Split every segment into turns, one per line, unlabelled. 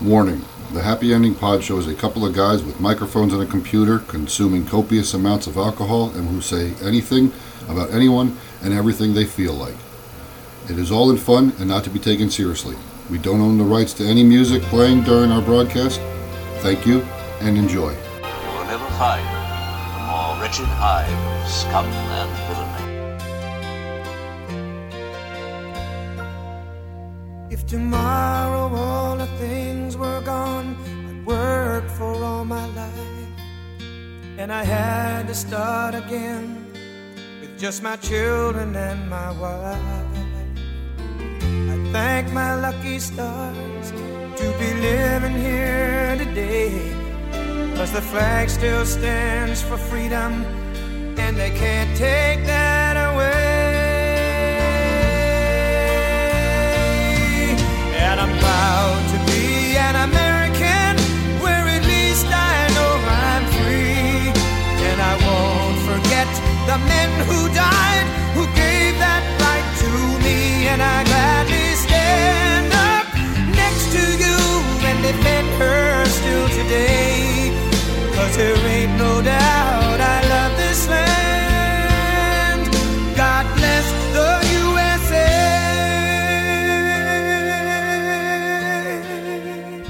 Warning The Happy Ending Pod shows a couple of guys with microphones and a computer consuming copious amounts of alcohol and who say anything about anyone and everything they feel like. It is all in fun and not to be taken seriously. We don't own the rights to any music playing during our broadcast. Thank you and enjoy.
You'll never find a more wretched hive of scum and villainy.
If tomorrow all the things were gone, I'd work for all my life. And I had to start again with just my children and my wife. I thank my lucky stars to be living here today. Cause the flag still stands for freedom, and they can't take that away. And I'm proud to be an American, where at least I know I'm free. And I won't forget the men who died, who gave that right to me. And I gladly stand up next to you and defend her still today. Cause there ain't no doubt I love this land. God bless the USA.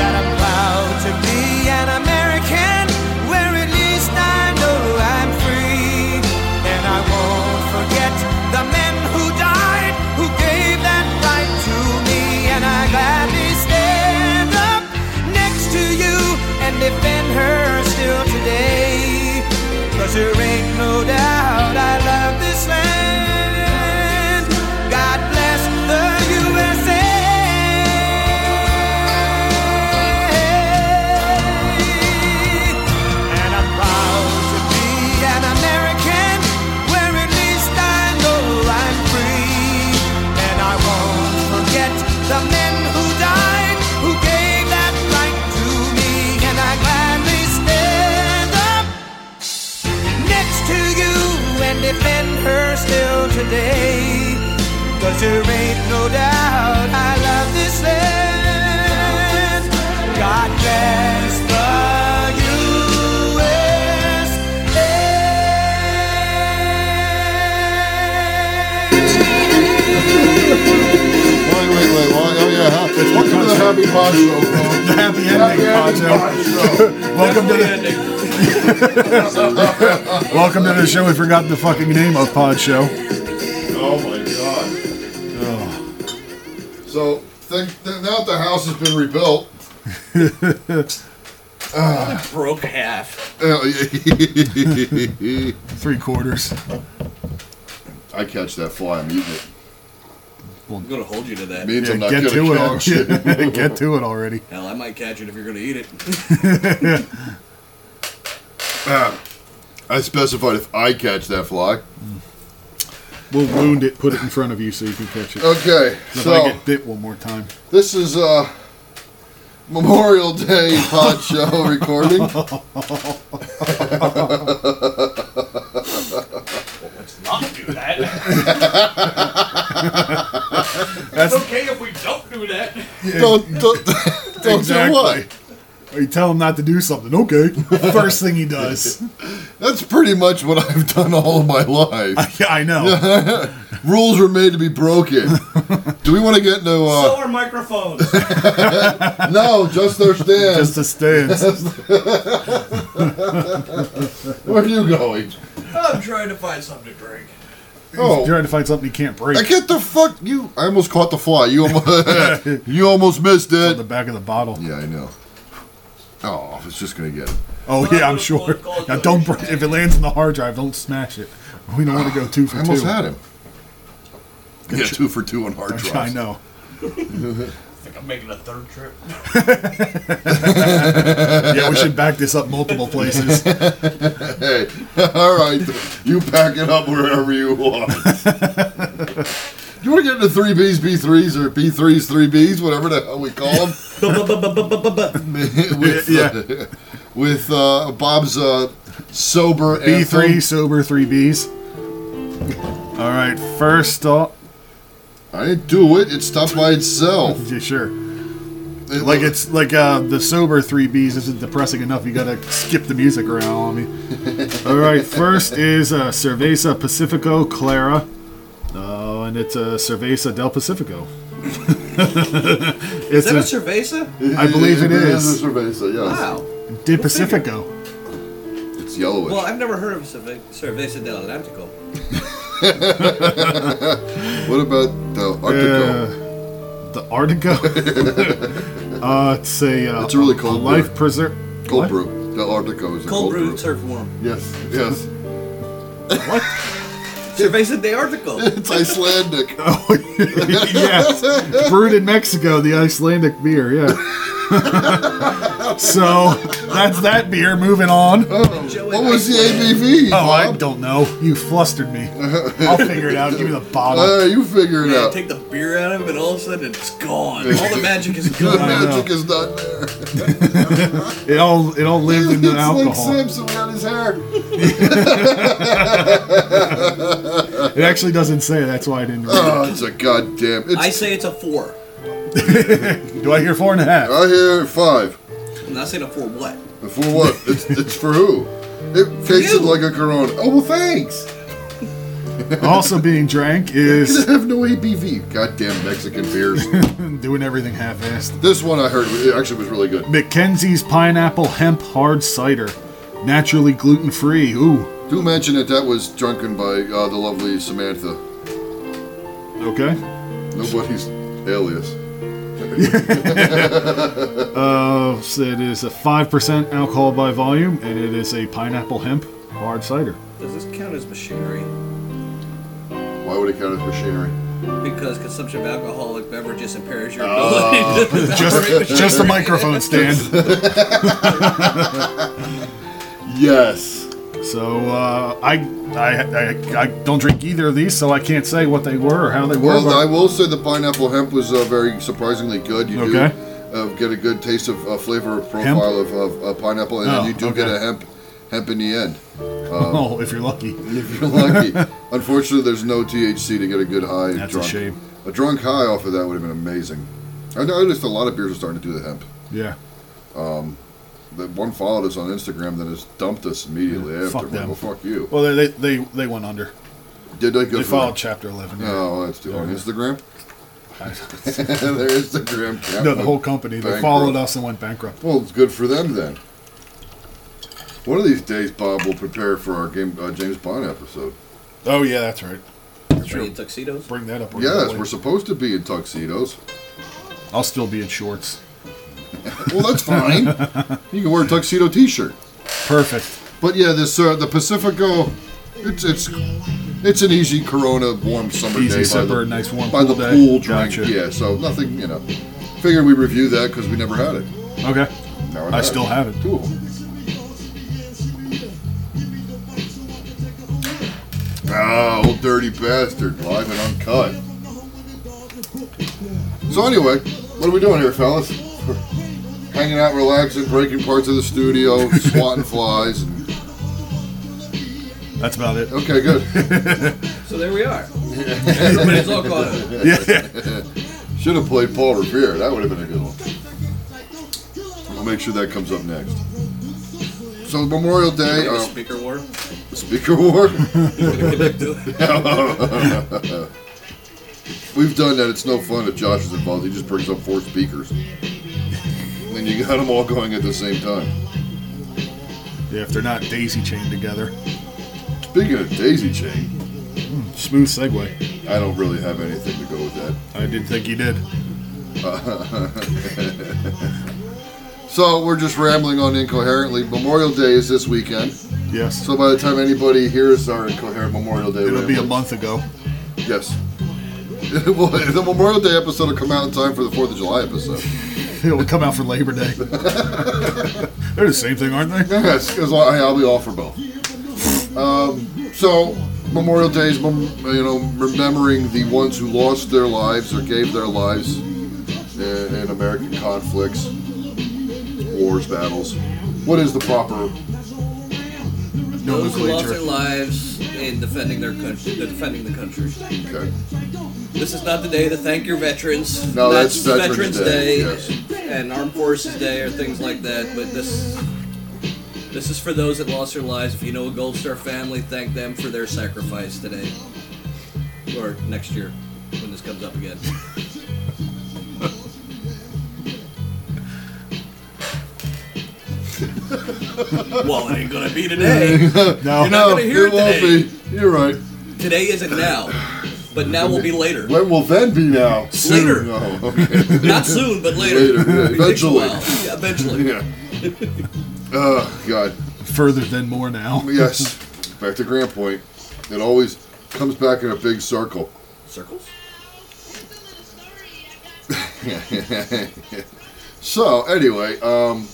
that I'm proud to be an American, where at least I know I'm free. And I won't forget the men who died, who gave that right to me. And I gladly stand up next to you and defend her still today. Cause there ain't no doubt I love this land. God bless the USA. And I'm proud to be an American, where at least I know I'm free. And I won't forget the men who died, who gave that right to me. And I gladly stand up next to you and defend her still today. Cause there ain't no doubt I love this land. God bless the
Wait, wait, wait. Well, oh, yeah. huh? Welcome to the Happy Pod Show. folks.
The happy ending, Poncho. Welcome to the welcome to the show. We forgot the fucking name of Pod Show.
Oh my god. So think, th- now that the house has been rebuilt,
broke half.
I
Three quarters.
catch that fly and eat it.
I'm gonna hold you to that.
Means I'm
Yeah,
not
get
getting
to
dog shit.
it. get to it already.
Hell, I might catch it if you're gonna eat it.
I specified if I catch that fly.
We'll wound it. Put it in front of you so you can catch it.
Okay,
If
so
I get bit one more time.
this is uh, Memorial Day pod show recording.
Let's not do that.
That's
okay if we don't do that.
Don't don't, don't
Exactly.
do Oh, what?
you tell him not to do something. Okay. First thing he does.
That's pretty much what I've done all of my life.
Yeah, I know.
Rules were made to be broken. Do we want to get into uh,
our microphones.
no? Just their stand.
Just a stance.
Where are you going?
I'm trying to find something to drink.
He's
Oh,
trying to find something he can't break
I get the fuck you! I almost caught the fly. You almost, you almost missed
on the
it.
back of the bottle.
Yeah, I know. Oh, it's just gonna get it.
Oh yeah, I'm sure. Now don't break. If it lands in the hard drive, don't smash it. We don't want to go two for
I almost
two.
had him. Yeah, two for two on hard drives.
I know.
I think I'm making a third trip.
Yeah, we should back this up multiple places.
Hey, all right, you pack it up wherever you want. you want to get into three Bs, B threes, or B threes, three Bs, whatever the hell we call them. with
Yeah.
with uh, Bob's uh, sober
B three
anthem.
sober three Bs. All right, first off,
I didn't do it. It stopped by itself.
yeah, sure.
It-
Like it's like uh, the sober three Bs isn't depressing enough. You gotta skip the music around on me. All right, first is uh, Cerveza Pacifico Clara, uh, and it's a uh, Cerveza del Pacifico. it's
Is that a
a,
cerveza?
I believe it is
a cerveza, yes.
Wow.
de Pacifico.
It's yellowish.
Well, I've never heard of cerve- cerveza del Atlántico.
what about the Arctico?
Uh, the Artico. uh, it's a. Uh,
It's a really
a
cold
life
beer.
preserve.
cold brew. The Arctico is a
Cold
cold,
brewed,
brew.
served warm.
Yes, yes.
Cerveza de Artico.
It's Icelandic.
yes, brewed in Mexico, the Icelandic beer. Yeah. so that's that beer. Moving on. Oh,
What was the ABV?
I
Bob?
don't know. You flustered me. I'll figure it out. Give me the bottle.
Uh, you figure it
Yeah,
out.
take the beer out of it, and all of a sudden it's gone. All the magic is
The
gone.
magic is not there.
It all it all lived in
It's
the
like
alcohol.
Samson without his hair.
It actually doesn't say. That's why I didn't. Read
Oh, it's a goddamn. It's,
I say it's a four.
it. Do I hear four and a half?
I hear five.
I'm not saying a four what?
For what? It's, it's for who? It tasted
you.
like a Corona. Oh well, thanks.
Also being drank
It
is
have no ABV. Goddamn Mexican beers.
doing everything half-assed.
this one I heard was- it actually was really good.
Mackenzie's Pineapple Hemp Hard Cider. Naturally gluten free. Ooh.
Do mention that that was drunken by uh, the lovely Samantha.
Okay.
Nobody's alias.
Uh, so it is a 5% alcohol by volume, and it is a pineapple hemp hard cider.
Does this count as machinery?
Why would it count as machinery?
Because consumption of alcoholic beverages impairs your ability to
Just, just the microphone stand.
Yes.
So uh, I, I, I, I don't drink either of these, so I can't say what they were or how they were.
Well, I
but-
will say the pineapple hemp was uh, very surprisingly good. You
Okay.
do uh, get a good taste of uh, flavor profile of, of uh, pineapple, and
Oh,
then you do get
okay.
a hemp hemp in the end.
oh, if you're lucky.
If you're lucky. Unfortunately, there's no THC to get a good high.
That's a
drunk.
shame.
A drunk high off of that would have been amazing. I noticed a lot of beers are starting to do the hemp.
Yeah.
That one followed us on Instagram that has dumped us immediately after.
fuck
I'm
them.
Like, well, fuck you.
Well, they, they, they, they went under.
Did they go
They
for Oh.
followed
that?
Chapter 11. yeah.
No, that's too on Instagram. Their Instagram account
No, the whole
went
company. They
bankrupt.
followed us and went bankrupt.
Well, it's good for them then. One of these days, Bob will prepare for our game, uh, James Bond episode.
Oh, yeah, that's right.
Bring in tuxedos.
Bring that up.
Yes,
later.
we're supposed to be in tuxedos.
I'll still be in shorts.
Well, that's fine. you can wear a tuxedo T-shirt.
Perfect.
But yeah, this uh, the Pacifico, it's it's it's an easy Corona warm summer
Easy
day by
sipper,
the,
nice warm
by the
pool day.
pool drink.
Gotcha.
Yeah, so nothing you know. Figured we review that because we never had it.
Okay.
Now
I still have it.
Cool. Ah, old dirty bastard, live and uncut. So anyway, what are we doing here, fellas? We're hanging out, relaxing, breaking parts of the studio, swatting flies. And,
That's about it.
okay, good.
So there we are. Everybody's all caught up.
Yeah.
Should have played Paul Revere. That would have been a good one. I'll make sure that comes up next. So Memorial Day,
Maybe
uh,
Speaker war.
speaker war.
That's
We've done that. It's no fun if Josh is involved. He just brings up four speakers. And you got them all going at the same time.
Yeah, if they're not daisy chained together.
Speaking of daisy chain,
Smooth segue.
I don't really have anything to go with that.
I didn't think you did.
So we're just rambling on incoherently. Memorial Day is this weekend.
Yes.
So by the time anybody hears our incoherent Memorial Day,
It'll be a
rant-
month ago.
Yes. well, the Memorial Day episode will come out in time for the Fourth of July episode.
It'll come out for Labor Day. They're the same thing, aren't they?
Yes, because I'll be off for both. Um, so Memorial Day is, mem- you know, remembering the ones who lost their lives or gave their lives in, in American conflicts, wars, battles. What is the proper?
Those who lost their
Nomenclature.
lives in defending their country, they're defending the country.
Okay.
This is not the day to thank your veterans.
No, that's Veterans
Veterans,
Day,
and Armed Forces Day or things like that. But this, this is for those that lost their lives. If you know a Gold Star family, thank them for their sacrifice today or next year when this comes up again. well, it ain't gonna be today.
No.
not gonna hear it
won't
today.
be. You're right.
Today isn't now, but now will be later.
When will then be now?
Later.
No. Okay.
Not soon, but later.
Later, yeah,
It takes a
eventually.
while. Yeah, eventually.
yeah. Oh God.
Further than more now.
Yes. Back to Grand Point. It always comes back in a big circle.
Circles?
So anyway, um,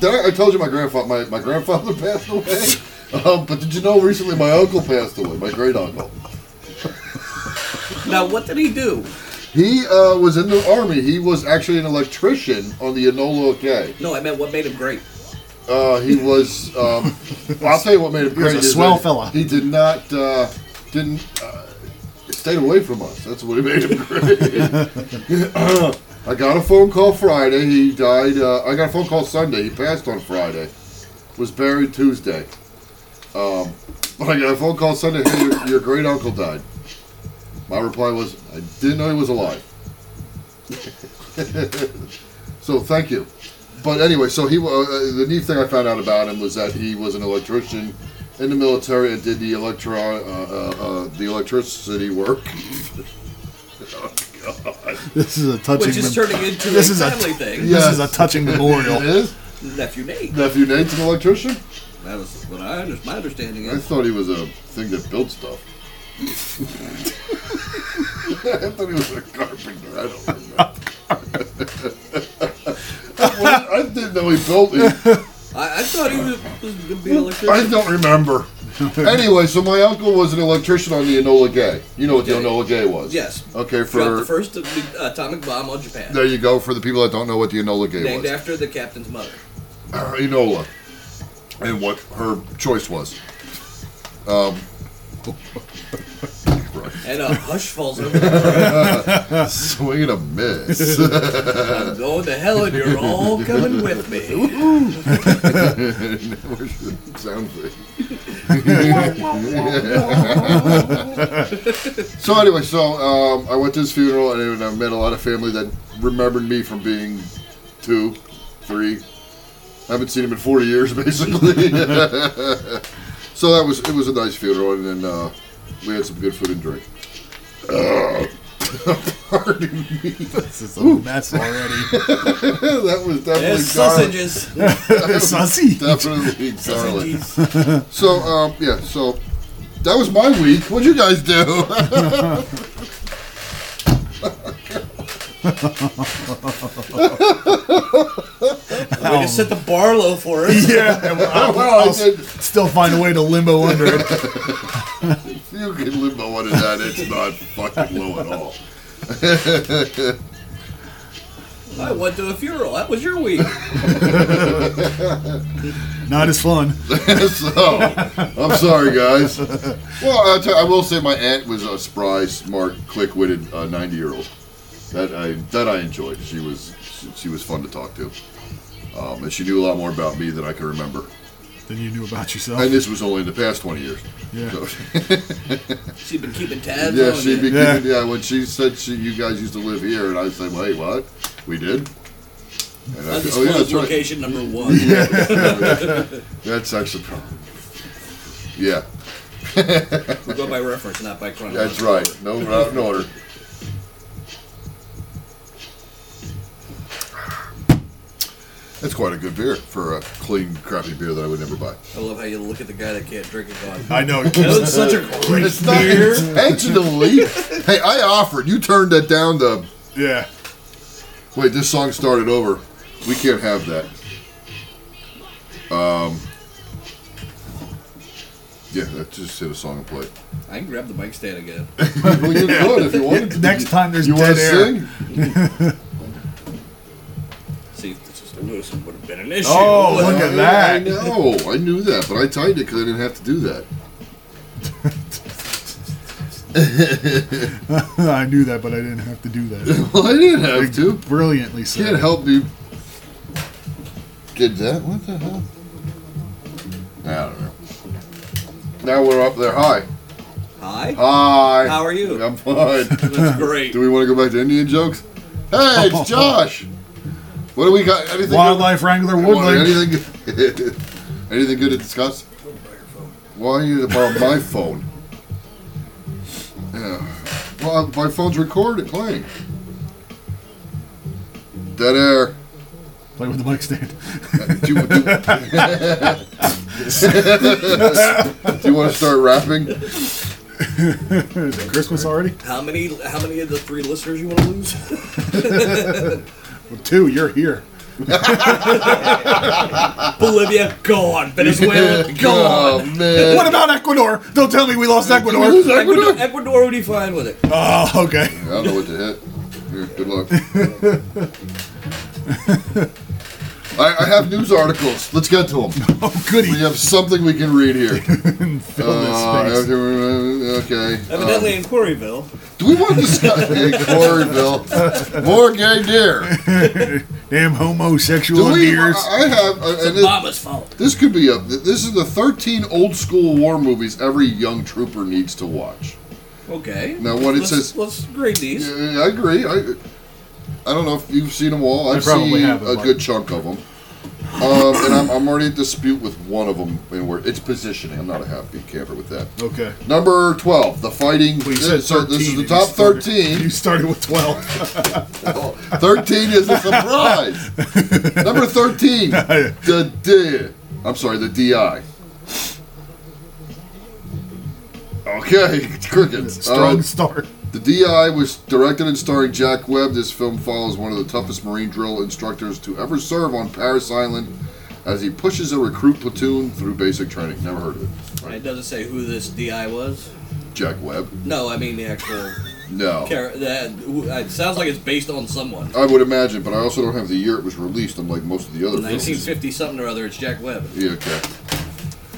did I, I told you my grandfather my, my grandfather passed away. Um, but did you know recently my uncle passed away, my great uncle.
Now, what did he do?
He uh, was in the army. He was actually an electrician on the Enola K.
No, I meant what made him great.
Uh, he was. Um, well, I'll tell you what made him
was
great.
a
is
swell
that
fella.
He did not uh, didn't uh, stayed away from us. That's what made him great. I got a phone call Friday. He died. Uh, I got a phone call Sunday. He passed on Friday. Was buried Tuesday. Um, but I got a phone call Sunday. Hey, your, your great uncle died. My reply was, I didn't know he was alive. so thank you. But anyway, so he wa- uh, the neat thing I found out about him was that he was an electrician in the military and did the electro uh, uh, uh, the electricity work.
This is a touching.
Which
mem-
is turning into
This
a
is a-
family thing.
This
Yes.
is a touching
It
memorial.
is
Nephew Nate.
nephew Nate's an electrician.
That was what I under- my understanding
I
is.
thought he was a thing that built stuff. I thought he was a carpenter. I don't remember. Well, I didn't know he built it.
I, I thought he was, was going to be an
I
electrician.
don't remember. anyway, so my uncle was an electrician on the Enola Gay. You know what the
Okay.
Enola Gay was?
Yes.
Okay,
Dropped the
for
first atomic bomb on Japan.
there you go. For the people that don't know what the Enola Gay
named
was, Uh,
after the captain's mother.
Enola, and what her choice was.
And a hush falls over the
Swing and a miss.
I'm going to hell and you're all coming with me.
Where's your sound thing? so anyway, so um, I went to his funeral and I met a lot of family that remembered me from being two, three. I haven't seen him in forty years, basically. so that was it. Was a nice funeral, and then uh, we had some good food and drink. Pardon me.
This is a mess already.
that was definitely
There's sausages.
Sussy.
Definitely garlic. So, um, yeah, so that was my week. What'd you guys do?
We just set the bar low for us.
Yeah. I'll,
Well, I
I'll
did-
still find a way to limbo under it.
you can live by one of that. It's not fucking low at all.
I went to a funeral. That was your week.
Not as fun.
so, I'm sorry, guys. Well, I t- I will say my aunt was a spry, smart, quick-witted uh, 90-year-old that I that I enjoyed. She was she, she was fun to talk to, um, and she knew a lot more about me than I can remember.
Then you knew about
And
yourself.
this was only in the past 20 years.
Yeah.
So-
She'd been keeping tabs
Yeah,
on
she
you.
became.
Yeah.
Yeah. when she said she, you guys used to live here, and I said, "Wait, what? We did?" And I said, "Oh yeah,
Undisclosed
that's right.
location number one.
That's actually probably. Yeah,
We go by reference, not by chronology.
that's right. No, route in order. That's quite a good beer for a clean, crappy beer that I would never buy.
I love how you look at the guy that can't drink and go,
I know.
that was such a great
It's not
beer.
intentionally. hey, I offered. You turned that down to.
yeah.
Wait, this song started over. We can't have that. Um. Yeah, that just hit a song and play.
I can grab the mic stand again.
Well, you could if you wanted to.
Next time there's
You want
dead
to
air.
sing?
See, if this was loose, it would have been an issue.
Oh,
But-
look at
I
that.
know. I knew that, but I timed it because I didn't have to do that.
I knew that, but I didn't have to do that.
Well, I didn't have to.
Brilliantly said.
Can't help me. Did that? What the hell? I don't know. Now we're up there. Hi.
Hi.
Hi.
How are you?
I'm fine.
That's great.
do we want to go back to Indian jokes? Hey, it's Josh. What do we got? Anything?
Wildlife Wrangler
Good? What-
Woodland.
Anything? anything good to discuss? Why are you about my phone? Yeah. Well, my phone's recorded, playing. Dead air.
Play with the mic stand.
Do you, do, do you want to start rapping?
Is it Christmas already?
How many? How many of the three listeners you want to lose?
Well, two, you're here.
Bolivia gone. Venezuela
Oh,
gone.
man.
What about Ecuador? Don't tell me we lost
uh,
Ecuador.
Who's
Ecuador,
Ecuador?
Ecuador would be fine with it.
Oh, okay.
I don't know what to hit. Here, good luck. I, I have news articles. Let's get to them.
Oh, goody.
We have something we can read here.
Fill this
Uh,
space.
okay. Uh,
Evidently in Quarryville.
do we want to discuss hey, Gloryville? More gay deer.
Damn
Do
homosexual
we? I
deers.
I have. uh, and it-
Mama's fault.
This could be a. This is the 13 old school war movies every young trooper needs to watch.
Okay.
Now, what it
let's,
says-
Let's grade these.
Yeah, I agree. I, I don't know if you've seen them all. I've
probably
seen
have,
a
but-
good chunk of them. Um, and I'm, I'm already in dispute with one of them, and where it's positioning. I'm not a happy camper with that.
Okay.
Number 12, the fighting.
Well, you
this, so
said
this
13,
is the
and
top
you started- You
13.
started with 12.
13 is a surprise. Number 13, the D. I'm sorry, the DI. Okay, crickets.
Strong
Um,
start.
The DI was directed and starring Jack Webb. This film follows one of the toughest Marine drill instructors to ever serve on Paris Island as he pushes a recruit platoon through basic training. Never heard of it.
It
Right?
doesn't say who this DI was.
Jack Webb?
No, I mean the actual.
No.
Char- that, who- uh, it sounds like it's based on someone.
I would imagine, but I also don't have the year it was released, unlike most of the other films.
1950 something or other. It's Jack Webb.
Yeah, okay.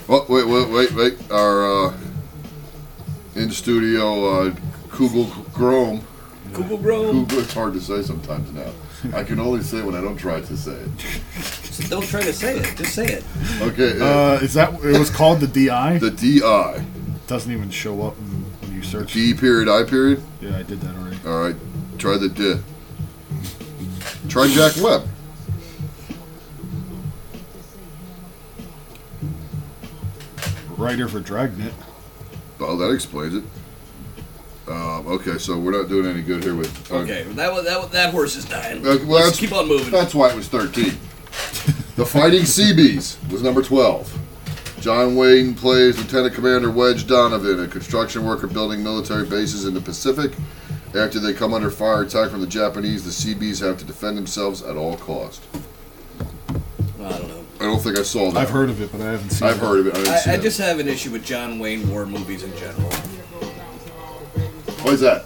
Oh, wait, wait, wait, wait. Our uh, in studio uh, Kugel Grom.
Google Grove.
Kugel, it's hard to say sometimes now. I can only say it when I don't try to say it.
Don't try to say it. Just say it.
Okay, uh,
Uh, is that it was called the DI?
the DI.
doesn't even show up in, when you search.
D period, I period.
yeah, I did that already.
All right, try the D. Try Jack Webb.
Writer for Dragnet.
Oh, that explains it. Um, okay, so we're not doing any good here with. uh,
Okay. That one- that one- that horse is dying.
Uh, well,
Let's
that's-
keep on moving.
That's why it was 13. the Fighting Seabees was number 12. John Wayne plays Lieutenant Commander Wedge Donovan, a construction worker building military bases in the Pacific. After they come under fire attack from the Japanese, the Seabees have to defend themselves at all cost.
I don't know.
I don't think I saw that.
I've heard of it, but I haven't seen.
I've
it.
heard of it. I, didn't see
I, I
that.
just have an issue with John Wayne war movies in general.
Why is that?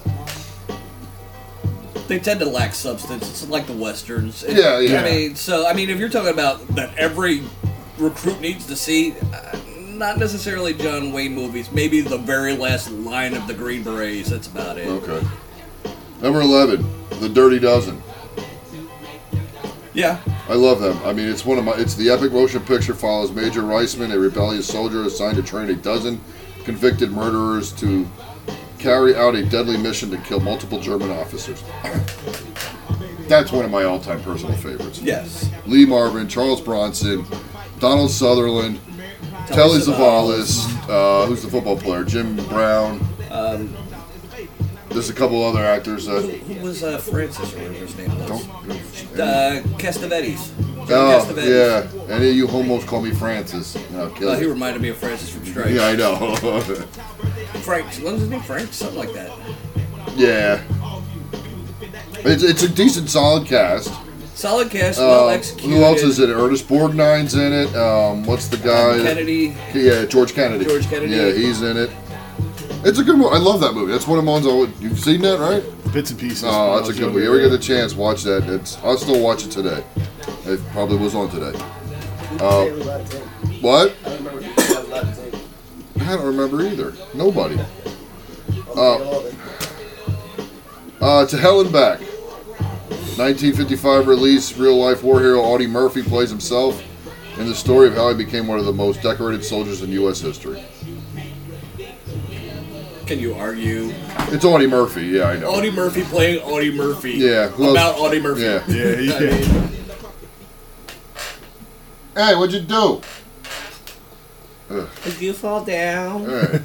They tend to lack substance. It's like the westerns. And,
Yeah, yeah.
I mean, so I mean, if you're talking about that every recruit needs to see, uh, not necessarily John Wayne movies. Maybe the very last line of the Green Berets. That's about it.
Okay. Number 11, The Dirty Dozen.
Yeah.
I love them. I mean, it's one of my. It's the epic motion picture follows Major Reisman, a rebellious soldier assigned to train a dozen convicted murderers to carry out a deadly mission to kill multiple German officers. That's one of my all-time personal favorites.
Yes.
Lee Marvin, Charles Bronson, Donald Sutherland, Telly Savalas, uh, who's the football player? Jim Brown.
Um,
There's a couple other actors that
Who was uh, Francis or whatever his name was?
don't.
Uh, Castavetes.
Oh,
Podcast event.
yeah. Any of you homos call me Francis. and I'll kill
Uh, he
you.
reminded me of Francis from Strike.
Yeah, I know.
Frank. What's his name? Frank? Something like that.
yeah. It's, it's a decent, solid cast.
Solid cast, well
Uh,
executed.
who else is in it? Ernest Borgnine's in it. Um, what's the guy? that-
Kennedy.
Yeah, George Kennedy.
George Kennedy.
Yeah, he's in it. It's a good one. I love that movie. That's one of mine's. always- You've seen that, right?
Bits and pieces.
Oh, that's a good one. You ever get the chance, watch that. It's I'll still watch it today. It probably was on today. Uh, what? I don't remember either. Nobody. Uh, uh, to Hell and Back. 1955 release, real life war hero Audie Murphy plays himself in the story of how he became one of the most decorated soldiers in U.S. history.
Can you argue?
It's Audie Murphy, yeah, I know.
Audie Murphy playing Audie Murphy.
Yeah, who else-
About Audie Murphy.
Yeah.
Yeah, you
I
can.
mean,
Hey, what'd you do?
If you fall down,
Uh.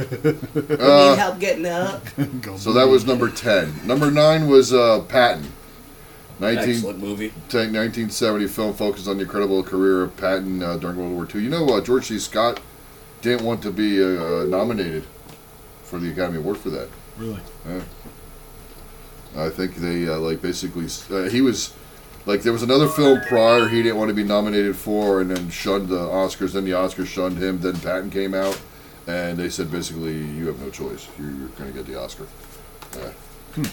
need help getting up.
Go
So that was number 10. Number 9 was uh, Patton. 19,
excellent movie.
tank 1970 film focused on the incredible career of Patton uh, during World War II. You know, uh, George C. Scott didn't want to be uh, nominated for the Academy Award for that.
Really?
I think they uh, like basically uh, he was like there was another film prior he didn't want to be nominated for, and then shunned the Oscars. Then the Oscars shunned him. Then Patton came out, and they said basically you have no choice. You're going to get the Oscar. Yeah.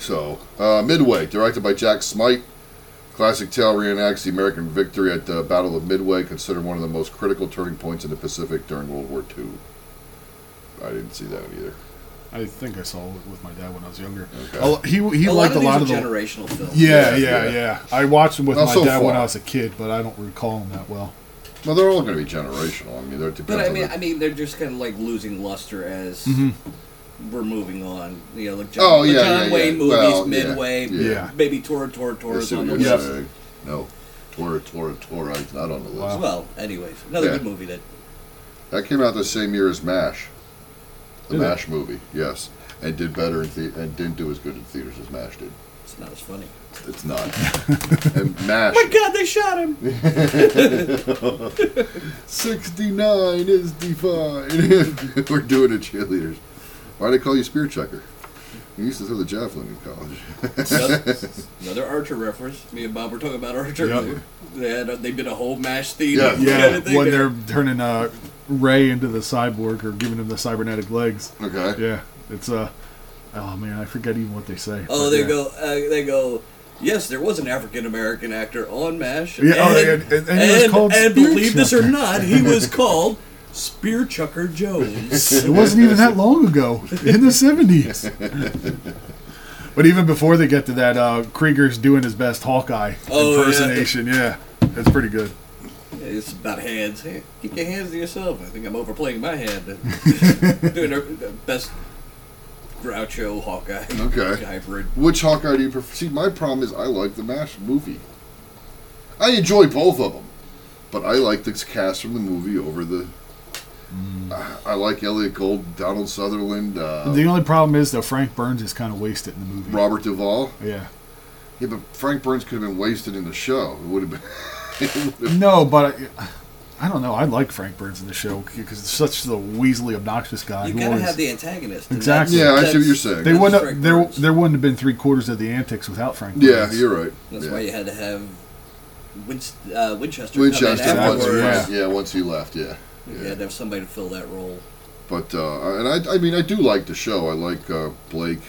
So uh, Midway, directed by Jack Smite. Classic tale reenacts the American victory at the Battle of Midway, considered one of the most critical turning points in the Pacific during World War II. I didn't see that either.
I think I saw it with my dad when I was younger.
Okay.
Oh, He, he
a
liked
lot of
a lot of
these
the.
are generational films.
Yeah,
Yeah, yeah,
yeah.
yeah, I watched them with
Not
my
so
dad when
far.
I was a kid, but I don't recall them that well.
Well, they're all going to be generational. I mean, they're depends
But I
on
mean,
the-
I mean, they're just kind of like losing luster as
Mm-hmm.
we're moving on. You know, like John,
Oh,
the
yeah,
John
yeah,
Wayne
yeah.
movies,
Well, yeah,
Midway,
yeah.
Yeah.
maybe Tora Tora Tora's
Yes,
on the
yes,
list.
uh, No, Tora, Tora, Tora is not on the list.
Well, anyways, another
Yeah.
good movie that
That came out the same year as MASH, the
Did it?
MASH movie. Yes, and did better in the- and didn't do as good in theaters as MASH did.
it's not as funny.
It's not. and MASH.
Oh My God, they shot him.
Sixty-nine is defined. We're doing it, cheerleaders. Why they call you spear checker? You used to throw the javelin in college.
another, another Archer reference. Me and Bob were talking about Archer.
Yep.
They had a, they did a whole mash theme.
Yeah.
kind
Yeah,
of thing.
when they're turning uh, Ray into the cyborg or giving him the cybernetic legs.
Okay.
Yeah, it's uh, oh man, I forget even what they say.
oh,
but
they
yeah.
go, uh, they go. Yes, there was an African American actor on MASH.
Yeah, oh,
and,
and- and- and he was called
and
Spear
believe this or
Chucker.
not, he was called Spear Chucker Jones.
It wasn't even that long ago, in the seventies. but even before they get to that, uh, Krieger's doing his best Hawkeye
Oh, yeah.
impersonation. Yeah. that's pretty good.
It's about hands. Hey, keep your hands to yourself. I think I'm overplaying my hand. Doing our best Groucho Hawkeye
Okay.
hybrid.
Which Hawkeye do you prefer? See, my problem is I like the MASH movie. I enjoy both of them, but I like the cast from the movie over the. I, I like Elliot Gold, Donald Sutherland, uh,
the only problem is though, Frank Burns is kind of wasted in the movie.
Robert Duvall.
Yeah,
Yeah, but Frank Burns could have been wasted in the show. It would have been.
no, but I, I don't know. I like Frank Burns in the show because it's such the weaselly, obnoxious guy.
You
who
gotta
always-
have the antagonist. and
Exactly.
yeah, I
that's-
see what you're saying.
They
That's
wouldn't.
Frank
Have, there,
Burns.
there wouldn't have been three quarters of the antics without Frank.
yeah,
Burns.
you're right.
That's
yeah.
why you had to have Winst- uh, Winchester. come in
Winchester once,
yeah.
afterwards.
yeah, once he left, yeah.
You had to have somebody to fill that role.
But uh, and I, I mean, I do like the show. I like uh, Blake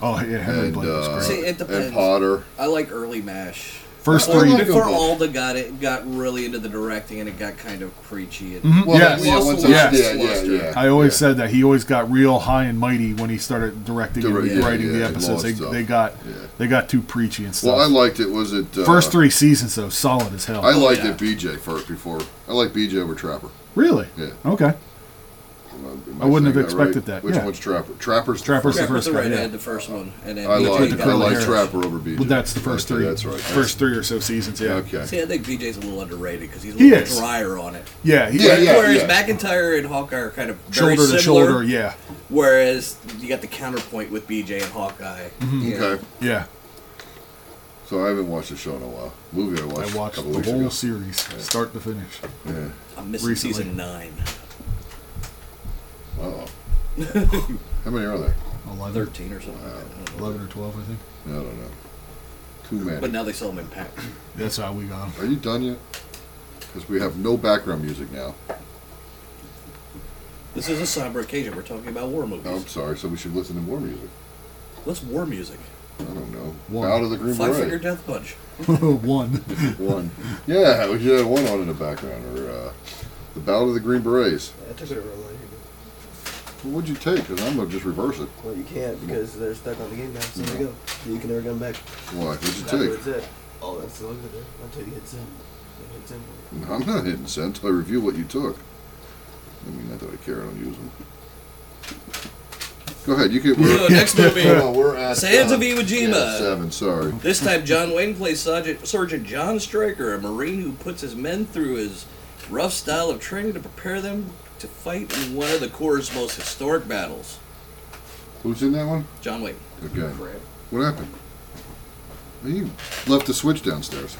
Oh yeah, Henry
and
Blake was
uh,
great.
See, it
and
depends.
Potter.
I like early Mash.
First
I
Or
three.
like 'em
before
both.
Alda got it, got really into the directing, and it got kind of preachy. And
Mhm,
Well,
yes.
yeah,
Lost
once
a
I-
lot of
yeah, yeah,
luster.
yeah.
I always
yeah.
said that he always got real high and mighty when he started directing
Direct-
and
yeah,
writing
yeah,
the
and
episodes.
all
They,
that stuff.
they got
Yeah.
they got too preachy and stuff.
Well, I liked it. Was it uh,
First three seasons though, solid as hell.
I liked
Oh, yeah.
it BJ first before I like BJ over Trapper.
really?
Yeah.
Okay.
Am Am
I wouldn't have
saying right?
expected that,
Which
yeah.
one's Trapper? Trapper's the
Trapper's
first.
Trapper's
first
the
guy,
right
yeah.
had the first one, and then
I
BJ
like
the
got
I
curly
like
hair.
Trapper over BJ.
Well, that's the first
Okay,
three.
That's right.
First three or so seasons. Yeah.
Okay.
See, I think BJ's a little underrated because he's a
He
little
is.
drier on it.
Yeah. he-
Yeah, yeah.
Whereas McIntyre and Hawkeye are kind of very
Shoulder to
similar,
shoulder. Yeah.
Whereas you got the counterpoint with BJ and Hawkeye. you know.
Okay.
Yeah.
So I haven't watched the show in a while. Movie I watched.
I watched
a couple
the
weeks
whole
ago.
series, start to finish.
Yeah.
I'm missing
Recently.
season nine.
Uh-oh. How many are there?
11,
Thirteen or something. like that. I don't know.
11 or 12, I think.
I don't know. Too many.
But now they sell them in packs.
That's how we got them.
Are you done yet? Because we have no background music now.
This is a cyber occasion. We're talking about war movies.
Oh, I'm sorry, so we should listen to more music.
What's war music?
I don't know.
One.
Out of the Green
Five Finger
Beret.
Death Punch.
One.
One. Yeah, we should have one on in the background. Or uh, the Battle of the Green Berets.
I took it early.
Well, what'd you take? Because I'm going to just reverse it.
Well, you can't because they're stuck on the game now. So there you go. You can never come back.
Why? What'd you
That's
take?
what's it. Oh, that's the look of it. Until you hit send. Then hit send.
I'm not hitting send till I review what you took. I mean, not that I care. I don't use them. Go ahead. You can.
So
We're,
next movie.
Oh, we're at
Sands
uh,
of Iwo
yeah,
Jima.
seven. Sorry.
This time, John Wayne plays Sergeant, Sergeant John Stryker, a Marine who puts his men through his rough style of training to prepare them to fight in one of the Corps' most historic battles.
Who's in that one?
John Wayne.
Okay. What happened? You left the switch downstairs.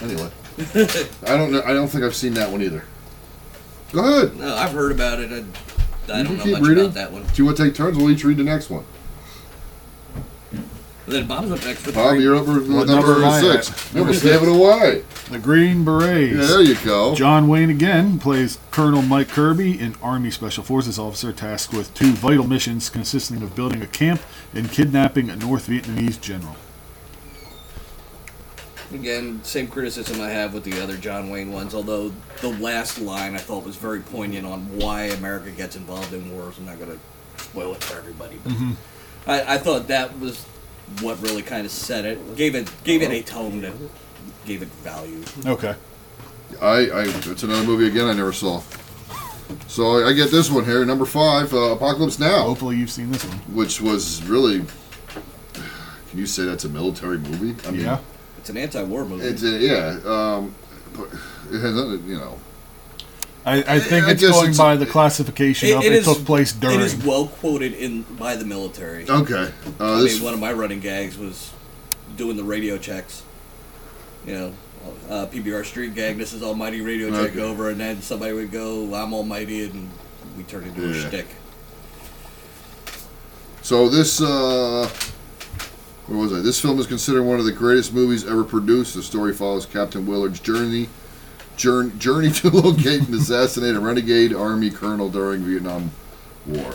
Anyway, I don't know. I don't think I've seen that one either. Go ahead.
No, I've heard about it. I, I
You
don't
can
know
keep
much
reading.
about that one.
Do you want to take turns? We'll each read the next one.
And then Bob's up next with
Bob,
three.
you're up for
What
number,
number am I
six.
at?
You
Number
almost gave it away.
The Green Berets.
Yeah, there you go.
John Wayne again plays Colonel Mike Kirby, an Army Special Forces officer tasked with two vital missions consisting of building a camp and kidnapping a North Vietnamese general.
Again, same criticism I have with the other John Wayne ones, although the last line I thought was very poignant on why America gets involved in wars. I'm not going to spoil it for everybody, but I, I thought that was what really kind of set it, gave it gave it a tone that gave it value.
Okay.
I, I it's another movie again I never saw. So I, I get this one here, number five, uh, Apocalypse Now,
Oh. Hopefully you've seen this one.
which was really. Can you say that's a military movie? I mean,
yeah.
It's an anti-war movie.
It's a, yeah, um, but it has nothing, you know.
I, I think
I
it's
guess
going
it's-
by the classification
It-
of
it
it,
is-
took place during.
It is well quoted in by the military.
Okay, uh,
I
this
mean, one of my running gags was doing the radio checks. You know, uh, PBR Street Gang, this is Almighty Radio
Okay.
Check over, and then somebody would go, I'm Almighty, and we turn into
Yeah.
a shtick.
so this uh, where was I? This film is considered one of the greatest movies ever produced. The story follows Captain Willard's journey. Journey, journey to locate and assassinate a renegade army colonel during Vietnam War.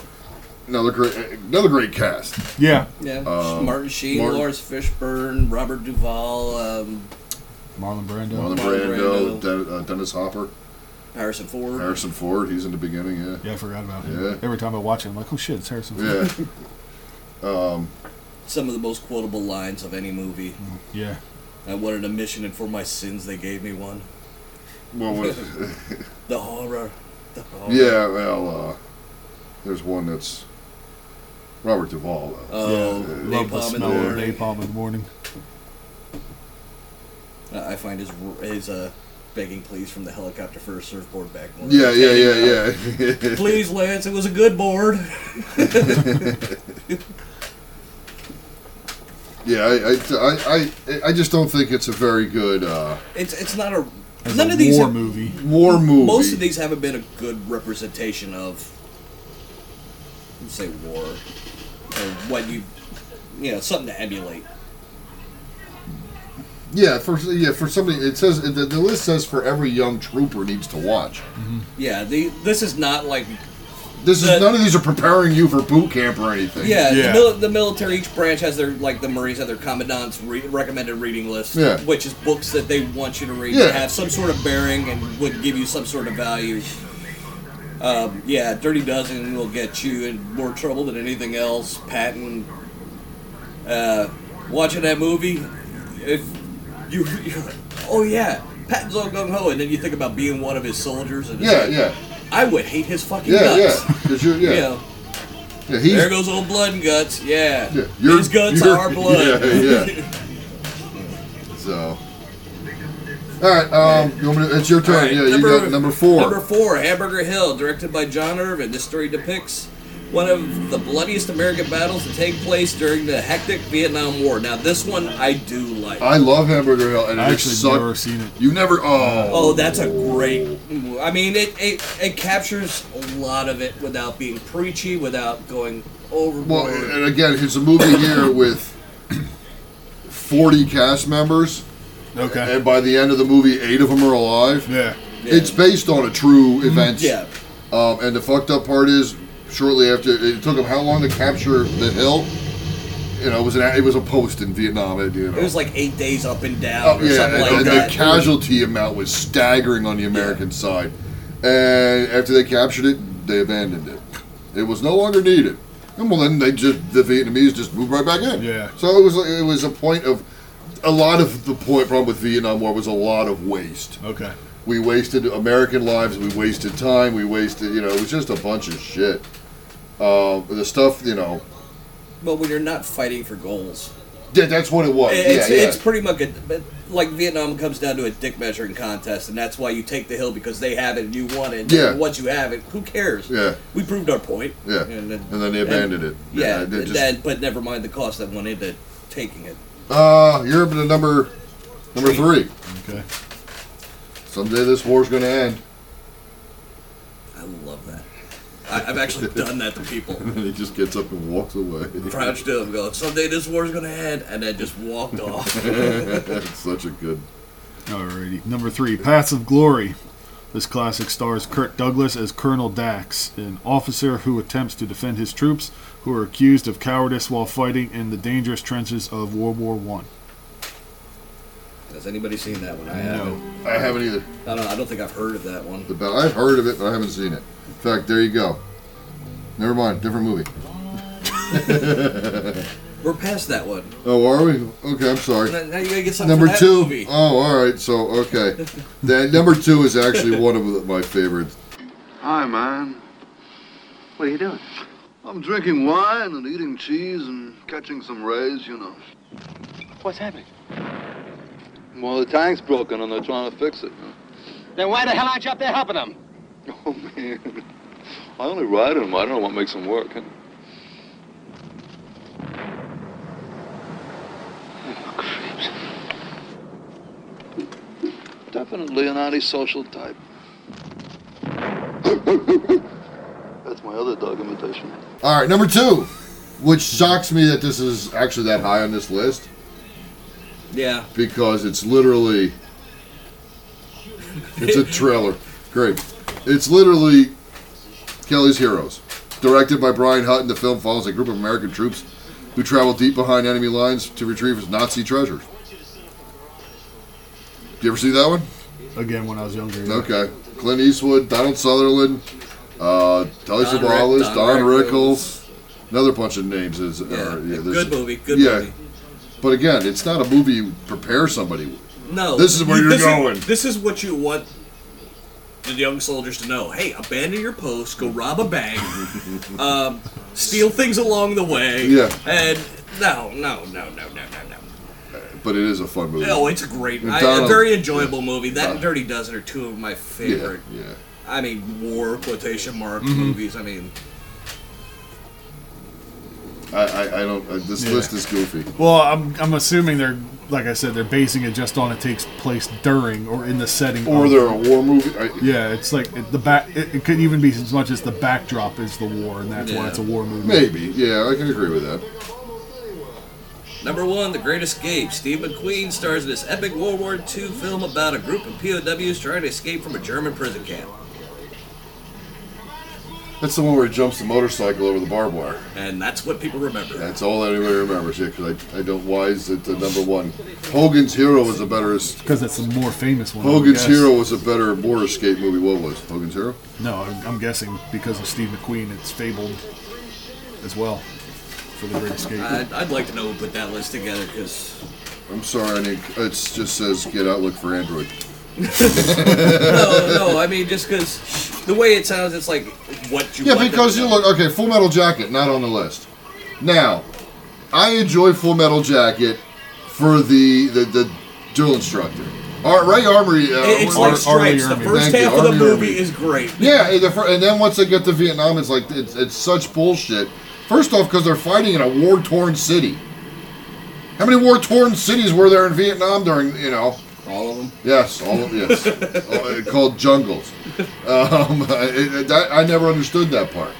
Another great, another great cast.
yeah.
Yeah.
Um,
Martin Sheen,
Martin-
Lawrence Fishburne, Robert Duvall, um,
Marlon Brando.
Marlon
Marlon
Brando, De- uh, Dennis Hopper,
Harrison Ford.
Harrison Ford. He's in the beginning, yeah.
Yeah, I forgot about him.
Yeah.
Every time I watch it, I'm like, oh shit, it's Harrison Ford.
Yeah,
Some of the most quotable lines of any movie.
Yeah.
I wanted a mission, and for my sins, they gave me one.
well, what-
The horror. The horror.
yeah, well, uh, there's one that's Robert Duvall. Though.
Oh,
Yeah. Love the
napalm in the
smell of
morning.
napalm in the morning.
Uh, I find his his uh, begging pleas from the helicopter for a surfboard back. more
yeah, yeah,
entertaining.
yeah, yeah.
Please, Lance, it was a good board.
yeah, I, I, I, I, I just don't think it's a very good uh,
It's it's not a
As
none
a
of these
war
have-
movie.
war movie.
Most of these haven't been a good representation of let's say war or what you you know something to emulate.
yeah, for yeah, for somebody, it says the, the list says for every young trooper needs to watch.
Yeah, the this is not like
This is
The-
none of these are preparing you for boot camp or anything.
yeah,
Yeah.
The, mil- the military each branch has their like the Marines have their commandant's re- recommended reading list,
Yeah.
which is books that they want you to read
Yeah.
that have some sort of bearing and would give you some sort of value. Um, yeah, Dirty Dozen will get you in more trouble than anything else. Patton, uh, watching that movie, if you you're like, oh yeah, Patton's all gung ho, and then you think about being one of his soldiers, and it's
yeah,
like,
yeah,
I would hate his fucking
yeah, yeah.
guts.
'Cause you're- yeah.
You know,
yeah, he's
there goes old blood and guts. Yeah.
Yeah, you're-
These guts
you're-
are our blood.
yeah, yeah. So. All right, um, you want me to, it's your
All
turn.
right,
yeah, you got number four.
Number four, Hamburger Hill, directed by John Irvin. This story depicts one of the bloodiest American battles to take place during the hectic Vietnam War. Now, this one I do like.
I love Hamburger Hill, and it
I actually
sucked.
never seen it.
You never. Oh,
Oh, that's a great. mo- I mean, it, it it captures a lot of it without being preachy, without going
well,
overboard.
and again, it's a movie here with forty cast members,
Okay.
and by the end of the movie, eight of them are alive.
Yeah.
Yeah. Mm-hmm.
It's based on a true event.
yeah,
Um, and the fucked up part is, shortly after, it took them how long to capture the hill? You know, it was an it was a post in Vietnam. It, you know.
it was like eight days up and down
Oh,
or
yeah,
something
and,
like
and
that.
the casualty amount was staggering on the American side. And after they captured it, they abandoned it. It was no longer needed. And well, then they just the Vietnamese just moved right back in.
Yeah.
So it was it was a point of a lot of the point problem with Vietnam War was a lot of waste.
Okay.
We wasted American lives. We wasted time. We wasted you know it was just a bunch of shit. Uh, the stuff you know.
But when you're not fighting for goals,
Yeah, that's what it was.
it's,
yeah, yeah.
it's pretty much a, but, like Vietnam comes down to a dick measuring contest, and that's why you take the hill because they have it and you want it.
Yeah.
And once you have it, who cares?
Yeah.
We proved our point.
Yeah,
And then,
and then they abandoned it.
Yeah.
they
and
just-
that- but never mind the cost that went into taking it.
Uh, you're the number number three.
Okay.
Someday this war's gonna end.
I love that. I, I've actually done that to people.
And he just gets up and walks away.
Crouched up, going, someday this war's gonna end, and then just walked off.
it's such a good.
Alrighty. Number three, Paths of Glory. This classic stars Kurt Douglas as Colonel Dax, an officer who attempts to defend his troops who are accused of cowardice while fighting in the dangerous trenches of World War One.
Has anybody seen that one? I haven't.
I haven't either.
I don't, I don't think I've heard of that one.
The ba- I've heard of it, but I haven't seen it. In fact, there you go. Never mind. Different movie.
We're past that one.
Oh, are we? Okay, I'm sorry.
Now now you gotta get something
Number
for that
two.
movie.
Oh, all right. So okay, that number two is actually one of my favorites.
Hi, man. What are you doing? I'm drinking wine and eating cheese and catching some rays, you know.
What's happening?
Well, the tank's broken and they're trying to fix it.
Then why the hell aren't you up there helping them?
Oh, man. I only ride in 'em. I don't know what makes them work. Definitely an antisocial type. That's my other dog imitation.
All right, number two, which shocks me that this is actually that high on this list
Yeah.
because it's literally it's a trailer. Great. It's literally Kelly's Heroes, directed by Brian Hutton. The film follows a group of American troops who travel deep behind enemy lines to retrieve Nazi treasures. You ever see that one?
Again, when I was younger. yeah.
Okay. Clint Eastwood, Donald Sutherland, uh, Telly
Don
Savalas,
Rick- Don
Don
Rickles.
Rickles, another bunch of names. Is
Yeah.
are- yeah, there's-
good movie. Good
yeah.
movie.
But again, it's not a movie you prepare somebody with.
No.
This is where you're going.
this is what you want the young soldiers to know. Hey, abandon your post, go rob a bank, um, steal things along the way.
Yeah.
And no, no, no, no, no, no, no.
But it is a fun movie.
No, it's a great,
And
I, a
Donald-
very enjoyable movie. That
Uh,
and Dirty Dozen are two of my
yeah,
favorite.
yeah.
I mean, war quotation mark
Mm-hmm.
movies. I mean,
I, I, I don't. Uh, this
Yeah.
list is goofy.
Well, I'm, I'm assuming they're like I said, they're basing it just on it takes place during or in the setting.
Or
of-
they're a war movie. I,
Yeah, it's like it, the back. It, it could even be as much as the backdrop is the war, and that's why
Yeah.
it's a war movie.
Maybe. Yeah, I can agree with that.
Number one, The Great Escape. Steve McQueen stars in this epic World War II film about a group of POWs trying to escape from a German prison camp.
That's the one where he jumps the motorcycle over the barbed wire.
And that's what people remember.
That's all anybody remembers. Yeah, 'cause I, I don't. Why is it the number one? Hogan's Hero was a better. es-
because that's the more famous one. I would
Hogan's
guess.
Hero was a better war escape movie. What was Hogan's Hero?
No, I'm, I'm guessing because of Steve McQueen, it's fabled as well for the Great Escape.
I'd, I'd like to know who put that list together because
I'm sorry, I need, it just says get out, look for Android.
no, no. I mean, just because the way it sounds, it's like what you.
Yeah,
want them
because
to
you
know.
look okay. Full Metal Jacket not on the list. Now, I enjoy Full Metal Jacket for the the, the dual instructor. All right, Ray Armory. Uh,
It- it's
Ar-
like Stripes.
Army
the
Army.
first
Thank
half
you,
of the
Army
movie
Army.
is great.
Yeah, and, the, fir- and then once they get to Vietnam, it's like it's, it's such bullshit. First off, because they're fighting in a war-torn city. How many war-torn cities were there in Vietnam during you know?
All of them.
Yes, all of yes, Uh, called jungles. Um, it- it- that, I never understood that part.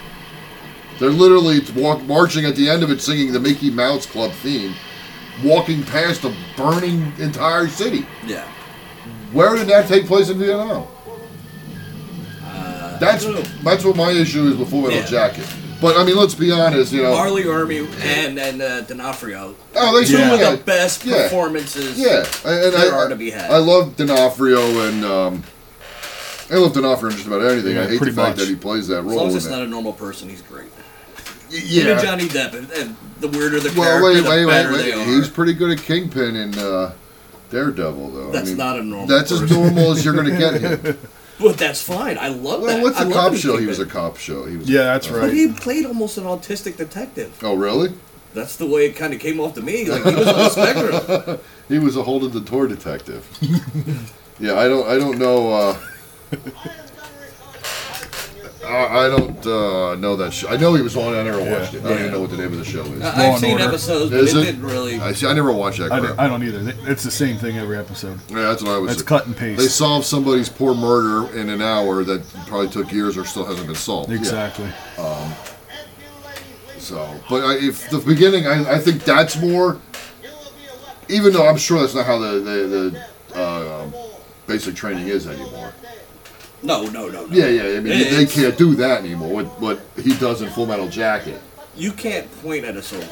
They're literally walk, marching at the end of it, singing the Mickey Mouse Club theme, walking past a burning entire city.
Yeah.
Where did that take place in Vietnam?
Uh,
that's that's what my issue is with Full Metal
Yeah.
Jacket. But I mean, let's be honest, you know.
Marley Army and and uh, D'Onofrio.
Oh, they
Two
certainly
of the
had-
best
yeah.
performances.
Yeah, and
there
I,
are to be had.
I love D'Onofrio and um, I love D'Onofrio in just about anything.
Yeah,
I hate the
pretty
fact
much.
that he plays that
as
role.
long as
in
it's
it.
not a normal person, he's great.
Y- yeah.
Even Johnny Depp. And, and the weirder the
well,
character,
wait,
the
wait,
better
wait, wait.
they are.
He's pretty good at Kingpin in uh, Daredevil, though. I
That's
mean,
not a normal
That's as
person.
normal as you're going to get him.
But that's fine. I love
Well,
that.
what's
I
the
love
cop
him
show? He
keeping
was
it.
a cop show. He was.
Yeah, that's
But
right.
he played almost an autistic detective.
Oh, really?
That's the way it kind of came off to me. Like he was on the spectrum.
He was a hold of the door detective. yeah, I don't. I don't know. Uh, I I don't uh, know that show. I know he was on. I never watched it. I don't even know what the name of the show is.
I- I've
and
seen
Order.
episodes, but
Is
it,
it?
didn't really.
I, see, I never watched that
I,
crap.
don't- I don't either. It's the same thing every episode.
yeah, that's what I was.
That's cut and
They
paste.
solved somebody's poor murder in an hour that probably took years or still hasn't been solved.
Exactly.
Yeah, so, but I, if the beginning, I, I think that's more. Even though I'm sure that's not how the the, the uh, um, basic training is anymore.
No, no, no, no.
Yeah, yeah. I mean,
It-
they
it's-
can't do that anymore. What what he does in Full Metal Jacket.
You can't point at a soldier.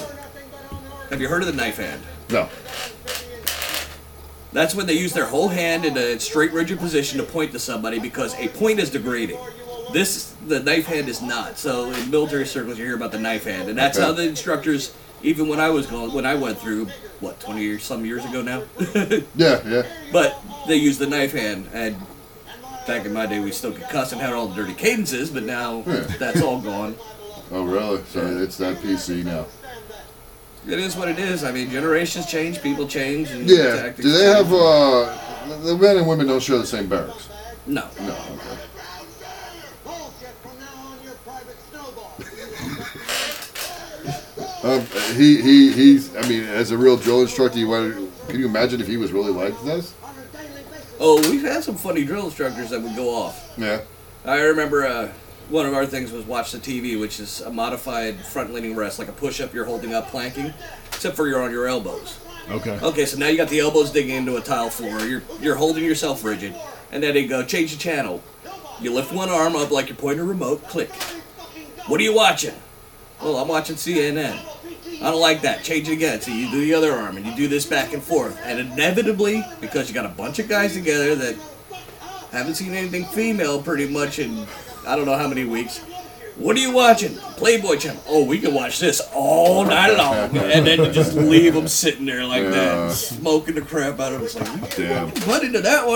Have you heard of the knife hand?
No.
That's when they use their whole hand in a straight, rigid position to point to somebody because a point is degrading. This, the knife hand is not. So in military circles, you hear about the knife hand, and that's
Okay.
how the instructors, even when I was going, when I went through, what, 20 years, some years ago now,
Yeah, yeah.
but they used the knife hand. And back in my day, we still could cuss and had all the dirty cadences, but now
Hmm.
that's all gone.
Oh, really? So
Yeah.
it's that PC now.
It is what it is. I mean, generations change, people change. And
Yeah.
tactics
Do they
change.
have uh? the- The men and women don't share the same barracks.
No.
No. Okay. Um, he he he's. I mean, as a real drill instructor, you want to, can you imagine if he was really like this?
Oh, we've had some funny drill instructors that would go off.
Yeah.
I remember uh, one of our things was watch the TV, which is a modified front leaning rest, like a push up you're holding up planking, except for you're on your elbows.
Okay.
Okay, so now you got the elbows digging into a tile floor. You're you're holding yourself rigid, and then you go change the channel. You lift one arm up like you're pointing a remote. Click. What are you watching? Well, I'm watching CNN. I don't like that. Change it again. So you do the other arm, and you do this back and forth, and inevitably, because you got a bunch of guys together that haven't seen anything female pretty much in I don't know how many weeks. What are you watching? Playboy Channel. Oh, we can watch this all night long, and then you just leave them sitting there like
Yeah.
that, smoking the crap out of them. It's like, you
Damn.
butt into that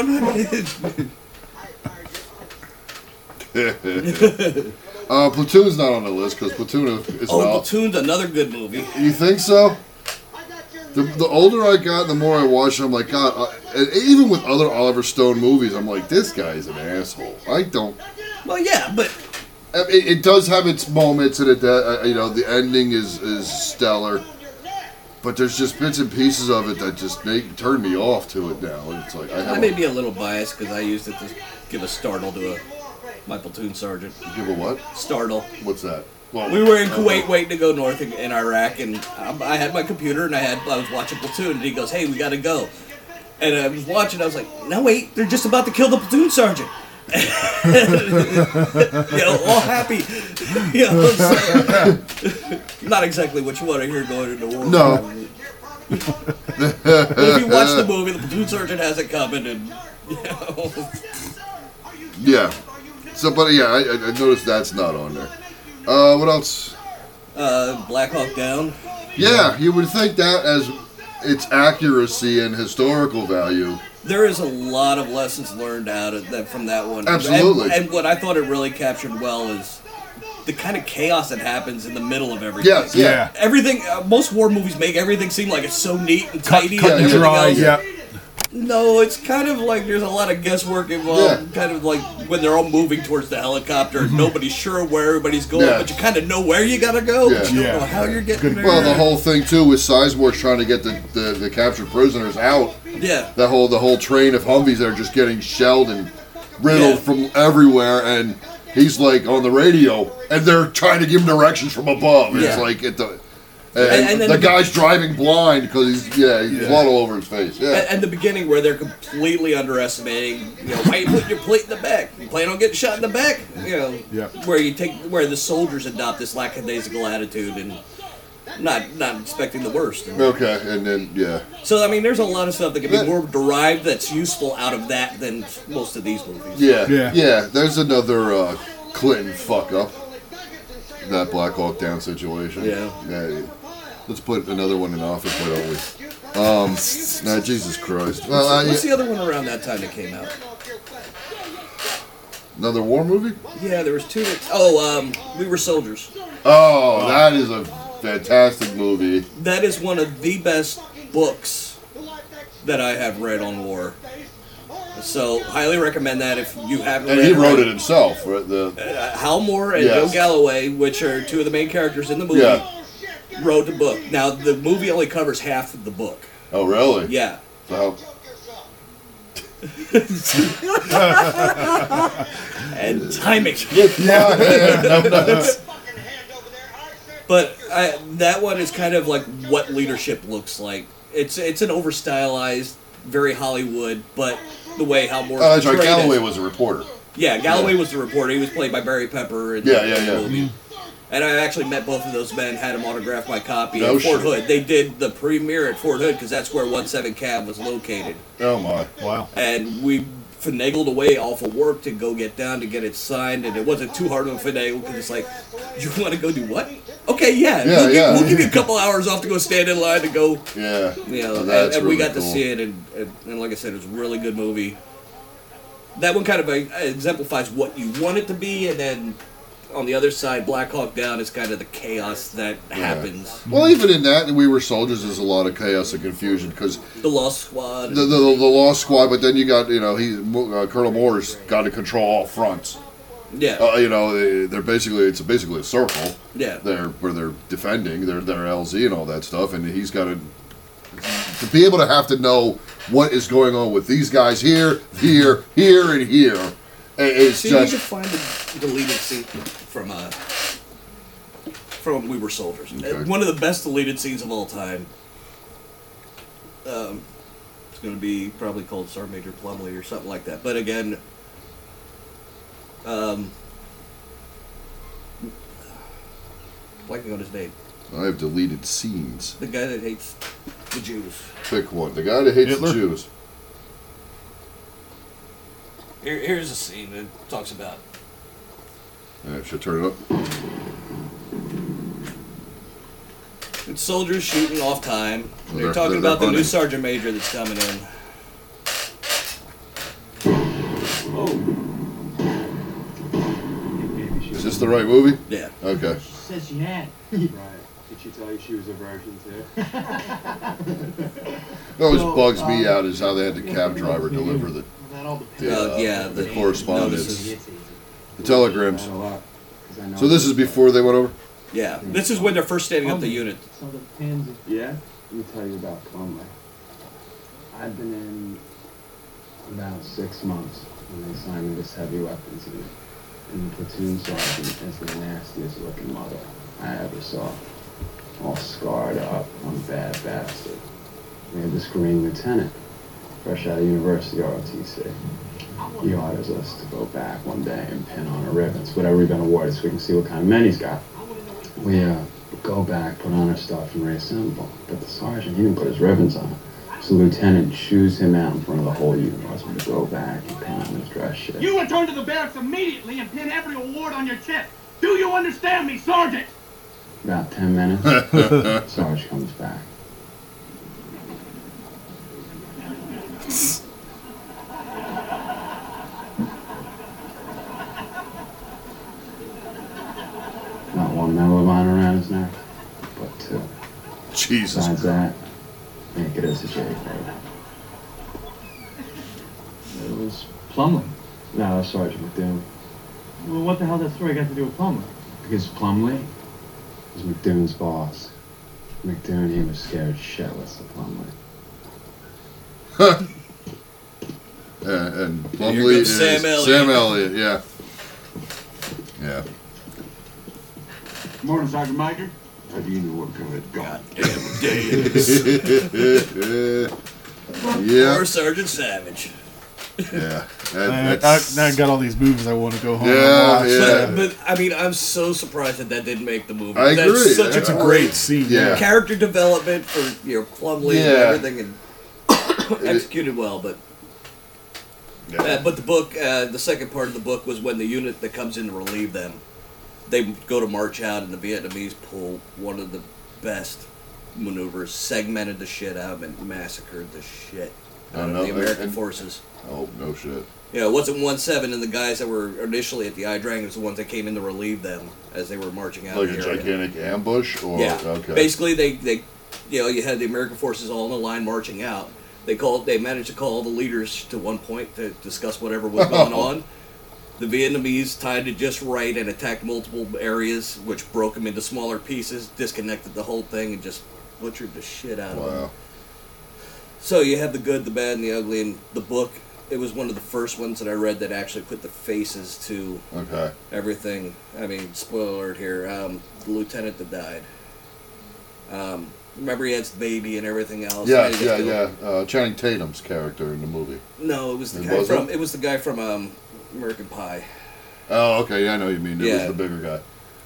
one.
Uh, Platoon's not on the list because Platoon is
oh,
well.
Platoon's another good movie.
You think so? The, the older I got, the more I watched. I'm like, God. Uh, and even with other Oliver Stone movies, I'm like, this guy's an asshole. I don't.
Well, yeah, but
I mean, it does have its moments, and it uh, you know the ending is is stellar. But there's just bits and pieces of it that just make turn me off to it now. And it's like I have
I
a-
may be a little biased because I used it to give a startle to a my platoon sergeant.
give a what?
Startle.
What's that? Well, uh,
We were in Kuwait waiting to go north in, in Iraq, and um, I had my computer and I had I was watching platoon, and he goes, "Hey, we gotta go," and I was watching. I was like, "No, wait, they're just about to kill the platoon sergeant." you know, all happy. you know what I'm saying? Not exactly what you want to hear going into war.
No.
But if you watch the movie, the platoon sergeant has it coming, and you know.
Yeah. So, but yeah, I, I I noticed that's not on there. Uh, what else?
uh, Black Hawk Down.
Yeah, you would think that as its accuracy and historical value.
There is a lot of lessons learned out of that from that one.
Absolutely.
And, and what I thought it really captured well is the kind of chaos that happens in the middle of everything.
Yes, yeah.
Yeah.
Everything. Uh, most war movies make everything seem like it's so neat and
Cut,
tidy
cut
and
and
everything
dry.
else.
Yeah.
No, it's kind of like there's a lot of guesswork involved. Kind of like when they're all moving towards the helicopter,
Mm-hmm.
nobody's sure where everybody's going,
Yeah.
but you kind of know where you gotta go. But you don't
Yeah.
know how you're getting there.
Well, the whole thing too with Sizemore trying to get the, the, the captured prisoners out.
yeah,
That whole the whole train of Humvees that are just getting shelled and riddled
Yeah.
from everywhere, and he's like on the radio, and they're trying to give him directions from above. and It's
Yeah.
like at the and,
And- and then
the,
the-
guy's driving blind because he's yeah he's blood all over his face. Yeah,
and, and the beginning where they're completely underestimating. You know, why you put your plate in the back? You plan on getting shot in the back? You know,
Yeah.
where you take where the soldiers adopt this lackadaisical attitude and not not expecting the worst.
okay, and then yeah,
So I mean, there's a lot of stuff that can be
That-
more derived that's useful out of that than most of these movies.
yeah,
Yeah.
yeah, There's another uh, Clinton fuck up. That Black Hawk Down situation.
Yeah.
yeah. Let's put another one in office, why don't we? Um, nah, Jesus Christ. Well, I,
What's the other one around that time that came out?
Another war movie?
Yeah, there was two. That, oh, um, we were soldiers.
Oh, that is a fantastic movie.
That is one of the best books that I have read on war. So highly recommend that if you haven't.
And
read
he wrote it
right?
himself. Right? The,
Uh, Hal Moore and
Yes.
Joe Galloway, which are two of the main characters in the movie,
Yeah.
wrote the book. Now the movie only covers half of the book.
oh, really?
Yeah.
So, oh,
And timing. But I, that one is kind of like what leadership looks like. It's it's an over stylized, very Hollywood, but the way Hal Moore.
oh, that's right.
portrayed it-
Galloway was a reporter.
Yeah, Galloway was the reporter. He was played by Barry Pepper. In
Yeah,
the
yeah, Mm-hmm. yeah.
movie. And I actually met both of those men, had them autograph my copy
No
at Fort
shit.
Hood. They did the premiere at Fort Hood because that's where 17 Cab was located.
Oh, my.
Wow.
And we finagled away off of work to go get down to get it signed. And it wasn't too hard of a finagle because it's like, you want to go do what? Okay,
Yeah,
yeah. we'll, give-
yeah.
we'll give you a couple hours off to go stand in line to go
Yeah.
you know,
Oh,
and,
that's
and we
really
got to
cool.
see it, and, and, and like I said, it was a really good movie. That one kind of uh, exemplifies what you want it to be, and then on the other side, Black Hawk Down is kind of the chaos that happens.
Well, even in that, we were soldiers. There's a lot of chaos and confusion because
The Lost Squad.
the, the the lost squad. But then you got you know he uh, Colonel Moore's got to control all fronts.
yeah,
Uh, you know they, they're basically it's basically a circle.
yeah.
they're where they're defending their their LZ and all that stuff, and he's got to to be able to have to know what is going on with these guys here, here, here, and here. i- It's
See, you
just
can find the deleted scene from uh, from We Were Soldiers. Uh,
Okay.
One of the best deleted scenes of all time. Um, it's going to be probably called Sergeant Major Plumley or something like that. But again, um, blanking on his name.
I have deleted scenes.
The guy that hates the Jews.
Pick one. The guy that hates
Hitler?
the Jews.
Here, here's a scene that talks about
Yeah, should I turn it up.
It's soldiers shooting off time. They're,
They're-
talking
they're-
about
they're
the new
hunting.
sergeant major that's coming in. Uh,
Is this the right movie?
Yeah.
Okay.
said she had.
Right. Did she tell you she was a virgin too?
What always
So,
bugs me
um,
out is how they had the cab driver deliver the,
That all depends.
the,
Uh,
uh,
yeah,
the
the
correspondence,
notices.
It's easy.
the telegrams.
Not a lot, 'cause I know-
So this is before they went over.
Yeah. This is when they're first standing up the unit.
So the pins.
Yeah? Let me tell you about Conway. I've been in about six months when they signed me this heavy weapons unit. And the platoon sergeant is the nastiest looking mother I ever saw. All scarred up, one bad bastard. We had this green lieutenant, fresh out of university ROTC. He orders us to go back one day and pin on her ribbons, whatever we've been awarded, so we can see what kind of men he's got. We uh, go back, put on our stuff, and reassemble. But the sergeant, he didn't put his ribbons on. So the lieutenant chews him out in front of the whole unit. Wants him to go back and pin on his dress shit.
You return to the barracks immediately and pin every award on your chest. Do you understand me, Sergeant?
About ten minutes, Sarge comes back. Not one medal of honor around his neck, but two.
Jesus.
Besides that, make it as a jailbird. Plumley. No, that's Sergeant McDoom.
Well, what the hell that story got to do with Plumley?
Because Plumley was McDoon's boss. McDoon, he was scared shitless of Plumley.
Uh, and, and
Here
lovely
comes
is
Sam Elliott.
Sam Elliott. Yeah, yeah.
Morning, Sergeant Major.
How do you know what kind of goddamn
yeah.
Or Sergeant Savage.
Yeah.
I, I, now I got all these movies I want to go home.
Yeah,
and watch.
yeah.
Uh,
But I mean, I'm so surprised that that didn't make the movie.
I
That's
agree.
Such
That's
a
a
great,
great scene, yeah.
Character development for your Plumlee
Yeah.
and everything, and executed well. But uh, but the book, uh, the second part of the book was when the unit that comes in to relieve them, they go to march out, and the Vietnamese pull one of the best maneuvers, segmented the shit out of it, massacred the shit
I
out of
know,
the American
and-
forces.
Oh no shit.
Yeah, it wasn't one seven, and the guys that were initially at the eye dragon was the ones that came in to relieve them as they were marching out.
Like
of
a
the area.
gigantic ambush, or
yeah.
okay.
Basically, they they, you know, you had the American forces all in a line marching out. They called. They managed to call the leaders to one point to discuss whatever was going on. The Vietnamese timed it just right and attacked multiple areas, which broke them into smaller pieces, disconnected the whole thing, and just butchered the shit out of them. So you have the good, the bad, and the ugly. And the book, it was one of the first ones that I read that actually put the faces to
Okay.
everything. I mean, spoiler alert here. Um, the lieutenant that died. Um, remember, he had his baby and everything else.
Yeah,
and he
yeah,
killed-
yeah. Uh, Channing Tatum's character in the movie.
No, it was the
It
guy
wasn't?
from. It was the guy from um, American Pie.
Oh, okay. Yeah, I know what you mean. It
Yeah.
was the bigger guy.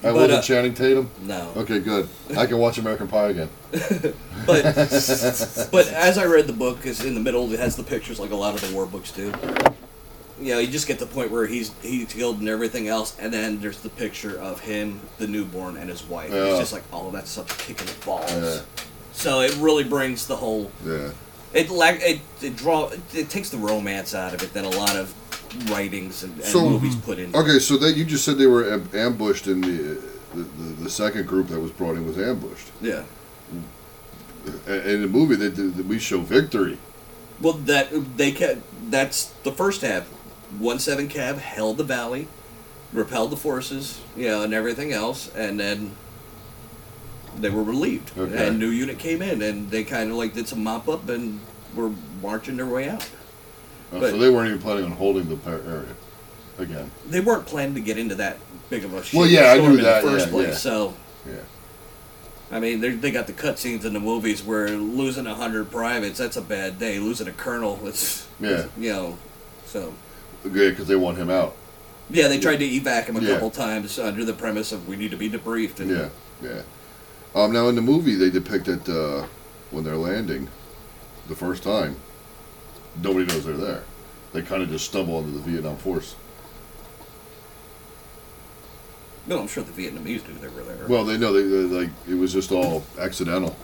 I
But,
wasn't
uh,
Channing Tatum.
No.
Okay, good. I can watch American Pie again.
But but as I read the book, because in the middle it has the pictures like a lot of the war books do. You know, you just get to the point where he's he's killed and everything else, and then there's the picture of him, the newborn, and his wife.
Yeah.
It's just like, oh, that's such a kick in the balls.
Yeah.
So it really brings the whole
yeah.
It lack it, it draw it, it takes the romance out of it that a lot of writings and, and movies
mm-hmm.
put in.
Okay, so that you just said they were am- ambushed in the, the the the second group that was brought in was ambushed.
Yeah.
A- In the movie, they, did- we show victory.
Well, that they ca- that's the first half. One seven cab held the valley, repelled the forces, you know, and everything else, and then they were relieved.
Okay.
And new unit came in, and they kind of like did some mop up and were marching their way out.
Oh,
But-
so they weren't even planning on holding the par- area again.
They weren't planning to get into that big of a shit
Well, yeah, I
storm
knew
in
that,
the first
yeah,
place.
yeah.
So
Yeah.
I mean, they they got the cutscenes in the movies where losing a hundred privates that's a bad day. Losing a colonel, it's
Yeah.
you know, so
Yeah, because they want him out.
yeah, they tried to evac him a
Yeah.
couple times under the premise of we need to be debriefed. And
Yeah, yeah. Um, now in the movie, they depict it uh, when they're landing, the first time. Nobody knows they're there. They kind of just stumble onto the Vietnam force.
no, I'm sure the Vietnamese knew they were there.
Well, they know they, they like it was just all accidental.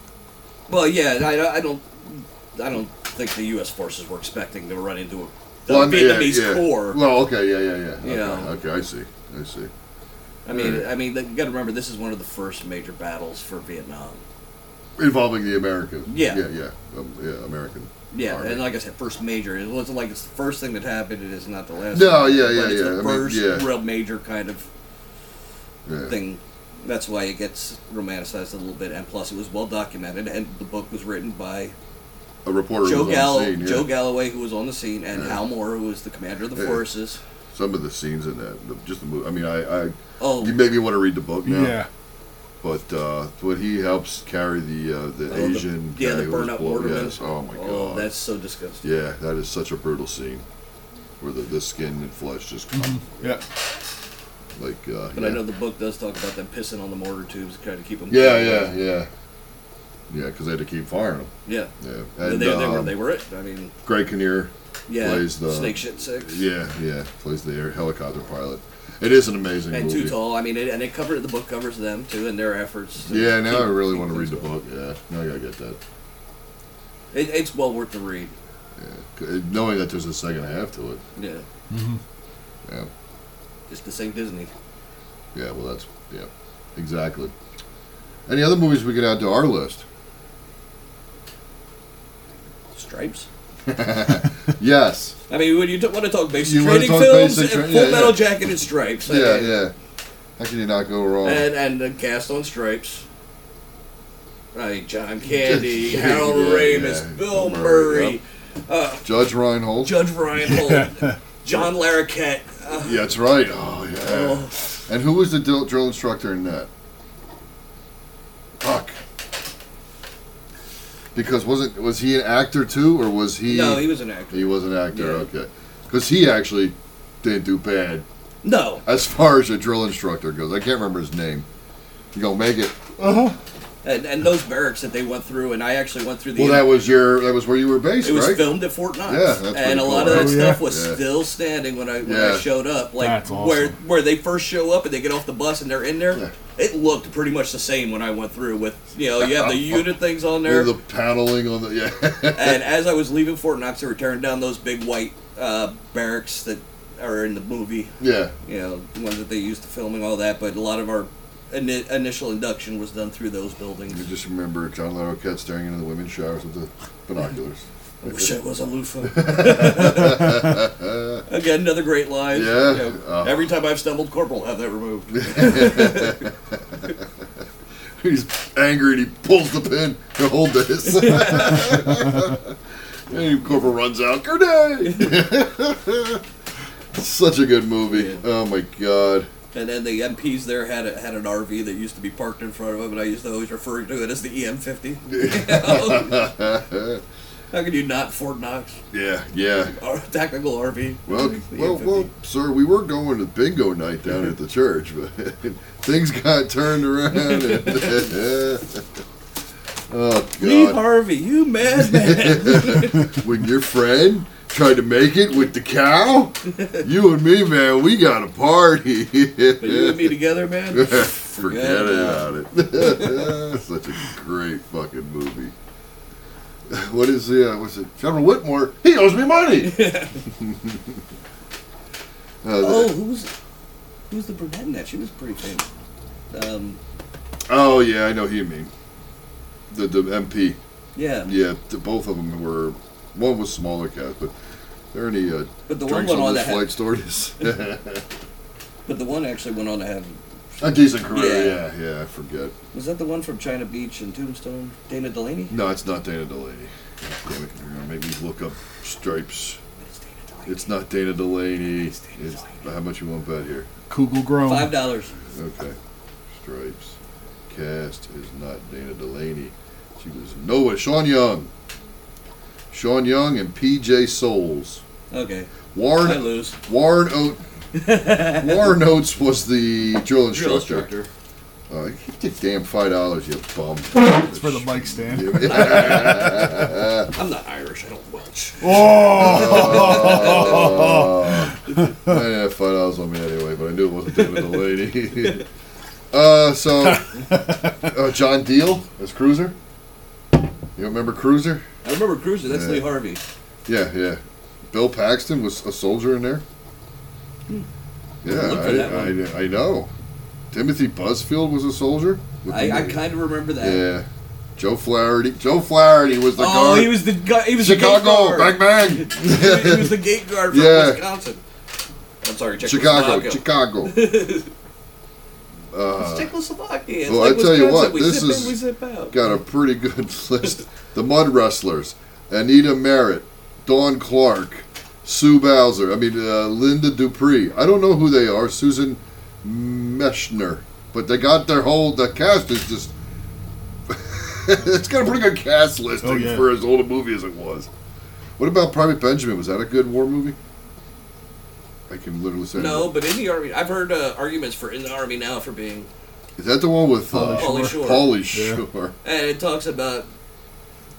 well, yeah, I, I don't, I don't think the U.S. forces were expecting to run into a the
Well, I mean, yeah,
Vietnamese
yeah.
corps.
Well, okay, yeah, yeah, yeah.
You know.
Okay, okay, I see, I see.
I mean,
Alright.
I mean, you got to remember this is one of the first major battles for Vietnam.
involving the American.
Yeah.
yeah, yeah, um, yeah, American.
Yeah,
Army.
and like I said, first major. It wasn't like it's the first thing that happened. It is not the last.
No,
one,
yeah,
but
yeah,
it's
yeah. I
The
mean,
first
yeah.
real major kind of
Yeah.
thing. That's why it gets romanticized a little bit, and plus it was well documented, and the book was written by
A reporter
Joe,
was on
Gallo-
the scene. Yeah.
Joe Galloway, who was on the scene, and
Yeah.
Hal Moore, who was the commander of the
Yeah.
forces.
Some of the scenes in that, the- just the movie. I mean, I, I
Oh.
you made me want to read the book now.
Yeah.
But uh, when he helps carry the uh, the
Oh, the-
Asian
yeah,
guy
the
who was
burnout
blown-
waterman.
yes. Oh my
Oh,
god.
that's so disgusting.
Yeah, that is such a brutal scene, where the, the skin and flesh just come.
Mm-hmm, Yeah.
Like. Uh,
But
yeah.
I know the book does talk about them pissing on the mortar tubes, trying to keep them.
Yeah, yeah, yeah. Yeah, because they had to keep firing them.
Yeah.
Yeah.
They- they were-
um,
they were it. I mean-
Greg Kinnear
Yeah,
plays the
Snake Shit Six.
Yeah, yeah, plays the air helicopter pilot. It is an amazing
And
movie.
too tall. I mean, it, and it covered the book covers them too, and their efforts. to
Yeah, now I
keep-
really
keep
want to read
things
the
going.
book. Yeah, now I gotta get that.
It, it's well worth the read.
C- Knowing that there's a second half to it.
Yeah,
Yeah,
just the same Disney.
yeah. Well, that's yeah, exactly. Any other movies we could add to our list?
Stripes.
yes.
I mean, when you t- want to talk basic
You wanna
training
talk
films
basic
and
tra-
Full
yeah,
Metal
yeah.
Jacket and Stripes. I
Yeah,
mean,
yeah. How can you not go wrong?
And and then Cast on Stripes. Right, John Candy, Harold Ramis,
yeah.
Bill
Murray,
Murray, uh,
Judge Reinhold.
Judge Reinhold, John Larroquette. Uh,
Yeah, that's right. Oh yeah. And who was the drill, drill instructor in that? Fuck. Because wasn't was he an actor too, or was he?
No, he was an actor.
He was an actor.
Yeah.
Okay. Because he actually didn't do bad
No,
as far as a drill instructor goes. I can't remember his name. You gonna make it?
Uh-huh.
and, and those barracks that they went through, and I actually went through the.
Well, that was your that was where you were based,
it was
right?
filmed at Fort Knox,
Yeah, that's pretty
and a
cool.
lot of that
Oh, yeah.
stuff was
Yeah.
still standing when I when I
Yeah.
showed up. Like
That's
where
awesome.
where they first show up and they get off the bus and they're in there. It looked pretty much the same when I went through with you know you have the unit things on there.
The paddling on the yeah.
and as I was leaving Fort Knox, they were tearing down those big white uh, barracks that are in the movie.
Yeah.
You know, the ones that they used to filming all that, but a lot of our ini initial induction was done through those buildings.
You just remember John Larroquette staring into the women's showers with the binoculars.
I wish I was a loofah.
Yeah.
Again, another great line.
Yeah.
You know,
Oh.
Every time I've stumbled, Corporal, have that removed.
He's angry and he pulls the pin. Now hold this. and Corporal runs out. Grenade! Such a good movie. Oh my god.
and then the MPs there had a, had an RV that used to be parked in front of them, and I used to always refer to it as the E EM50. How could you not Fort Knox?
yeah, yeah.
Our tactical RV.
Well,
The E
well,
EM50.
well, sir, we were going to bingo night down at the church, but things got turned around. And oh, God.
Lee Harvey, you madman.
when your friend tried to make it with the cow, you and me, man, we got a party.
But you and me together, man?
Forget,
Forget
about it. Such a great fucking movie. What is the, uh, what's it? General Whitmore, he owes me money. Uh,
oh, who was, who was the brunette in that? She was pretty famous. Um,
Oh yeah, I know who you mean. The the MP.
Yeah.
Yeah, the, both of them were. One was smaller cats, but there are any uh,
But the one
drinks
went
on,
on
this
to ha-
flight stories.
but the one actually went on to have
a decent career. Yeah. yeah, I forget.
Was that the one from China Beach and Tombstone? Dana Delaney?
No, it's not Dana Delaney. God damn it, you're gonna make me look up stripes. It's not Dana Delaney. It's How much you want to bet here?
Kugel Grown.
Five dollars.
Okay. Stripes. Cast is not Dana Delaney. She was Noah Sean Young. Sean Young and PJ Souls.
Okay.
Warren
I lose.
Warren Oates. Warren Oates was the drill instructor.
Drill instructor.
Uh, give the damn five dollars, you bum.
It's for the mic stand.
I'm not Irish. I don't Welsh.
Oh! I didn't have five dollars on me anyway, but I knew it wasn't David Delaney. uh, so, uh, John Deal as Cruiser. You remember Cruiser?
I remember Cruiser. That's
Yeah.
Lee Harvey.
Yeah, yeah. Bill Paxton was a soldier in there.
Hmm.
Yeah,
Look for that
I, I, I know. Timothy Buzzfield was a soldier.
I, I kind of remember that.
Yeah. Joe Flaherty. Joe Flaherty was the
oh,
guard.
he was the guy. He was
Chicago.
The gate guard.
Bang bang.
he was the gate guard from
Yeah.
Wisconsin. I'm sorry,
Chicago,
Czechoslovakia.
Chicago.
It's
Uh,
Czechoslovakia. It's
well,
like
I tell you
Wisconsin.
what,
we
this
zip
is
in, we zip out.
got a pretty good list. The Mud Wrestlers, Anita Merritt, Dawn Clark, Sue Bowser. I mean, uh, Linda Dupree. I don't know who they are. Susan Meshner, but they got their whole. The cast is just. it's got a pretty good cast listing
Oh, yeah.
for as old a movie as it was. What about Private Benjamin? Was that a good war movie? I can literally say
No, but in the army, I've heard uh, arguments for in the army now for being,
Is that the one with uh,
Pauly Shore.
Pauly
Yeah.
Shore.
and it talks about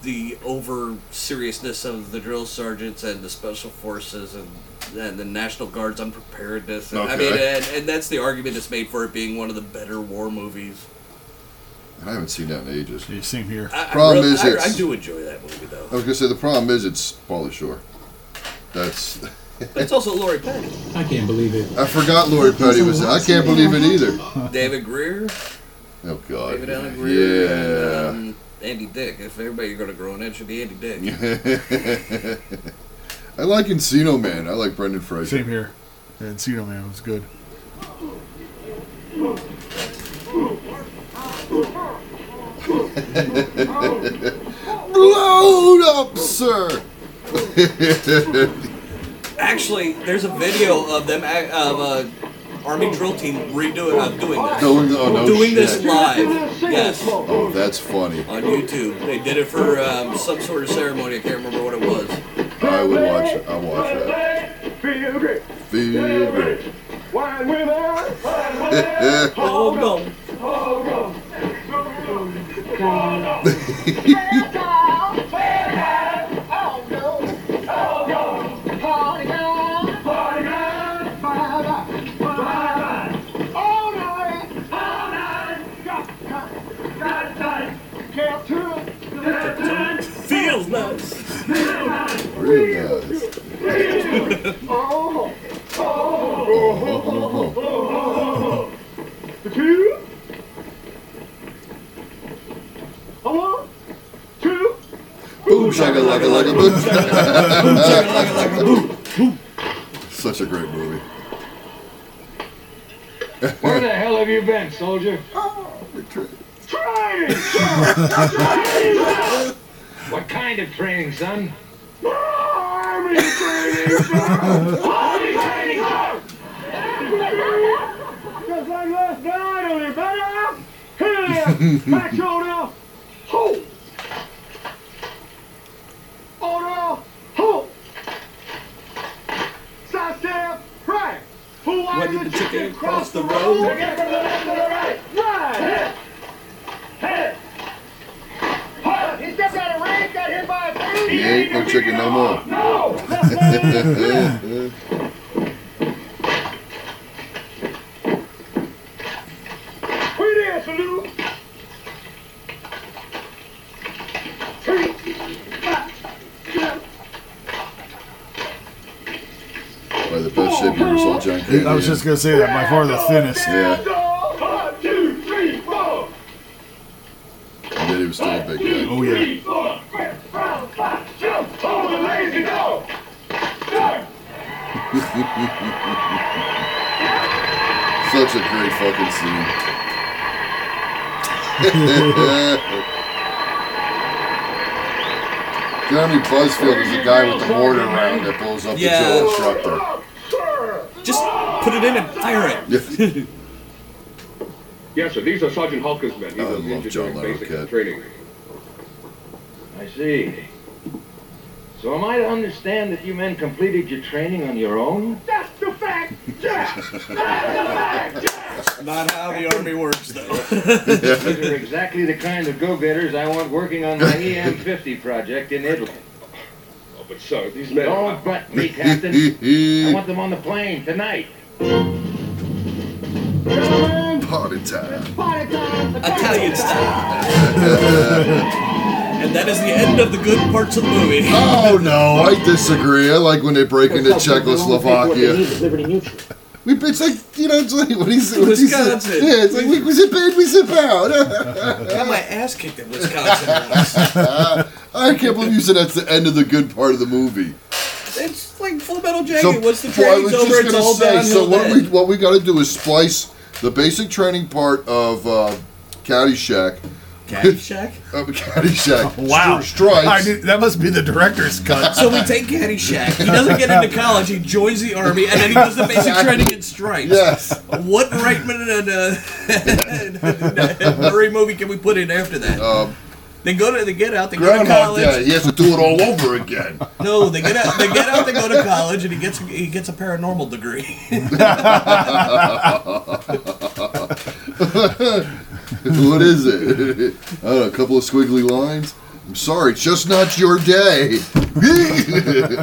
the over seriousness of the drill sergeants and the special forces and and the National Guard's unpreparedness. And, I mean,
Okay.
and, and that's the argument that's made for it being one of the better war movies.
I haven't seen that in ages.
You same here.
I,
Problem
I, really-
is,
I, I
it's-
do enjoy that movie though.
I was gonna say the problem is it's Pauly Shore. That's
But it's also Lori Petty,
I can't believe it. I forgot Lori Petty was. I can't believe it either.
David Greer,
Oh God.
David Allen Greer,
Yeah.
and, um, fucking Andy Dick. If everybody got a grown head, it should be Andy Dick.
I like Encino Man. I like Brendan Fraser.
Same here. Yeah, Encino Man was good.
Blown up, sir.
Actually, there's a video of them ac- of a army drill team redoing uh, doing this.
Doing- oh, no
Doing this
shit.
live. Yes.
Oh, that's funny.
On YouTube, they did it for um, some sort of ceremony. I can't remember what it was.
I would watch it. I'll watch that.
Feel great.
Feel great.
Wine with us.
Oh, no. Feels nice.
Real nice.
Oh,
oh,
oh, The two. A one, two.
Boom shaka laka laka boom. Such a great movie.
Where the hell have you been, soldier? Training! sir! what kind of training, son? Army training, sir! Army training, sir! Just like last night, only better! Here, back shoulder! Ho! Order! Ho! Side step! Right! Who
When
wanted
did the chicken cross the
Roll
road?
again from the left to the right. Right. Hit. Hit. Huh. He stepped out of range, got hit by a bee.
He ain't no chicken no more.
No. We there, salute. Three, five, seven.
By the best shape you ever saw John Candy.
I was just gonna say that by far the thinnest.
Yeah,
One, two, three, four.
and then he was still a big guy.
Oh yeah.
Three, four, grip, round, five, jump, over the lazy dog. Turn.
Such a great fucking scene. Jeremy Buzzfield is the guy with the mortar round that blows up
Yeah.
the drill instructor.
Just put it in and fire it.
Yes, sir. These are Sergeant Hawkins' men. He's
I
in
love John
engineering basic
Larroquette.
training.
I see. So am I to understand that you men completed your training on your own?
That's the fact, Jack. That's the fact, Jack.
Not how the army works, though.
These are exactly the kind of go-getters I want working on my EM-50 project in Italy.
Oh, but sir, these men.
Don't butt me, Captain. I want them on the plane tonight.
Party time.
Italian style. and that is the end of the good parts of the movie.
Oh no, I disagree. I like when they break into Czechoslovakia.
Liberty Mutual.
We, it's like you know, it's like what he's what he's
Wisconsin.
yeah, it's like we, we zip in, we zip out.
Got my ass kicked in Wisconsin once.
I can't believe you said that's the end of the good part of the movie.
It's like Full Metal Jacket.
So,
Once the
well, I was
training's over,
just
it's
gonna
all
say,
downhill.
so what
then.
we what we got to do is splice the basic training part of uh, Caddyshack.
Caddyshack?
Uh, Caddyshack.
Wow.
Stri- Stripes.
I did- that must be the director's cut.
So we take Caddyshack. He doesn't get into college. He joins the army, and then he does the basic training in stripes.
Yes.
What Reitman and, uh, and Murray movie can we put in after that?
Um,
they go to they get out. They go to
Groundhog
college.
Day. He has to do it all over again.
No, they get out. They get out. They go to college, and he gets he gets a paranormal degree.
what is it? I don't know, a couple of squiggly lines. I'm sorry, it's just not your day.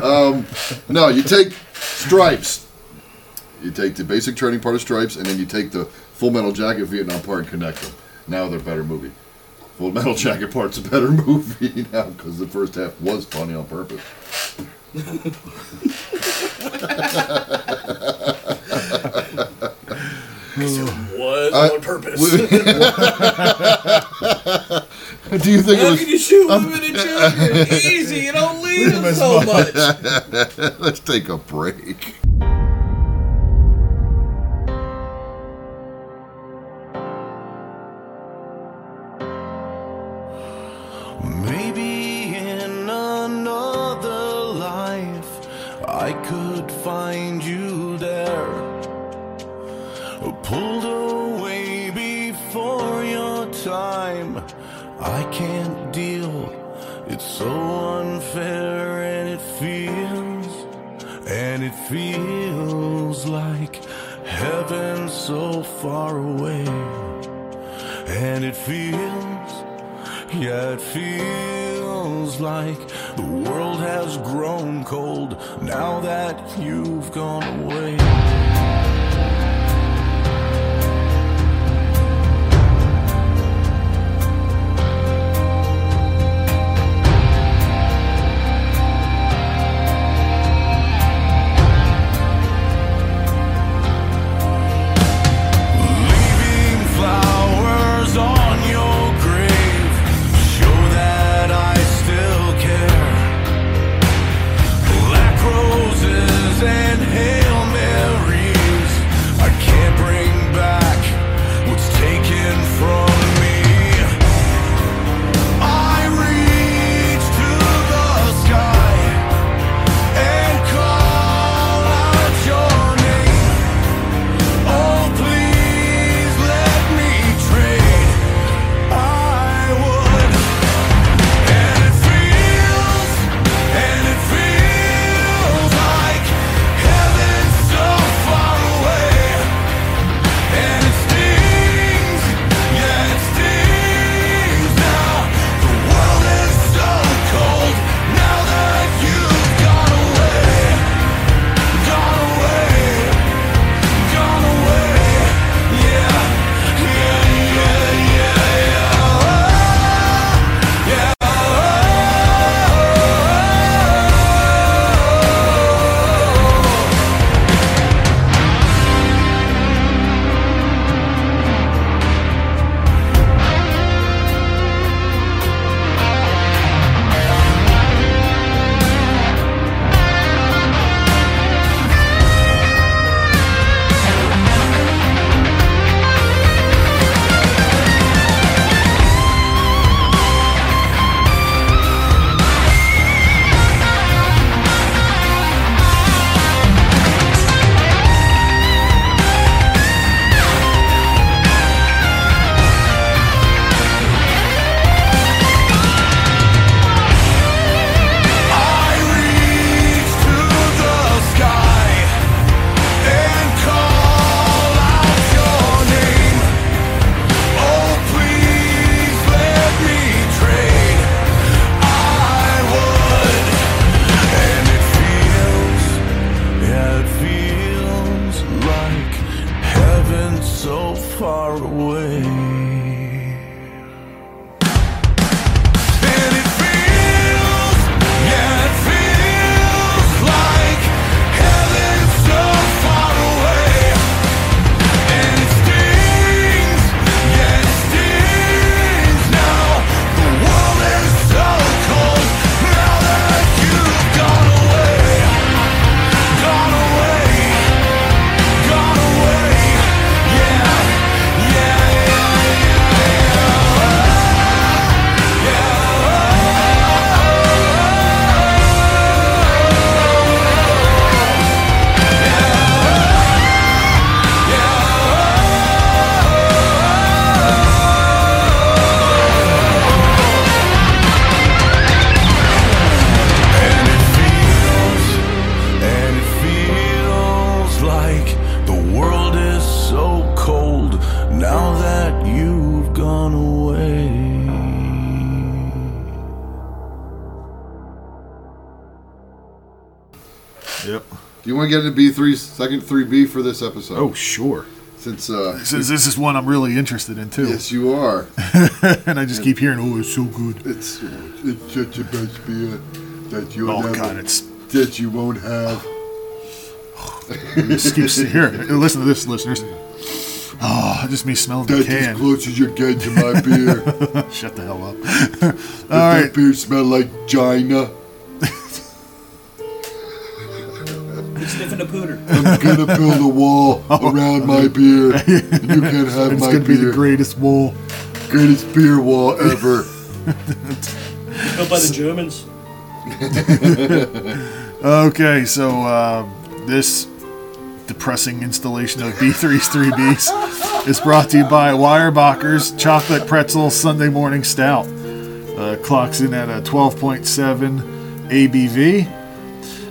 um, no, you take stripes. You take the basic training part of stripes, and then you take the Full Metal Jacket Vietnam part and connect them. Now they're a better movie. Full Metal Jacket part's a better movie now because the first half was funny on purpose.
was
I-
on purpose.
Do you think
How
it was?
can you shoot women and children? Easy, you don't leave them so much.
Let's take a break.
Maybe in another life I could find you there. Pulled away before your time. I can't deal. It's so unfair and it feels, and it feels like heaven so far away. And it feels yeah, it feels like the world has grown cold now that you've gone away. Leaving flowers on your grave show that I still care. Black roses and hail marys. I can't bring back what's taken from me. I reach to the sky and call out your name. Oh, please let me trade. I would, and it feels, and it feels like heaven so far away, and it stings, yeah it stings now. The world is so cold now that you've gone away, gone away, gone away, yeah, yeah, yeah, yeah, yeah. I reach to the sky and call out your name. Oh, please let me trade. I would, and it feels, yeah, it feels like heaven so far away. And it feels. Yeah, it feels like heaven so far away, and it stings. Yeah, it stings now. The world is so cold now that you've gone away, gone away, gone away. Yeah, yeah, yeah, yeah, yeah. And it feels like the world is so cold now that you've gone away.
Yep. Do you want to get into B 3s second three B for this episode?
Oh, sure.
Since uh,
This is, this is one I'm really interested in too.
yes, you are.
and I just keep hearing, "Oh, it's so good."
It's it's such a best beer that you
Oh,
never,
God, it's-
that you won't have.
This keeps here. Listen to this, listeners. Oh, just me smelling the
That's
can.
as close as you get to my beer.
Shut the hell up.
Does
All
that
right.
beer smell like China?
He's sniffing a pooter.
I'm gonna build a wall around my beer. And you can't have
Oh, it's
my
gonna
beer.
be the greatest wall.
Greatest beer wall ever.
Built by the Germans.
okay, so um, this depressing installation of B3's 3Bs is brought to you by Weyerbacher's Chocolate Pretzel Sunday Morning Stout. Uh, clocks in at a 12.7 ABV.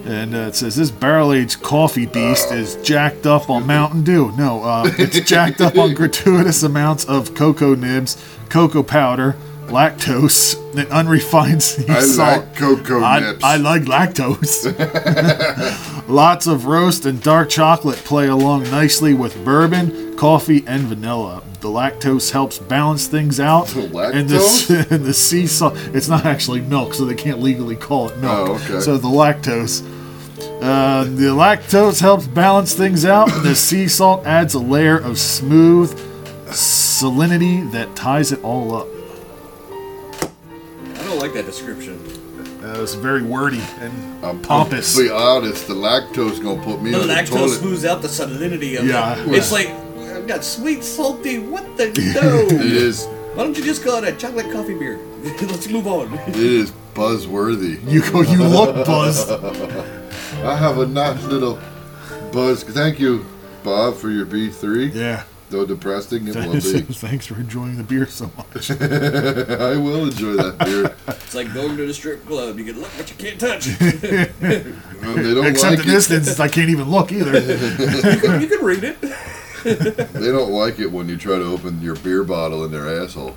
And uh, it says this barrel-aged coffee beast is jacked up on Mountain Dew. No, uh, it's jacked up on gratuitous amounts of cocoa nibs, cocoa powder, lactose, and unrefined sea
I
salt.
like cocoa
I,
nips.
I like lactose. Lots of roast and dark chocolate play along nicely with bourbon, coffee, and vanilla. The lactose helps balance things out. And the, s- and the sea salt. It's not actually milk, so they can't legally call it milk.
Oh, okay.
So the lactose. Uh, the lactose helps balance things out, and the sea salt adds a layer of smooth salinity that ties it all up.
I don't like that description.
Uh, it's very wordy and
I'm
pompous.
To be honest, the lactose gonna put me
the
on the
lactose
toilet.
smooths out the salinity of
Yeah.
it. It's like, I've got sweet, salty, what the no?
It is.
Why don't you just call it a chocolate coffee beer? Let's move on.
It is buzzworthy.
You go. You look buzzed.
I have a nice little buzz. Thank you, Bob, for your B three.
Yeah.
Though depressing, it will be.
Thanks for enjoying the beer so much.
I will enjoy that beer.
It's like going to the strip club. You can look, but you can't touch.
Well, they don't
Except
like
in this
it.
instance, I can't even look either.
you can read it.
They don't like it when you try to open your beer bottle in their asshole.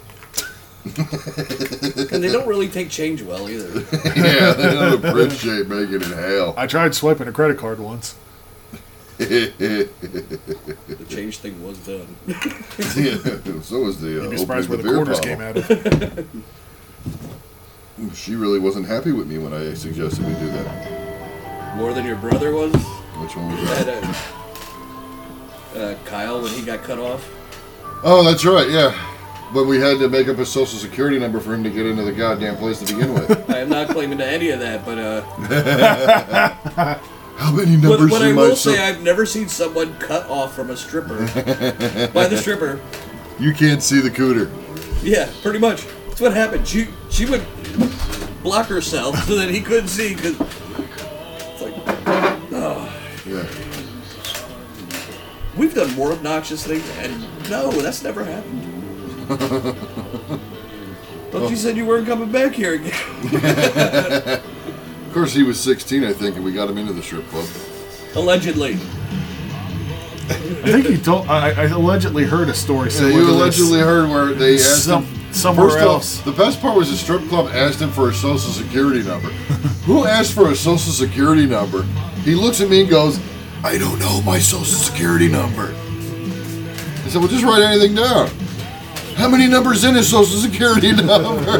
And they don't really take change well either.
yeah, they don't appreciate making it hail.
I tried swiping a credit card once.
The change thing was done.
Yeah, so was the uh,
You'd be
opening
surprised
the
where the
beer
quarters
bottle.
came out of.
She really wasn't happy with me when I suggested we do that.
More than your brother was.
Which one was
That,
that?
uh, uh, Kyle when he got cut off.
Oh, that's right. Yeah, but we had to make up a social security number for him to get into the goddamn place to begin with.
I am not claiming to any of that, but uh.
How many
But
numbers
what
in
I
my
will
so-
say, I've never seen someone cut off from a stripper by the stripper.
You can't see the cooter.
Yeah, pretty much. That's what happened. She she would block herself so that he couldn't see. Cause it's like, oh,
Yeah.
we've done more obnoxious things, and no, that's never happened. But you said you weren't coming back here again.
Of course, he was 16, I think, and we got him into the strip club.
Allegedly.
I think you told. I, I allegedly heard a story.
So
similar
you
to this.
allegedly heard where they asked
Some-
him
somewhere
First off,
else.
the best part was the strip club asked him for a social security number. Who asked for a social security number? He looks at me and goes, "I don't know my social security number." I said, "Well, just write anything down. How many numbers in his social security number?"
It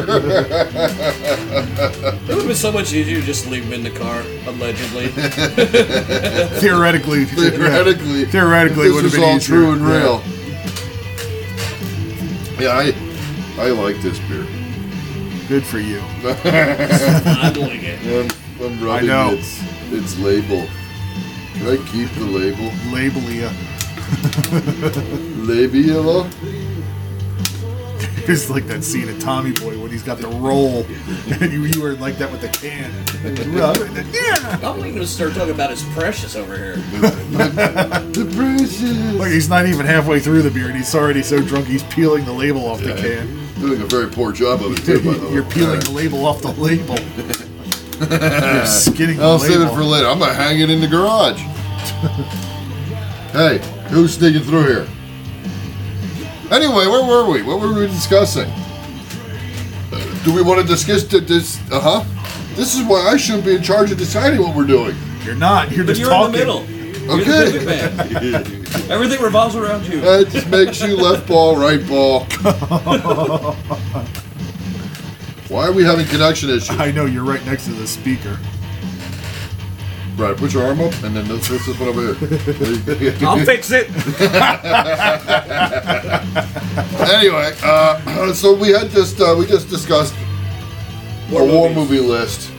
would have been so much easier to just leave him in the car, allegedly.
theoretically,
Theoretically,
yeah, theoretically,
this
would
is
have been
all
easier.
true and real.
Yeah.
Yeah, I, I like this beer.
Good for you.
I
like it.
I'm, I'm rubbing
know.
Its, its label. Can I keep the label?
Labelia.
Labiola?
It's like that scene in Tommy Boy when he's got the roll, and you, you were like that with the can. Rub it.
I'm waiting to start talking about his precious over here.
the precious.
Look, he's not even halfway through the beer, and he's already so drunk he's peeling the label off the can.
Doing a very poor job of it too, by the way.
You're peeling the label off the label. You're skinning the
I'll save it
label.
for later. I'm gonna hang it in the garage. hey, who's sneaking through here? Anyway, where were we? What were we discussing? Uh, Do we want to discuss th- this? Uh huh. This is why I shouldn't be in charge of deciding what we're doing.
You're not. You're
But
just
you're
talking.
in the middle. You're
Okay.
the pivot man. Everything revolves around you.
That just makes you left ball, right ball. Why are we having connection issues?
I know you're right next to the speaker.
Right, put your arm up, and then this, this is what I'm here.
I'll fix it.
anyway, uh, so we had just uh, we just discussed
War
a war
movies.
movie list,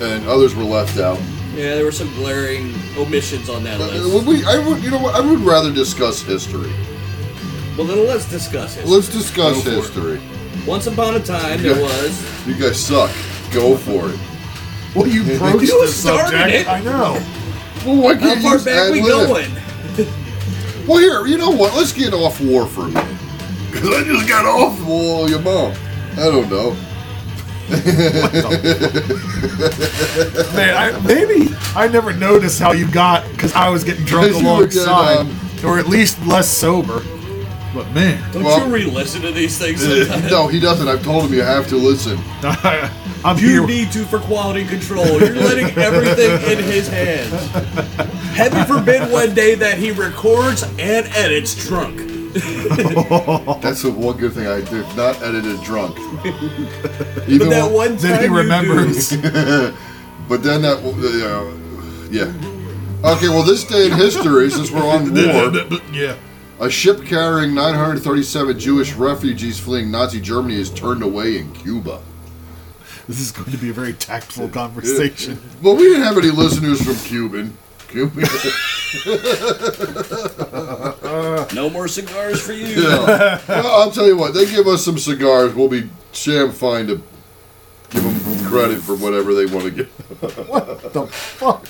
and others were left out.
Yeah, there were some glaring omissions on that
Uh,
list.
would we, I would, you know what? I would rather discuss history.
Well, then let's discuss it.
Let's discuss
Go for it.
history.
Once upon a time, there was.
You guys broke suck. Go for it.
Well, you
broached You the started subject. it.
I know.
Well, why can't
How
you
far
just
back we
ad-lib?
going?
Well, here, you know what? Let's get off war for a minute. Because I just got off well, your mom. I don't know.
Man, I, maybe I never noticed how you got because I was getting drunk
'Cause you were getting,
alongside,
um,
or at least less sober. But man,
Don't you re-listen to these things? sometimes?
no, he doesn't. I've told him you have to listen.
I'm
You need to for quality control. You're letting everything in his hands. Heaven forbid one day that he records and edits drunk.
That's the one good thing I did not edit it drunk.
But that
when-
one Then he time you remembers.
but then that, uh, yeah. Okay, well, this day in history, since we're on war,
yeah.
a ship carrying 937 Jewish refugees fleeing Nazi Germany is turned away in Cuba.
This is going to be a very tactful conversation.
Well, we didn't have any listeners from Cuban. Cuban.
No more cigars for you.
Yeah. Well, I'll tell you what. They give us some cigars. We'll be sham fine to give them credit for whatever they want to give.
what the fuck?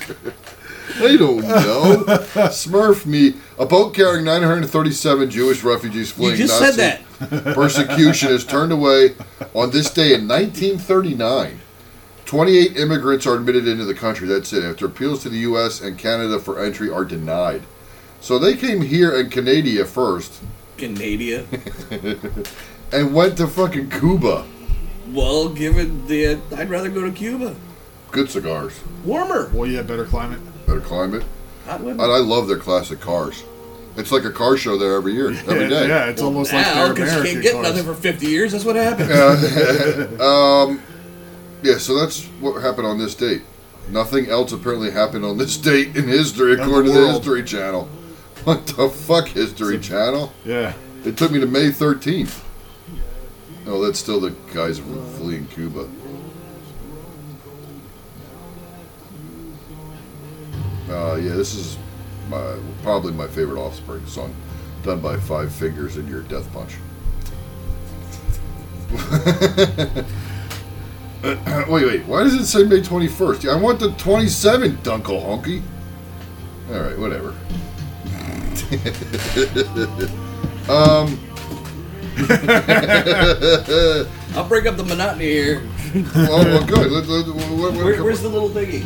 They don't know. Smurf me. A boat carrying 937 Jewish refugees fleeing
just
Nazi
said that.
persecution is turned away on this day in 1939. 28 immigrants are admitted into the country. That's it. After appeals to the U.S. and Canada for entry are denied. So they came here and Canada first
Canada.
and went to fucking Cuba.
Well, given the, I'd rather go to Cuba.
Good cigars.
Warmer.
Well, yeah, better climate.
Better climate.
Hot
And
weather.
I love their classic cars. It's like a car show there every year, every day.
yeah, it's almost like
now,
they're
because you
American
can't get
cars.
nothing for 50 years. That's what happened.
Uh, um, yeah, so that's what happened on this date. Nothing else apparently happened on this date in history,
the
according to the
world.
History Channel. What the fuck, History Channel?
Yeah.
It took me to May 13th. Oh, that's still the guys from fleeing Cuba. Uh, yeah, this is my probably my favorite Offspring song, done by Five Fingers and Your Death Punch. wait, wait, why does it say May 21st? I want the 27th, Dunkle Honky. All right, whatever. um.
I'll break up the monotony here.
well, well, good. Let- let- what- what-
Where, where's the little thingy?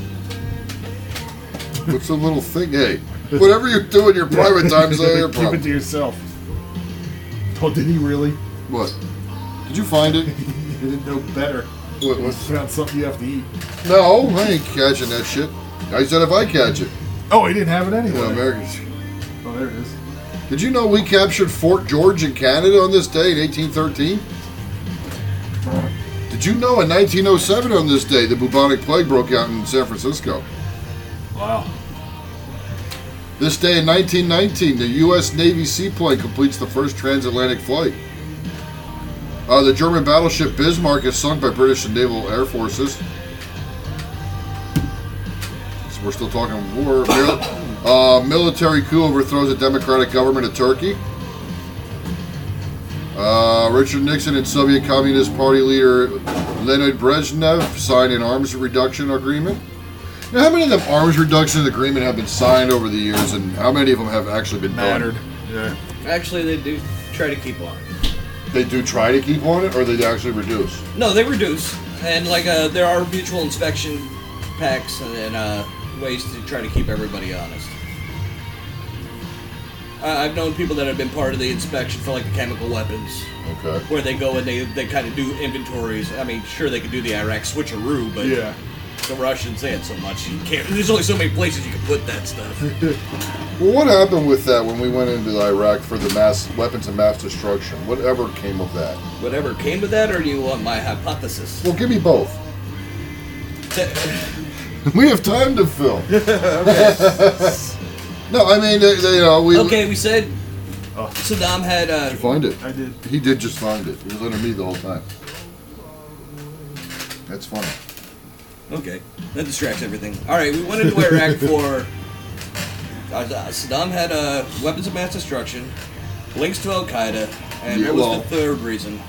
what's the little thing? Hey, whatever you do in your private time, is your
Keep it
problem.
to yourself. Oh, did he really?
What? Did you find it?
You didn't know better.
What,
You
what?
found something you have to eat.
No, I ain't catching that shit. I said if I catch it.
Oh, he didn't have it
You know,
anyway.
Americans.
Oh, there it is.
Did you know we captured Fort George in Canada on this day in 1813? Did you know in 1907 on this day the bubonic plague broke out in San Francisco?
Wow.
This day in 1919, the U.S. Navy seaplane completes the first transatlantic flight. Uh, the German battleship Bismarck is sunk by British and naval air forces. So we're still talking war. Mil- uh, military coup overthrows a democratic government of Turkey. Uh, Richard Nixon and Soviet Communist Party leader Leonid Brezhnev sign an arms reduction agreement. Now, how many of them arms reduction agreement have been signed over the years, and how many of them have actually been
Mattered.
done?
Yeah.
Actually, they do try to keep on.
They do try to keep on it, or they actually reduce.
No, they reduce, and like uh, there are mutual inspection packs and, and uh, ways to try to keep everybody honest. I I've known people that have been part of the inspection for like the chemical weapons,
Okay.
where they go and they, they kind of do inventories. I mean, sure they could do the Iraq switcheroo, but
Yeah.
the Russians they had so much. You can't. There's only so many places you can put that stuff.
Well, what happened with that when we went into Iraq for the mass weapons of mass destruction? Whatever came of that?
Whatever came to that, or do you want my hypothesis?
Well, give me both.
Th-
we have time to fill. no, I mean, they, they, you know, we.
okay, we said Saddam had. Uh,
Did you find it?
I did.
He did just find it. It was under me the whole time. That's funny.
Okay, that distracts everything. All right, we went into Iraq for. Uh, Saddam had uh, weapons of mass destruction, links to Al Qaeda, and
Yeah,
what was
well-
the third reason?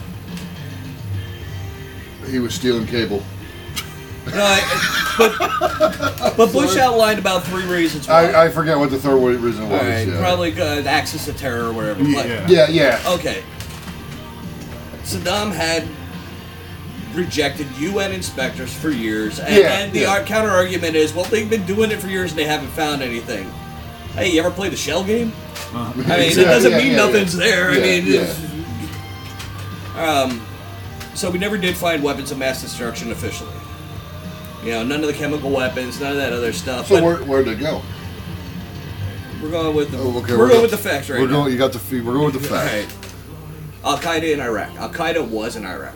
He was stealing cable.
No, I, but, but Bush outlined about three reasons why.
I, I forget what the third wa- reason
All
was.
right,
yeah.
probably Oh, uh, access to terror or whatever. but-
Yeah, yeah.
Okay. Saddam had rejected UN inspectors for years, and,
Yeah,
and the
yeah.
ar counter argument is, well, they've been doing it for years and they haven't found anything. Hey, you ever play the shell game? I mean, it
Yeah,
doesn't
yeah,
mean
yeah,
nothing's
yeah.
there. I
Yeah,
mean,
yeah.
it's- um, so we never did find weapons of mass destruction officially. You know, none of the chemical weapons, none of that other stuff.
So
but
where where'd they go?
we're going with the
Oh,
Oh, Okay,
we're, going with the facts right
we're
now.
Going, you got the fee. We're going with the facts.
Al Qaeda in Iraq. Al Qaeda was in Iraq.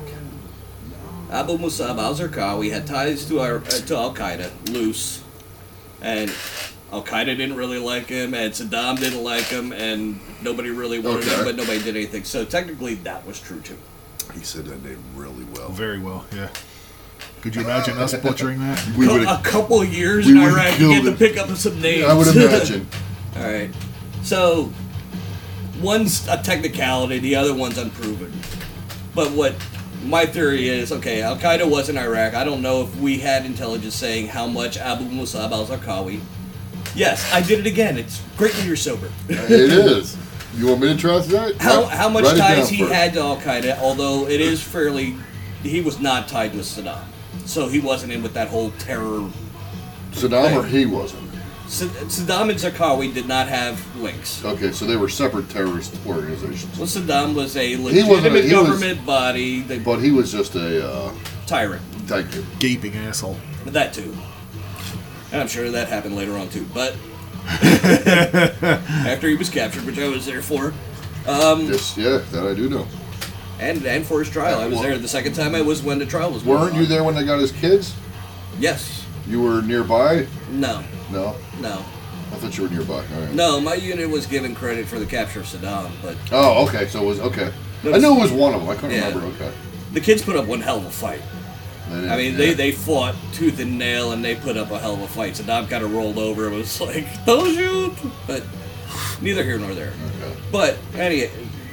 Abu Musab al Zarqawi had ties to, Ir- uh, to Al Qaeda, loose. And Al Qaeda didn't really like him, and Saddam didn't like him, and nobody really wanted
Okay.
him, but nobody did anything. So technically, that was true too.
He said that name really well.
Oh, Very well, yeah. Could you imagine us butchering that?
Cou- a couple years
we
in
would've
Iraq, you get
killed
to
it.
pick up some names.
I would imagine.
All right. So, one's a technicality, the other one's unproven. But what my theory is okay, Al Qaeda was in Iraq. I don't know if we had intelligence saying how much Abu Musab al Zarqawi. Yes, I did it again. It's great when you're sober.
it is. You want me to trust that?
How, how much
Write it down
ties he
first.
had to Al Qaeda, although it is fairly. He was not tied with Saddam. So he wasn't in with that whole terror.
Saddam or
thing.
he wasn't.
Sa- Saddam and Zarqawi did not have links.
Okay, so they were separate terrorist organizations.
Well, Saddam was a
wasn't a-
legitimate
he was-
government body. They,
But he was just a uh,
tyrant.
thank you.
Gaping asshole.
That too. And I'm sure that happened later on too. But after he was captured, which I was there for, um,
Yes, yeah, that I do know.
and and for his trial, I was there the second time. I was when the trial was. going
Weren't you
on.
there when they got his kids?
Yes.
You were nearby?
No.
No.
No.
I thought you were nearby. All right.
No, my unit was given credit for the capture of Saddam, but
Oh, okay. So it was okay.
No,
I knew it
it's-
was one of them. I couldn't
Yeah.
remember. Okay.
the kids put up one hell of a fight.
They
I mean,
didn't-
they,
yeah.
they fought tooth and nail, and they put up a hell of a fight. Saddam kind of rolled over and was like, "Don't shoot," but neither here nor there. But anyway,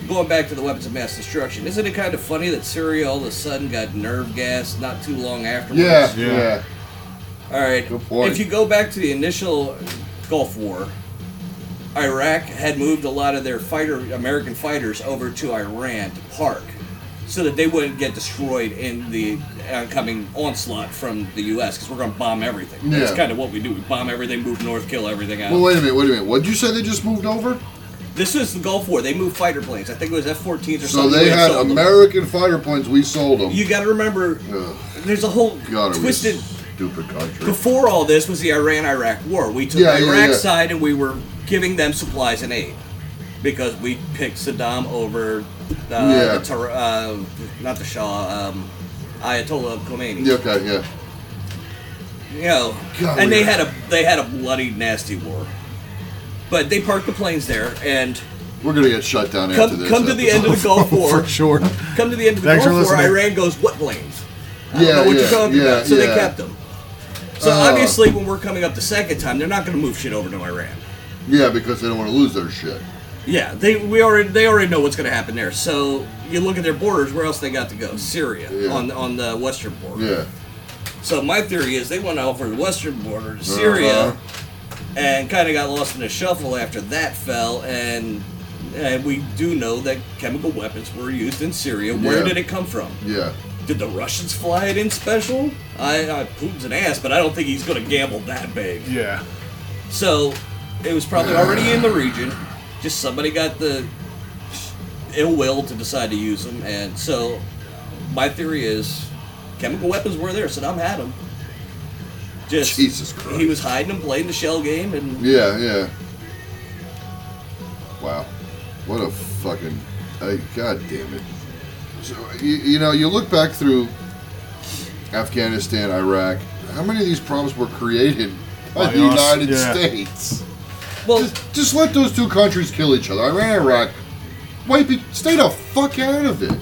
going back to the weapons of mass destruction, isn't it kind of funny that Syria all of a sudden got nerve gas not too long afterwards?
Yeah, yeah. yeah.
All right.
Good point.
If you go back to the initial Gulf War, Iraq had moved a lot of their fighter American fighters over to Iran to park, so that they wouldn't get destroyed in the oncoming onslaught from the U.S. Because we're going to bomb everything. That's
Yeah.
kind of what we do. We bomb everything, move north, kill everything out.
Well, wait a minute. Wait a minute. What did you say they just moved over?
This is the Gulf War. They moved fighter planes. I think it was F-14s
So
or something.
they
We
had
sold them.
American fighter planes. We sold them.
You got to remember, there's a whole
God, are we a
twisted
stupid country.
Before all this was the Iran Iraq war. We took
Yeah,
the
yeah,
Iraq
yeah.
side and we were giving them supplies and aid because we picked Saddam over uh,
Yeah.
the Tar- uh, not the Shah, um, Ayatollah Khomeini.
Yeah, okay. Yeah.
You know,
God,
and
we
they
are-
had a they had a bloody nasty war. But they parked the planes there and
We're gonna get shut down after
come
this.
come to the end of the Gulf War.
For sure.
Come to the end of the
Thanks for
Gulf War,
listening.
Iran goes, what planes? I
Yeah,
don't know what
yeah,
you're talking
yeah,
about. So
yeah.
they kept them. So
Uh.
obviously, when we're coming up the second time, they're not going to move shit over to Iran.
Yeah, because they don't want to lose their shit.
Yeah, they we already they already know what's going to happen there. So you look at their borders. Where else they got to go? Syria
Yeah.
on on the western border.
Yeah.
So my theory is they went over the western border to Syria,
Uh-huh.
and kind of got lost in a shuffle after that fell. And and we do know that chemical weapons were used in Syria. Where
Yeah.
did it come from?
Yeah.
Did the Russians fly it in special? I, I Putin's an ass, but I don't think he's going to gamble that big.
Yeah.
So it was probably already in the region. Just somebody got the ill will to decide to use them, and so my theory is chemical weapons were there. Saddam had them. Just
Jesus Christ.
he was hiding them, playing the shell game, and
Yeah, yeah. Wow. What a fucking. I, God damn it. So, you, you know, you look back through Afghanistan, Iraq, How many of these problems were created by,
By
the
us,
United
yeah.
States? Well, just, just let those two countries kill each other. Iran, Iraq. White people, stay the fuck out of it.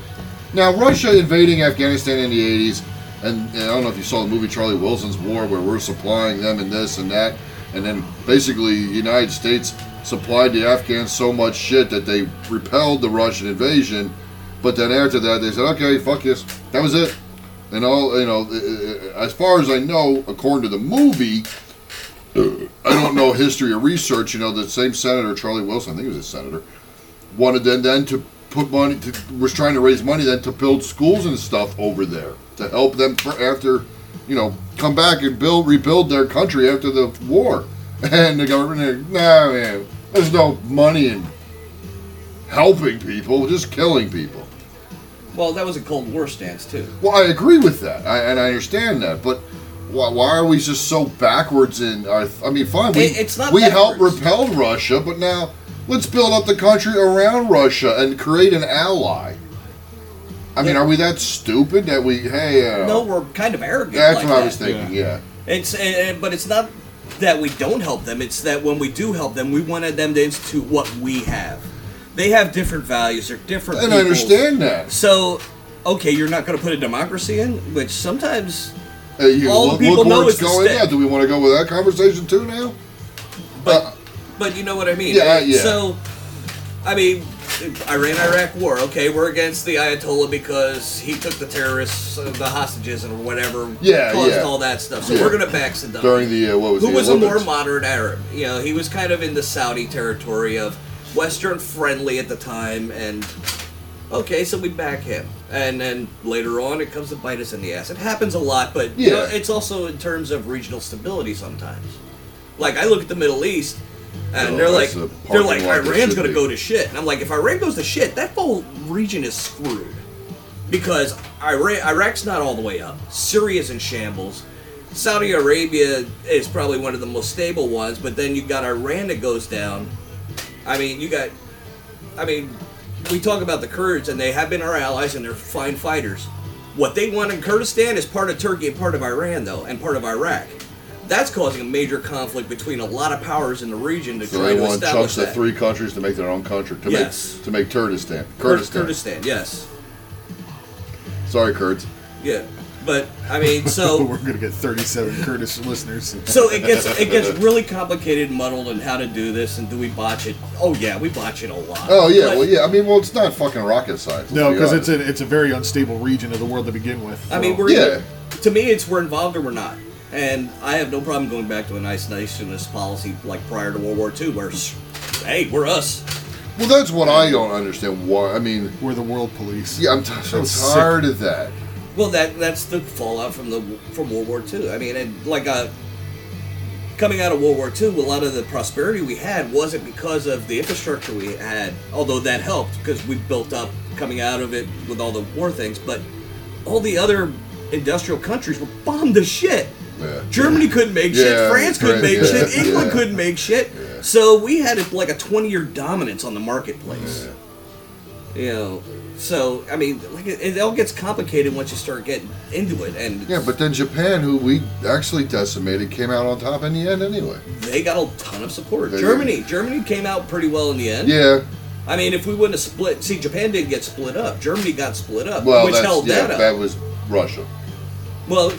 Now, Russia invading Afghanistan in the 80s, and, and I don't know if you saw the movie Charlie Wilson's War, where we're supplying them and this and that, and then basically the United States supplied the Afghans so much shit that they repelled the Russian invasion. But then after that, they said, okay, fuck this. That was it. And all, you know, uh, uh, as far as I know, according to the movie, I don't know history or research. You know, the same senator Charlie Wilson, I think he was a senator, wanted then then to put money to, was trying to raise money then to build schools and stuff over there to help them for after, you know, come back and build rebuild their country after the war. And the government, nah, man, there's no money in helping people, just killing people.
Well, that was a Cold War stance too.
Well, I agree with that, I, and I understand that, but why, why are we just so backwards in our? I mean, fine, we,
It- it's not
we helped repel Russia, but now let's build up the country around Russia and create an ally. I mean, are we that stupid that we? Hey, uh,
No, we're kind of arrogant.
that's
like
what I was
that.
thinking. Yeah.
It's uh, uh, but it's not that we don't help them. It's that when we do help them, we wanted them to institute what we have. They have different values. They're different.
And I
peoples.
understand that.
So, okay, you're not going to put a democracy in, which sometimes
Hey, you,
all
look,
the people
look
know
where it's
is the
going.
state.
Yeah. Do we want to go with that conversation too now?
But but you know what I mean.
Yeah,
right?
yeah.
So, I mean, Iran Iraq War. Okay, we're against the Ayatollah because he took the terrorists, uh, the hostages, and whatever.
Yeah,
caused
yeah.
all that stuff. So
Yeah.
we're going to back Saddam.
During the, uh, what was
who
the
was a more
Olympics.
moderate Arab. You know, he was kind of in the Saudi territory of Western friendly at the time, and okay, so we back him. And then later on, it comes to bite us in the ass. It happens a lot, but you know,
Yeah.
it's also in terms of regional stability sometimes. Like I look at the Middle East, and
Oh,
they're like,
that's the
they're
parking
like,
lot that
Iran's
should
gonna
be.
go to shit, and I'm like, if Iran goes to shit, that whole region is screwed because Iran, Iraq's not all the way up. Syria's in shambles. Saudi Arabia is probably one of the most stable ones, but then you got Iran that goes down. I mean, you got, I mean, we talk about the Kurds, and they have been our allies, and they're fine fighters. What they want in Kurdistan is part of Turkey and part of Iran, though, and part of Iraq. That's causing a major conflict between a lot of powers in the region to
So
try
they
to
want to chunk
establish
the
that.
three countries to make their own country to
Yes.
make to make Kurdistan.
Kur-
Kurdistan.
Kurdistan, yes,
Sorry, Kurds.
yeah. But I mean, so
we're gonna get 37 Kurdish listeners.
So it gets it gets really complicated, and muddled, on how to do this, and do we botch it? Oh yeah, we botch it a lot.
Oh yeah,
But,
well yeah. I mean, well, it's not fucking rocket science. let's
No,
be
because
honest.
it's a it's a very unstable region of the world to begin with.
I mean,
so-
we're to me, it's we're involved or we're not, and I have no problem going back to a nice nationalist policy like prior to World War II, where hey, we're us.
Well, that's what I don't understand. Why? I mean,
we're the world police.
Yeah, I'm t- so
That's sick.
tired of that.
Well, that that's the fallout from the from World War II. I mean, and like uh, coming out of World War II, a lot of the prosperity we had wasn't because of the infrastructure we had, although that helped because we built up coming out of it with all the war things. But all the other industrial countries were bombed to shit.
Yeah.
Germany couldn't make shit.
Yeah,
France couldn't
right,
make
yeah,
shit. England
yeah.
couldn't make shit. So we had like a 20 year dominance on the marketplace. You know, so I mean, like it, it all gets complicated once you start getting into it, and
Yeah, but then Japan, who we actually decimated, came out on top in the end anyway.
they got a ton of support.
They-
Germany, Germany came out pretty well in the end.
Yeah.
I mean, if we wouldn't have split, see, Japan didn't get split up. Germany got split up,
Well,
which
that's,
held
yeah,
that up.
that was Russia.
Well,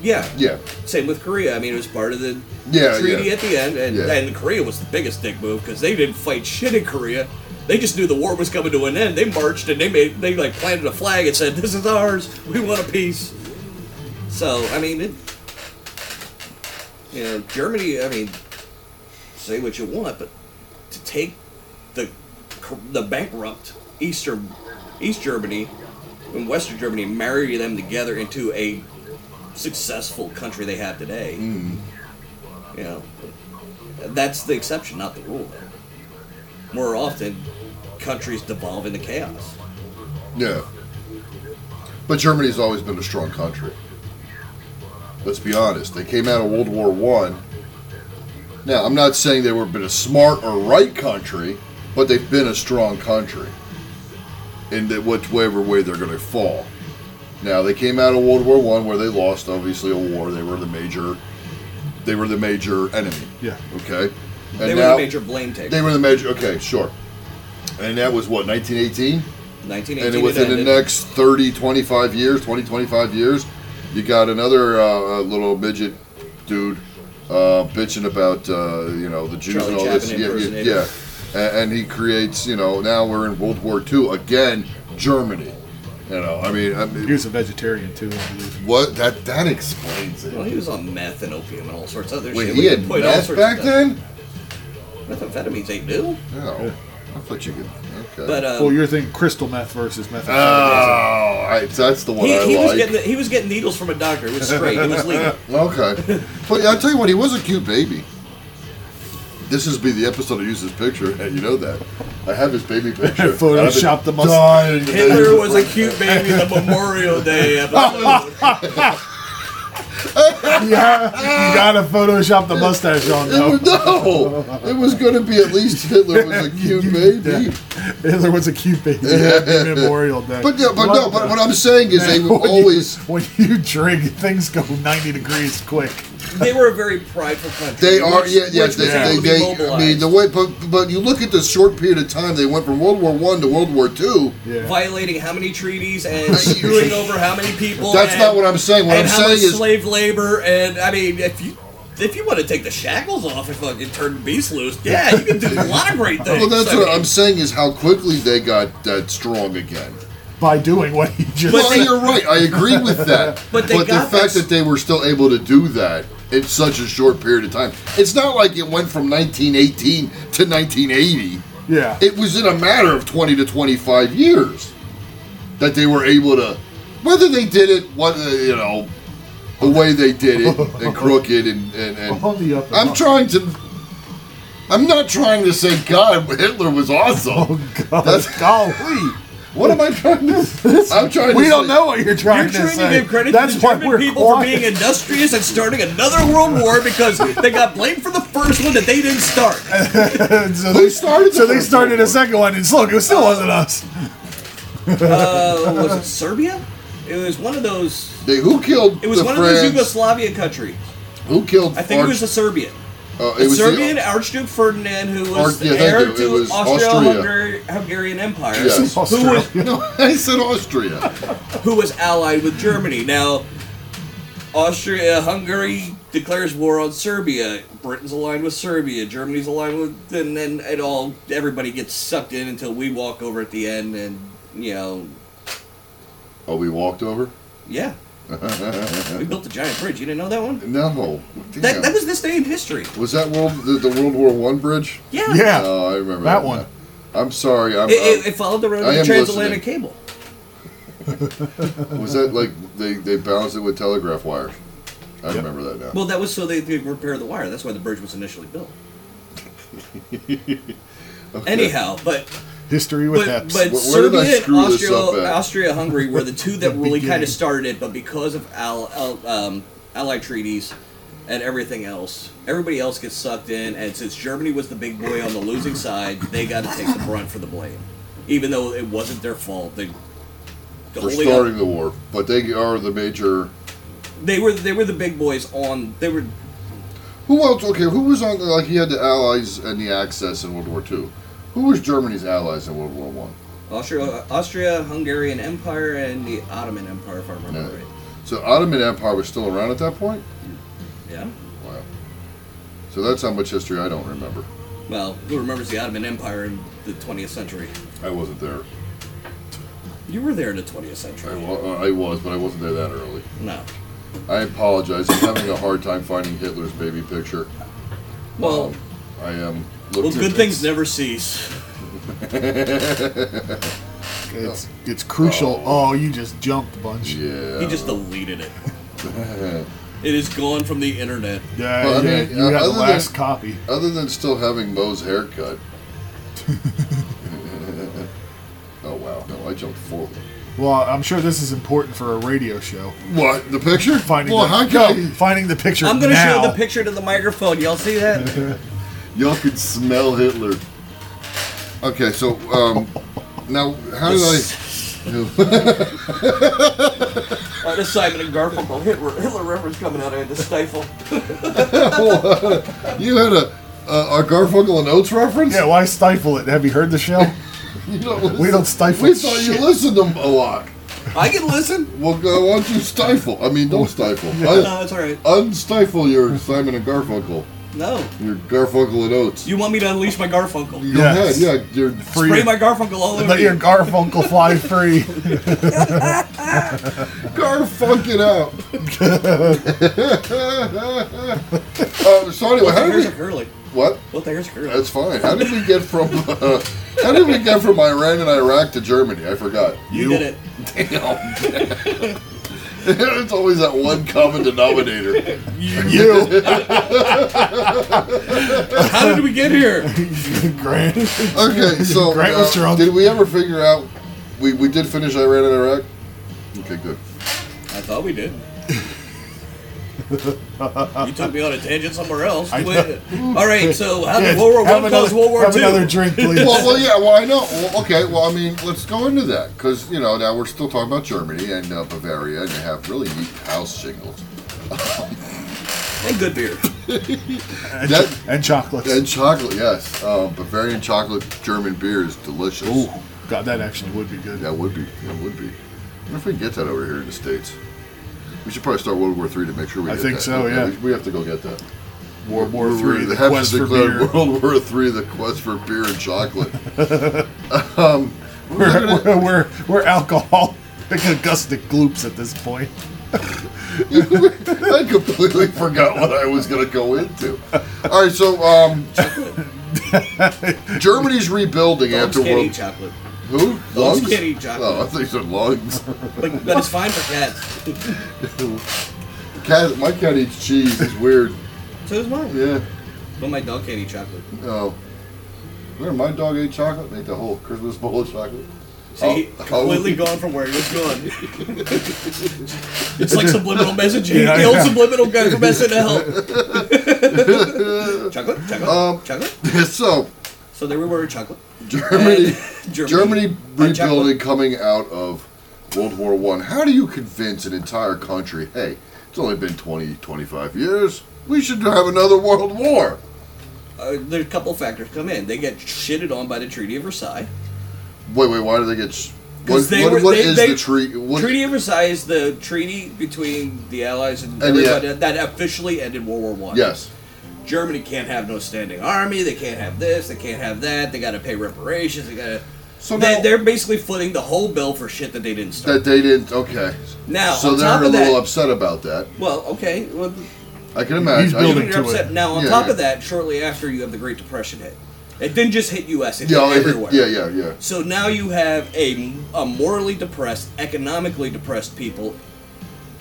yeah.
Yeah.
Same with Korea. I mean, it was part of the
Yeah,
treaty
yeah.
at the end, and,
Yeah.
and Korea was the biggest dick move because they didn't fight shit in Korea. They just knew the war was coming to an end. They marched and they made they like planted a flag and said, "This is ours. We want a peace." So I mean, it, you know, Germany. I mean, say what you want, but to take the the bankrupt Eastern East Germany and Western Germany and marry them together into a successful country they have today. You know, that's the exception, not the rule. More often, countries devolve into chaos.
Yeah. But Germany's always been a strong country. Let's be honest. They came out of World War One. Now, I'm not saying they were been a smart or right country, but they've been a strong country. In that whichever way they're going to fall. Now they came out of World War One where they lost obviously a war. They were the major, they were the major enemy.
Yeah.
Okay. And
They were the
now,
major blame taker.
They were the major. Okay, sure. And that was what 1918.
1918
And
it
within the
ended.
next 30, 25 years, 20, 25 years, you got another uh, little midget dude uh, bitching about uh, you know the Jews
Charlie
and all this.
Chaplin
Yeah,
impersonator.
yeah, yeah. A- And he creates you know now we're in World War II again, Germany. You know, I mean, I mean
He was a vegetarian too. I believe.
what that that explains it.
uh, Well, he was on meth and opium and all sorts of other
Wait,
shit.
he
We
had
could put all
meth
sorts of
back
stuff.
then?
Methamphetamines ain't new.
No. I thought you could. Okay.
But, um,
well, you're thinking crystal meth versus meth.
Ah.
Oh, I, that's the one
He,
I
he
like.
was getting the, he was getting needles from a doctor. It was straight. It was legal.
okay. But I'll tell you what, he was a cute baby. This is be the episode I use his picture, and you know that. I have his baby picture. I've been
photoshopped the must-
dying to
Hitler
use
was a
his
cute baby. The Memorial Day episode.
yeah, you gotta Photoshop the mustache on
It
though.
was- no, it was going to be at least Hitler was a cute baby.
Hitler was a cute baby. Happy Memorial Day.
But no, but no, but what I'm saying is they were
When you-
always-
when you drink, things go 90 degrees quick.
they were a very prideful country.
They are,
which-
yeah, yeah.
which was
They,
able to be
they, they I
mobilized.
mean, the way, but but you look at the short period of time they went from World War One to World War Two.
violating how many treaties and screwing over how many people.
That's
and-
not what I'm saying. What
and
I'm
how much
saying is-
slave labor. And I mean, if you if you want to take the shackles off and fucking turn the beast loose, yeah, you can do a lot of great things.
Well, that's
I
what
mean,
I'm saying is how quickly they got that strong again.
By doing what he just
well,
said.
you're right. I agree with that.
But they
the
got
fact
this-
that they were still able to do that in such a short period of time, it's not like it went from 1918 to 1980.
Yeah.
It was in a matter of 20 to 25 years that they were able to, whether they did it, what uh, you know, the way they did it, and crooked, and and,
On
and
the up and
I'm
up.
trying to. I'm not trying to say God Hitler was awesome.
Oh God!
That's
golly.
What am I trying to? I'm trying.
We
to
don't
say-
know what you're trying
You're
to
trying to
say.
give credit
That's
to the
why
German
we're
people
quiet.
for being industrious and starting another world war because they got blamed for the first one that they didn't start.
so they started. So they started a second one, and look, it still wasn't us.
Uh, was it Serbia? It was one of those.
They, who killed?
It was
the
one
Franz?
of those Yugoslavian countries.
Who killed?
I think it was a
Arch-
Serbian.
uh,
The
it was the-
Serbian Archduke Ferdinand, who
Arch-
was
yeah,
the
thank
heir
you. It
to
was
Austria-Hungarian Empire,
Yes.
who, was,
No, I said Austria.
who was allied with Germany. Now, Austria-Hungary declares war on Serbia. Britain's aligned with Serbia. Germany's aligned with, and then it all everybody gets sucked in until we walk over at the end, and you know,
Oh, we walked over.
yeah, we built a giant bridge. You didn't know that one?
no.
That,
Damn.
that was this day in history.
Was that world the, the World War One bridge?
Yeah.
Yeah.
Oh, I remember
That
that
one.
I'm sorry. I'm,
It, it,
I'm-
it followed the road
Uh, I
of the
am
transatlantic
listening.
cable.
was that like they they balanced it with telegraph wire? I remember that now.
Well, that was so they could repair the wire. That's why the bridge was initially built. Anyhow, but
History with
but,
Heps.
but
Where did I
Serbia and
screw this up
Austria,
at?
Austria-Hungary were the two that really
beginning.
kind of started it. But because of al, al, um, allied treaties and everything else, everybody else gets sucked in. And since Germany was the big boy on the losing side, they got to take the brunt for the blame, even though it wasn't their fault. They, the
For
holding up-
starting the war, but they are the major.
they were they were the big boys on they were
Who else? Okay, who was on? the- Like he had the Allies and the Axis in World War Two. Who was Germany's allies in World War One?
Austria, Austria-Hungarian Empire and the Ottoman Empire, if I remember
Yeah.
right.
So Ottoman Empire was still around at that point.
Yeah.
Wow. So that's how much history I don't remember.
Well, who remembers the Ottoman Empire in the 20th century?
I wasn't there.
You were there in the 20th
I,
century.
wa- uh, I was, but I wasn't there that early.
No.
I apologize. I'm having a hard time finding Hitler's baby picture.
Well,
I am.
well,
looking-
good things never cease.
It's it's crucial. Oh, you just jumped a bunch.
Yeah.
He just deleted it. It is gone from the internet.
Yeah,
Well, I
yeah,
mean,
you
uh,
have the
other
last
than-
copy.
Other than still having Moe's haircut. oh wow! No, I jumped forward.
Well, I'm sure this is important for a radio show.
What the picture?
Finding
Well,
the,
how
no,
can I-
finding the picture.
I'm gonna
now.
show the picture to the microphone. Y'all see that?
Y'all could smell Hitler. Okay, so um, now how did I?
Like the Simon and Garfunkel Hitler, Hitler reference coming out of the stifle.
you had a, a, a Garfunkel and Oates reference?
Yeah, why stifle it? Have you heard the show?
You don't
we don't stifle
We thought
shit.
you listened to 'em a lot.
I can listen.
Well, go- why don't you stifle? I mean, don't stifle. I-
No, it's all right.
Unstifle your Simon and Garfunkel.
No.
Your Garfunkel and Oates.
You want me to unleash my Garfunkel?
Go
Yes.
ahead, yeah. Your free.
Spray my Garfunkel all over
Let your
you.
Garfunkel fly free.
Garfunkel out. uh, so anyway,
What the
how
hairs
did
are
we,
curly?
what?
What the hairs are curly?
That's fine. How did we get from uh, how did we get from Iran and Iraq to Germany? I forgot.
You did it.
Damn.
oh,
it's always that one common denominator.
you.
How did we get here?
Grant.
Okay, so
Grant was
uh,
drunk.
did we ever figure out? We we did finish Iran and Iraq. Okay, good.
I thought we did. you took me on a tangent somewhere else.
I
Wait. All right, so how did
Yeah,
World War
have
One cause
another-
World War
Have
Two?
another drink, please.
well, well, yeah, well, I know. Well, okay, well, I mean, let's go into that because you know now we're still talking about Germany and uh, Bavaria, and they have really neat house shingles
And good beer.
and,
that-
cho- and chocolates.
and chocolate. Yes, uh, Bavarian chocolate German beer is delicious.
Ooh, God, that actually would be good.
That would be. That would be. I wonder if we can get that over here in the states. We should probably start World War Three to make sure we.
I
get
think
that.
so, yeah.
we, we have to go get that.
World War
We're- we're-
Three, the
Hep
quest
has
for
declared
beer.
World War Three, the quest for beer and chocolate. um, we're looking
We're,
at-
we're, we're, we're alcoholic Augustic gloops at this point.
I completely forgot what I was going to go into. All right, so um, Germany's rebuilding
Dogs
after
can't
World.
eat chocolate,
Who?
Dogs
Lungs?
can't eat chocolate.
Oh, I think said lungs.
but, but it's fine for cats.
Cat, my cat eats cheese. It's weird.
So does mine.
Yeah.
But my dog can't eat chocolate.
Oh. Remember my dog ate chocolate? Ate the whole Christmas bowl of chocolate.
See,
Oh,
completely
oh.
gone from where he was going. it's like subliminal messaging.
Yeah,
the old
yeah.
subliminal guy from SNL. chocolate, chocolate,
Um,
chocolate.
so
So there we were, chocolate.
Germany,
Germany.
Germany
And chocolate.
rebuilding coming out of World War One. How do you convince an entire country, hey, it's only been 20, 25 years, we should have another world war?
Uh, there's a couple factors come in. They get shitted on by the Treaty of Versailles.
Wait, wait, why do they get? Sh- what
'Cause they
what-
were-
what
they-
is
they-
the treaty? What,
Treaty of Versailles is the treaty between the Allies and,
And the- uh,
everybody that officially ended World War One.
Yes.
Germany can't have no standing army. They can't have this. They can't have that. They got to pay reparations. They got to.
So
they,
now-
they're basically footing the whole bill for shit that they didn't start.
That they didn't. Okay.
Now,
so
on
they're
top
a
of
little
that-
upset about that.
well, okay. Well,
I can imagine. I-
building
you're
to
upset.
it.
Now, on
Yeah,
top
yeah.
of that, shortly after you have the Great Depression hit. It didn't just hit U.S. It
yeah,
hit
it-
everywhere.
yeah, yeah, yeah.
So now you have a, a morally depressed, economically depressed people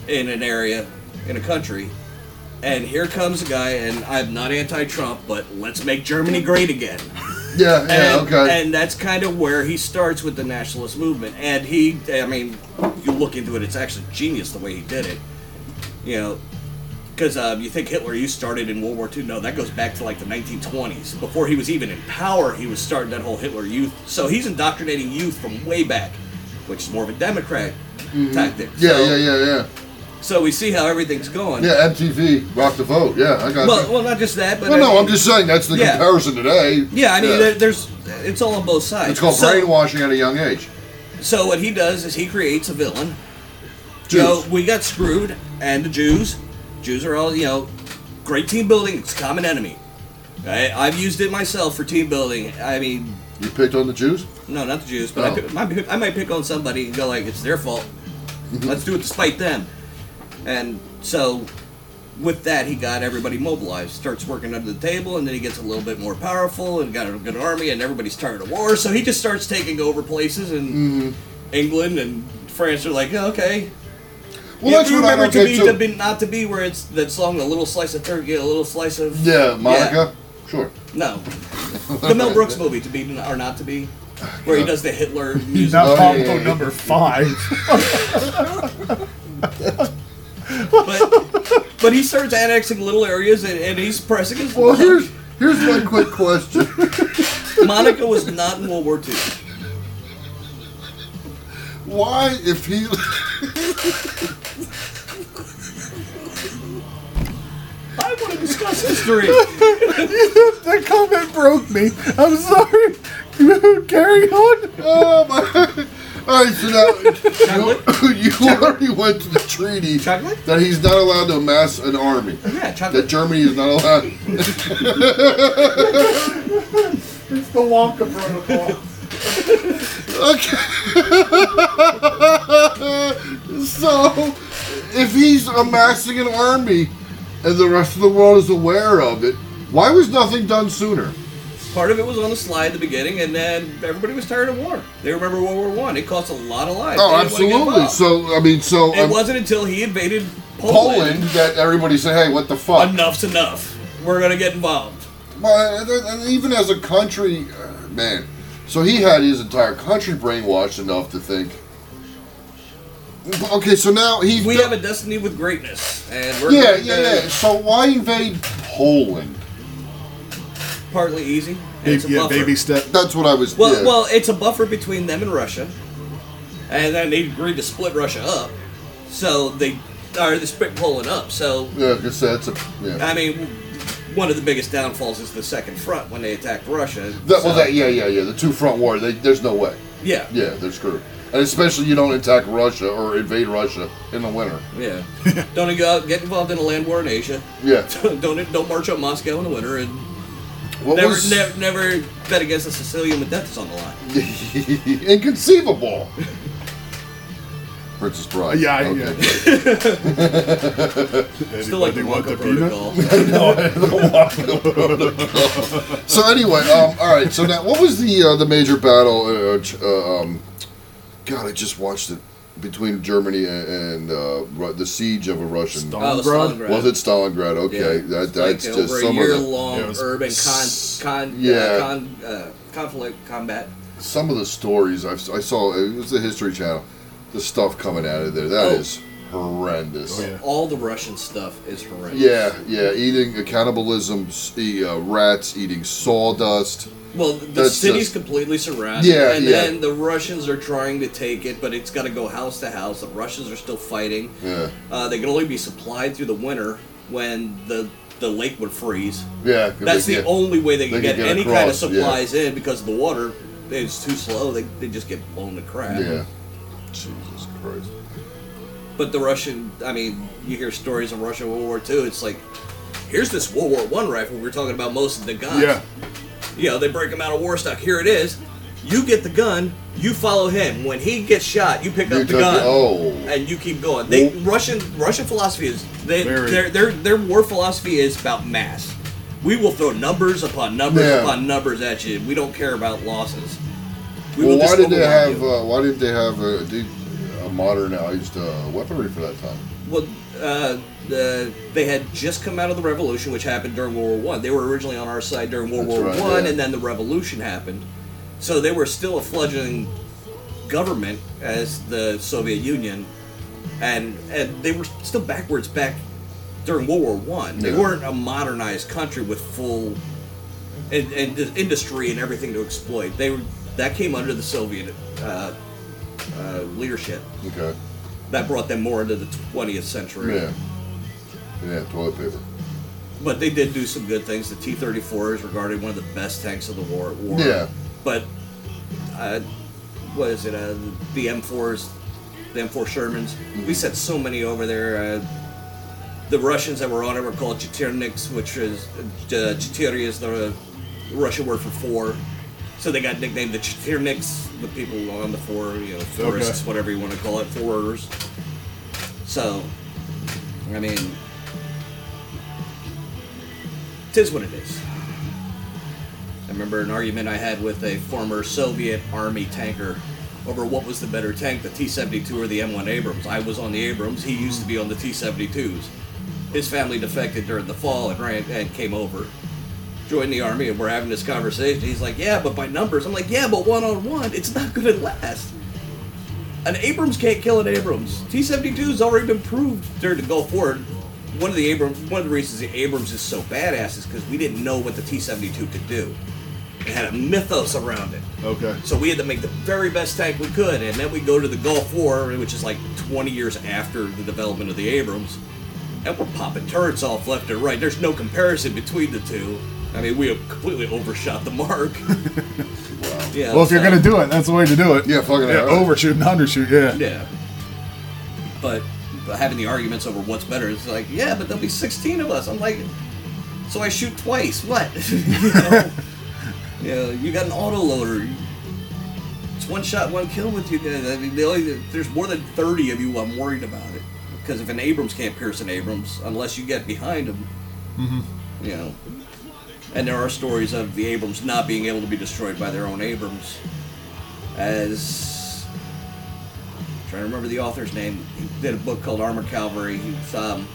in an area, in a country, and here comes a guy, and I'm not anti Trump, but let's make Germany great again.
Yeah, yeah,
and,
okay.
and that's kind of where he starts with the nationalist movement. And he, I mean, you look into it, it's actually genius the way he did it. You know, because um, you think Hitler, you started in World War II. No, that goes back to like the 1920s. Before he was even in power, he was starting that whole Hitler youth. So he's indoctrinating youth from way back, which is more of a Democrat tactic.
Mm-hmm. yeah, yeah,
so,
yeah, yeah.
So we see how everything's going.
Yeah, MTV, rock the vote. Yeah, I got
Well,
you.
well, not just that, but
No,
I
no,
mean-
I'm just saying that's the
yeah.
comparison today.
Yeah, I mean, there, there's it's all on both sides.
it's called
So-
brainwashing at a young age.
So what he does is he creates a villain.
Jews.
So we got screwed, and the Jews. Jews are all you know, great team building. It's a common enemy. I, I've used it myself for team building. I mean,
You picked on the Jews?
no, not the Jews, but I,
Oh.
pick, might, pick- I might pick on somebody and go like, it's their fault.
Mm-hmm.
Let's do it to spite them. And so, with that, he got everybody mobilized. Starts working under the table, and then he gets a little bit more powerful and got a good army, and everybody's tired of war. So he just starts taking over places,
Mm-hmm.
and England and France are like, "Oh, okay.
Well,
Yeah,
that's
you
what I
remember
don't
to
get
be,
too.
to be not to be where it's that song, a little slice of turkey, a little slice of
yeah, Monica. Sure.
no. The Mel Brooks movie, To Be or Not To Be, where he does the Hitler music.
Now,
Oh,
Pablo
yeah, yeah, yeah.
number five.
But, but he starts annexing little areas and, and he's pressing his
Well, here's here's my quick question.
Monica was not in World War II.
Why, if he
history.
that comment broke me. I'm sorry. Carry on.
Oh my. All right, so now you, you already went to the treaty that he's not allowed to amass an army.
Yeah,
That Germany is not allowed.
It's the Wonka protocol.
okay. so, if he's amassing an army and the rest of the world is aware of it, why was nothing done sooner?
Part of it was on the slide at the beginning, and then everybody was tired of war. They remember World War One. It cost a lot of lives.
Oh,
They didn't wanna get
absolutely.
involved.
So, I mean, so
it
um,
wasn't until he invaded
Poland
Poland.
that everybody said, hey, what the fuck?
Enough's enough. We're gonna get involved.
Well, and- and- and even as a country, uh, man. So he had his entire country brainwashed enough to think. Okay, so now he.
We have a destiny with greatness, and we're
Yeah,
gonna-
yeah, yeah. So why invade Poland?
Partly easy. and it's a buffer.
step.
That's what I was.
Well,
yeah.
well, it's a buffer between them and Russia, and then they agreed to split Russia up. So they are they split Poland up. So
yeah, I said it's a. Yeah.
I mean, one of the biggest downfalls is the Second Front when they attacked Russia.
That, well,
so-
that, yeah, yeah, yeah. The two front war. They, there's no way.
Yeah.
Yeah, they're screwed. And especially you don't attack Russia or invade Russia in the winter.
Yeah. don't go out, get involved in a land war in Asia.
Yeah.
Don't don't march on Moscow in the winter and
What
never,
was-
never never bet against a Sicilian with deaths on the line.
Inconceivable. Princess Bride.
Yeah, I-
Still like the Wonka protocol.
No, the Wonka protocol. so anyway, um, all right. So now, what was the uh, the major battle? Uh, ch- uh, um, God, I just watched it between Germany and, and uh, Ru- the siege of a Russian.
Oh, Stalingrad.
Was it Stalingrad? Okay,
Yeah.
that,
It's
that's
like
just
over
some
a year
of the
long urban con con
yeah.
uh, con uh, conflict combat.
some of the stories I've, I saw. It was the History Channel. The stuff coming out of there that
Oh.
is horrendous.
All the Russian stuff is horrendous.
Yeah, yeah, eating cannibalism, s- e- uh, rats eating sawdust.
Well, the
That's just-
city's completely surrounded.
Yeah,
and
yeah.
then the Russians are trying to take it, but it's got to go house to house. The Russians are still fighting.
Yeah,
Uh, they can only be supplied through the winter when the the lake would freeze.
yeah. they
That's the
get-
only way they
they
can get,
can get
any kind of
across, yeah.
supplies in because the water is too slow. They, they just get blown to crap.
Yeah. Jesus Christ.
But the Russian, I mean, you hear stories of Russia World War II. It's like, here's this World War One rifle we were talking about most of the guns.
Yeah.
You know, they break him out of war stock. Here it is. You get the gun. You follow him. When he gets shot, you pick
You
up the
took-
gun.
oh.
And you keep going. They Russian Russian philosophy is they,
Very.
their their their war philosophy is about mass. We will throw numbers upon numbers
Yeah.
upon numbers at you. We don't care about losses. We
Well,
will
why did
just
they
overwhelm
have?
you.
Uh, why did they have a, de- a modernized uh, weaponry for that time?
Well, uh, the, they had just come out of the revolution, which happened during World War One. They were originally on our side during World
That's
War
right,
One,
yeah.
and then the revolution happened. So they were still a fledgling government as the Soviet Union, and and they were still backwards back during World War One. They
Yeah.
weren't a modernized country with full and, and the industry and everything to exploit. They were that came under the Soviet uh, uh, leadership.
Okay.
That brought them more into the 20th century.
Yeah. They didn't have toilet paper.
But they did do some good things. The T-34 is regarded one of the best tanks of the war. war.
Yeah.
But uh, what is it? Uh, the M4s, the M4 Shermans. We sent so many over there. Uh, the Russians that were on it were called Cheterniks, which is uh, Cheteri is the Russian word for four. So they got nicknamed the Cheterniks, the people on the four, you know, forests,
Okay.
whatever you want to call it, forers. So, I mean, tis what it is. I remember an argument I had with a former Soviet Army tanker over what was the better tank, the T 72 or the M1 Abrams. I was on the Abrams, he used to be on the T 72s. His family defected during the fall and, ran, and came over, joined the Army, and we're having this conversation. He's like, Yeah, but by numbers. I'm like, Yeah, but one on one, it's not going to last. An Abrams can't kill an Abrams. T 72's already been proved during the Gulf War. One of the Abrams, one of the reasons the Abrams is so badass is because we didn't know what the T 72 could do. It had a mythos around it.
Okay.
So we had to make the very best tank we could, and then we go to the Gulf War, which is like 20 years after the development of the Abrams, and we're popping turrets off left and right. There's no comparison between the two. I mean, we have completely overshot the mark. yeah.
well, if you're
so-
gonna do it, that's the way to do it.
Yeah, fucking
yeah,
hell.
overshoot and undershoot. Yeah.
Yeah. But, but having the arguments over what's better, it's like, yeah, but there'll be 16 of us. I'm like, so I shoot twice. What? you, know? You know, you got an autoloader. It's one shot, one kill with you guys. I mean, the only, there's more than 30 of you. I'm worried about it. Because if an Abrams can't pierce an Abrams, unless you get behind him, you know. And there are stories of the Abrams not being able to be destroyed by their own Abrams. As I'm trying to remember the author's name, he did a book called Armored Calvary. He's um,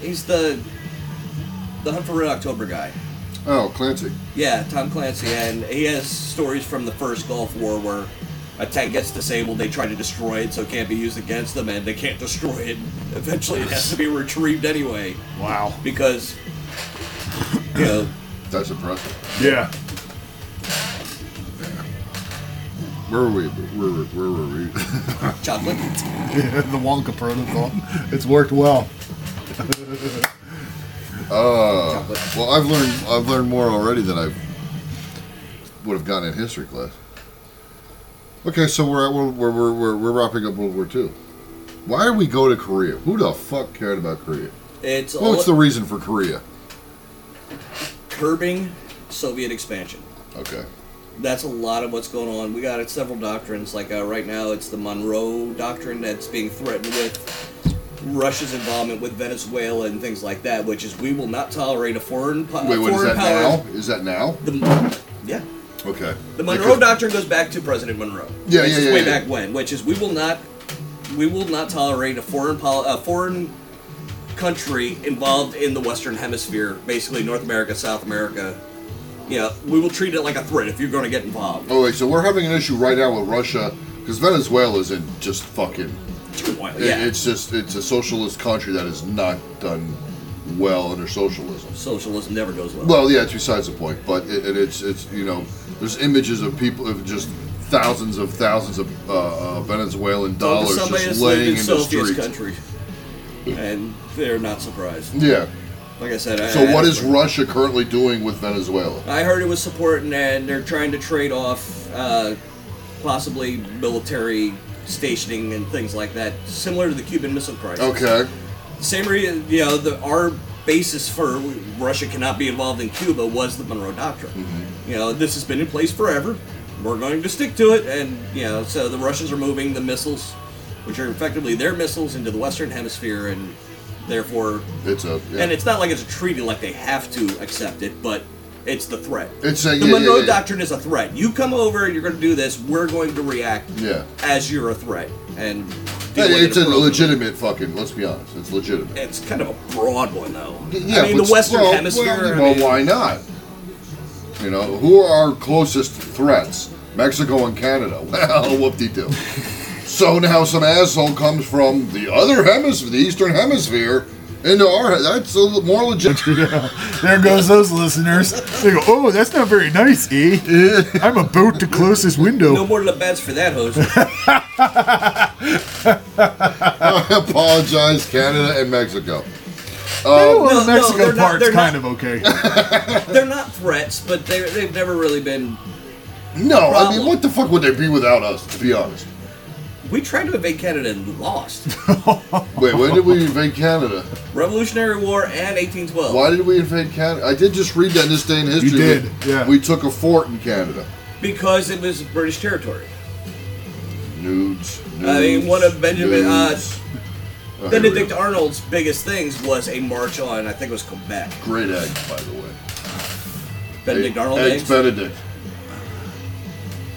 he's the the Hunt for Red October guy.
Oh, Clancy.
Yeah, Tom Clancy, and he has stories from the first Gulf War where a tank gets disabled, they try to destroy it, so it can't be used against them, and they can't destroy it. Eventually, it has to be retrieved anyway.
Wow.
Because, you know,
That's impressive.
Yeah.
Where were we? Where were, where were we?
chocolate.
the Wonka protocol. It's worked well.
Uh, well, I've learned I've learned more already than I would have gotten in history class. Okay, so we're at World, we're, we're, we're, we're wrapping up World War II. Why did we go to Korea? Who the fuck cared about Korea?
it's all
What's the reason for Korea?
curbing Soviet expansion.
Okay.
That's a lot of what's going on. We got several doctrines. Like uh, right now, it's the Monroe Doctrine that's being threatened with Russia's involvement with Venezuela and things like that, which is we will not tolerate a foreign, po-
Wait, what is that
foreign power.
now? Is that now?
The, yeah.
Okay.
The Monroe
Because-
Doctrine goes back to President Monroe.
Yeah,
which
yeah,
is
yeah,
Way
yeah.
back when, which is we will not, we will not tolerate a foreign pol- a foreign country involved in the Western Hemisphere, basically North America, South America. You know, we will treat it like a threat if you're going to get involved.
Oh wait, so we're having an issue right now with Russia because Venezuela is in just fucking.
Turmoil,
it-
yeah.
It's just it's a socialist country that has not done well under socialism.
Socialism never goes well.
Well, yeah, it's besides the point, but it, it, it's it's you know there's images of people of just thousands of thousands of uh, uh, Venezuelan
Talk to
dollars
somebody
just
that's lived
laying in,
in
the
Soviet
streets.
country, and they're not surprised.
Yeah.
Like I said, I-
So
I-
what is Russia currently doing with Venezuela?
I heard it was supporting, and they're trying to trade off uh, possibly military stationing and things like that, similar to the Cuban Missile Crisis.
Okay.
Same reason, you know, the, our basis for Russia cannot be involved in Cuba was the Monroe Doctrine.
Mm-hmm.
You know, this has been in place forever. We're going to stick to it, and you know, so the Russians are moving the missiles, which are effectively their missiles, into the Western Hemisphere, and therefore,
It's a yeah.
and it's not like it's a treaty like they have to accept it, but it's the threat.
It's a-
the
yeah, yeah,
Monroe
yeah, yeah.
Doctrine is a threat. You come over and you're going to do this. We're going to react
Yeah.
as you're a threat, and
Yeah,
deal with
it's
it
a
appropriately.
legitimate fucking. Let's be honest, it's legitimate.
It's kind of a broad one, though.
Yeah,
I mean,
but
the Western
well,
Hemisphere.
Well,
I
well,
mean,
why not? You know, who are our closest threats? Mexico and Canada. Well, whoop-de-doo. so now some asshole comes from the other hemisphere, the Eastern Hemisphere, into our. That's a little more legit.
There goes those listeners. They go, oh, that's not very nice, eh? I'm about to close this
No
window.
more Labets for that hose.
I apologize, Canada and Mexico.
Oh,
Um,
well,
No,
the
no,
Mexico
they're not-
part's
they're not-
kind of okay.
They're not threats, but they they've never really been.
no, I mean,
Problem.
what the fuck would they be without us? To be honest.
We tried to invade Canada and lost.
Wait, when did we invade Canada?
Revolutionary War and 1812.
Why did we invade Canada? I did just read that in this day in history.
did,
that
yeah.
We took a fort in Canada.
Because it was British territory.
Nudes. nudes
I mean, one of Benjamin- uh,
nudes. Oh, here we
Benedict
go.
Arnold's biggest things was a march on, I think it was Quebec.
Great eggs, by the way.
Benedict Arnold
Eggs
eggs?
Benedict.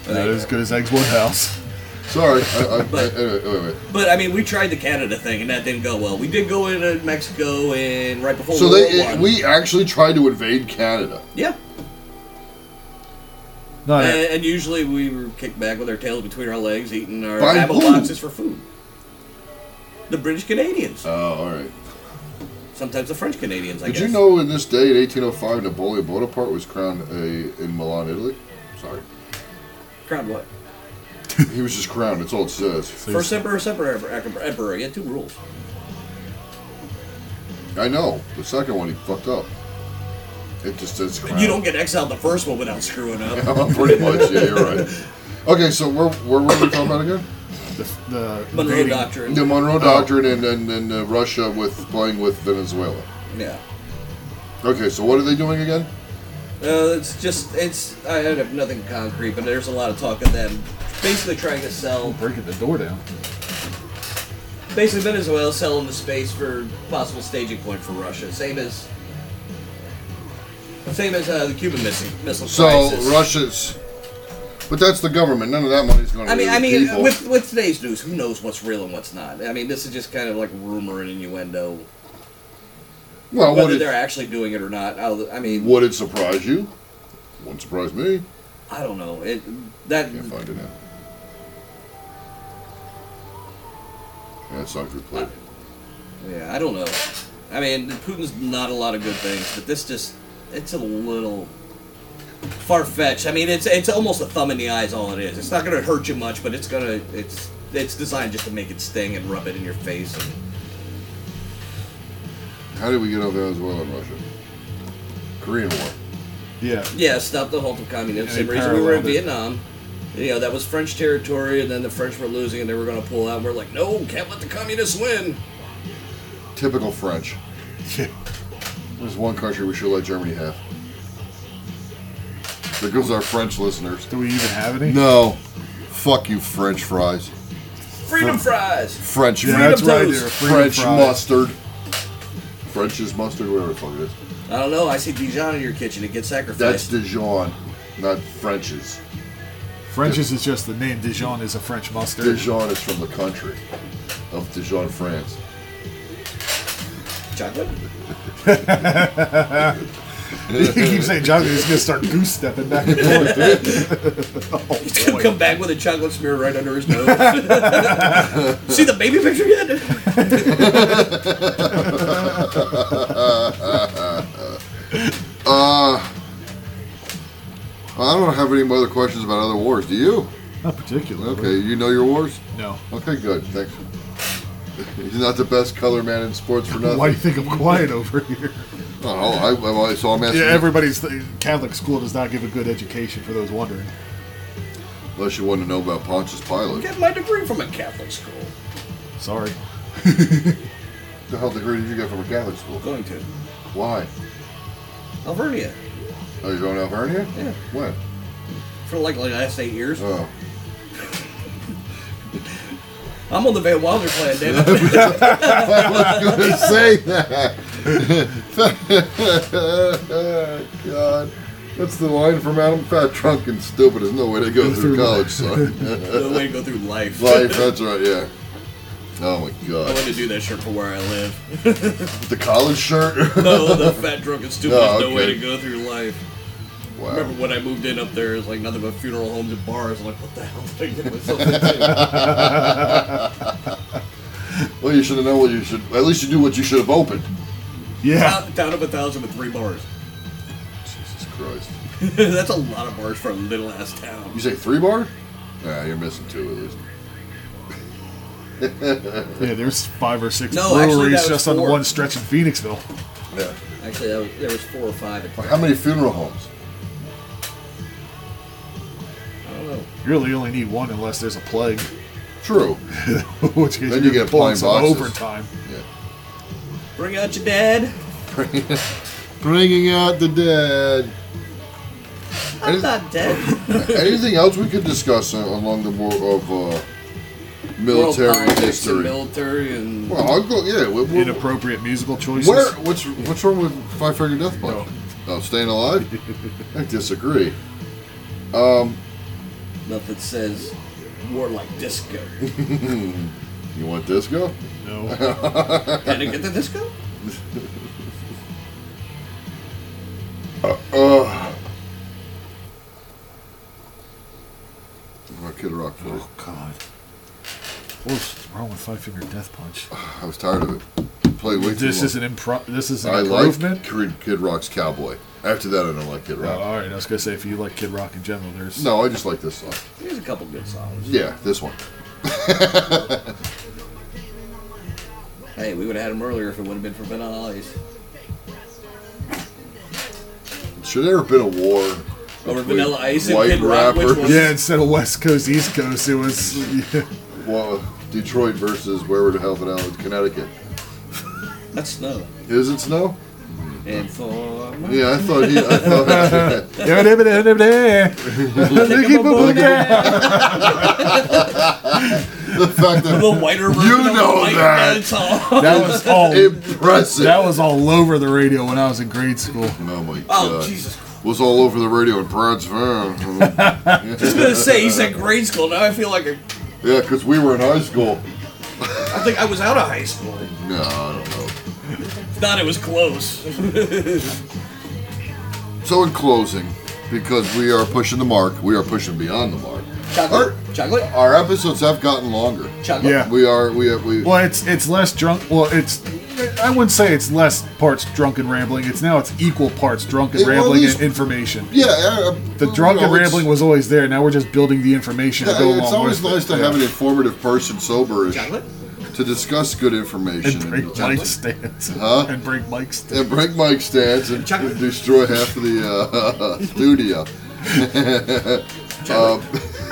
Not as good as Eggs Woodhouse.
Sorry. I, I,
But-
I- wait, wait, wait.
But I mean, we tried the Canada thing and that didn't go well. We did go into Mexico and right before
So
World
they,
War One.
we actually tried to invade Canada.
yeah.
Uh,
Not
and, and usually we were kicked back with our tails between our legs, eating our
By
apple
who?
boxes for food. The British Canadians,
Oh, all right.
sometimes the French Canadians. I
Did
guess.
you know in this day in 1805, Napoleon Bonaparte was crowned a, in Milan, Italy? Sorry.
Crown what?
he was just crowned. That's all it says.
First emperor, separate emperor, emperor. emperor. You had two rules.
I know. The second one he fucked up. It just says
You don't get exiled the first one without screwing up.
pretty much. Yeah, you're right. Okay, so where where were we talking about again?
The, the
Monroe
invading-
Doctrine.
The Monroe
Oh.
Doctrine and and, and uh, Russia with playing with Venezuela.
Yeah.
Okay, so what are they doing again?
Uh, it's just it's I don't have nothing concrete, but there's a lot of talk of them basically trying to sell
breaking the door down.
Basically, Venezuela selling the space for possible staging point for Russia, same as same as uh, the Cuban missing missile
So
crisis.
Russia's, but that's the government. None of that money's going to.
I mean,
the
I mean,
people.
with with today's news, who knows what's real and what's not? I mean, this is just kind of like rumor and innuendo.
Well,
whether
what it-
they're actually doing it or not, I'll, I mean,
would it surprise you? Wouldn't surprise me.
I don't know. It that
Can't find it out. That's not good play.
yeah, I don't know. I mean, Putin's not a lot of good things, but this just it's a little far fetched. I mean, it's it's almost a thumb in the eye is all it is. It's not going to hurt you much, but it's gonna it's it's designed just to make it sting and rub it in your face. And,
How did we get on Venezuela and Russia? Korean War.
Yeah.
Yeah, stop the halt of communism.
And
Same
they
reason we were in
paralleled it.
Vietnam. You know, that was French territory, and then the French were losing, and they were going to pull out. And we're like, no, can't let the communists win.
Typical French. There's one country we should let Germany have. There goes our French listeners.
Do we even have any?
No. Fuck you, French fries.
Freedom fries.
French
Yeah,
fries.
that's right, they're freedom
French
fries.
mustard. French is mustard, whatever the fuck it is.
I don't know. I see Dijon in your kitchen. It gets
That's
sacrificed.
Dijon, not French's.
French's is just the name. Dijon is a French mustard.
Dijon is from the country of Dijon, France.
Chocolate?
you keep saying John, he's gonna start goose stepping back and forth. Oh,
He's going to come back with a chocolate smear right under his nose. see the baby picture yet?
Uh, I don't have any other questions about other wars. Do you?
Not particularly.
Okay, you know your wars?
No.
Okay, good. Thanks. He's not the best color man in sports for nothing.
Why do you think I'm quiet over here?
Oh, I, I, I saw him asking.
Yeah, everybody's Catholic school does not give a good education for those wondering.
Unless you want to know about Pontius Pilate.
Get my degree from a Catholic school.
Sorry.
The hell degree did you get from a Catholic school?
Going to.
Why?
Alvernia.
Oh, you're going to Alvernia?
Yeah.
When?
For like, like the last eight years.
Oh.
I'm on the Van Wilder plan, damn it.
I was going to say that. God. That's the line from Adam Fat Drunk and Stupid. There's no way to go through college, son.
no way to go through life.
Life, that's right, yeah. Oh my
I want
god.
to do that shirt for where I live.
The college shirt?
no, the fat, drunk, and stupid
Oh,
is no way
okay. Uh.
to go through life.
Wow.
Remember when I moved in up there, it was like nothing but funeral homes and bars. I'm like, what the hell did I get myself into?
Well, you should have known what you should. At least you do what you should have opened.
Town, town of a thousand with three bars.
Jesus Christ.
That's a lot of bars for a little ass town.
You say three bar? Nah, you're missing two at least.
Yeah, there's five or six
No, actually,
breweries
that was
just on
four.
one stretch in Phoenixville.
Yeah.
Actually, that was, there was four or five. at-
How many funeral homes?
I don't know.
You really only need one unless there's a plague.
True.
Which case
Then you
you're
get
pulling
blind
some
boxes.
overtime.
Bring out your dad.
Bringing out the dead.
I'm not dead.
Anything else we could discuss uh, along the war of uh,
World
military
politics And
history?
military and.
well, I'll go. Yeah. we- we-
Inappropriate musical choices.
Where? What's What's wrong with Five Finger Death Punch? Oh, staying alive? I disagree. Um,
Nothing says more like disco.
you want disco?
No.
Can I get the disco?
Uh, about Kid Rock for
Oh God. What's wrong with Five Finger Death Punch?
I was tired of it. Played way too
This
long.
is an impro. This is an
I
improvement.
like Kid, Kid Rock's Cowboy. After that, I don't like Kid
Oh,
Rock.
all right, I was gonna say if you like Kid Rock in general, there's
No, I just like this song.
There's a couple good songs.
Yeah, this one.
Hey, we would have had him earlier if it would have been for Ben Ollie's.
Should there have been a war?
Over
between
Vanilla Ice and Kid Rock, which one?
Yeah, instead of West Coast, East Coast, it was. Yeah.
Well, Detroit versus wherever the hell the hell in Connecticut.
That's snow.
Is it snow?
And for
Yeah, I thought he. I thought. the fact that
the whiter version
you
of
know
the white
that.
man's all.
That was all
impressive.
That was all over the radio when I was in grade school.
Oh my
Oh,
God.
Jesus.
Was all over the radio in Brad's van.
Just gonna say he's at grade school now. I feel like I,
Yeah, because we were in high school.
I think I was out of high school.
No, I don't know.
If not, it was close.
So, in closing, because we are pushing the mark, we are pushing beyond the mark.
Chocolate. Chocolate.
Our episodes have gotten longer.
Chocolate.
Yeah.
We are. We have. We.
Well, it's it's less drunk. Well, it's I wouldn't say it's less parts drunken rambling. It's now it's equal parts drunken
It- well,
rambling
these-
and information.
Yeah. uh,
The
you
drunken
know, it's-
rambling was always there. Now we're just building the information to
Yeah,
go along
it's always
with
nice
it.
to
Yeah.
have an informative person soberish
Chocolate?
to discuss good information.
And break
and,
mic stands.
Huh?
And break mic stands.
and break mic stands and
Chocolate?
destroy half of the uh, studio. Um,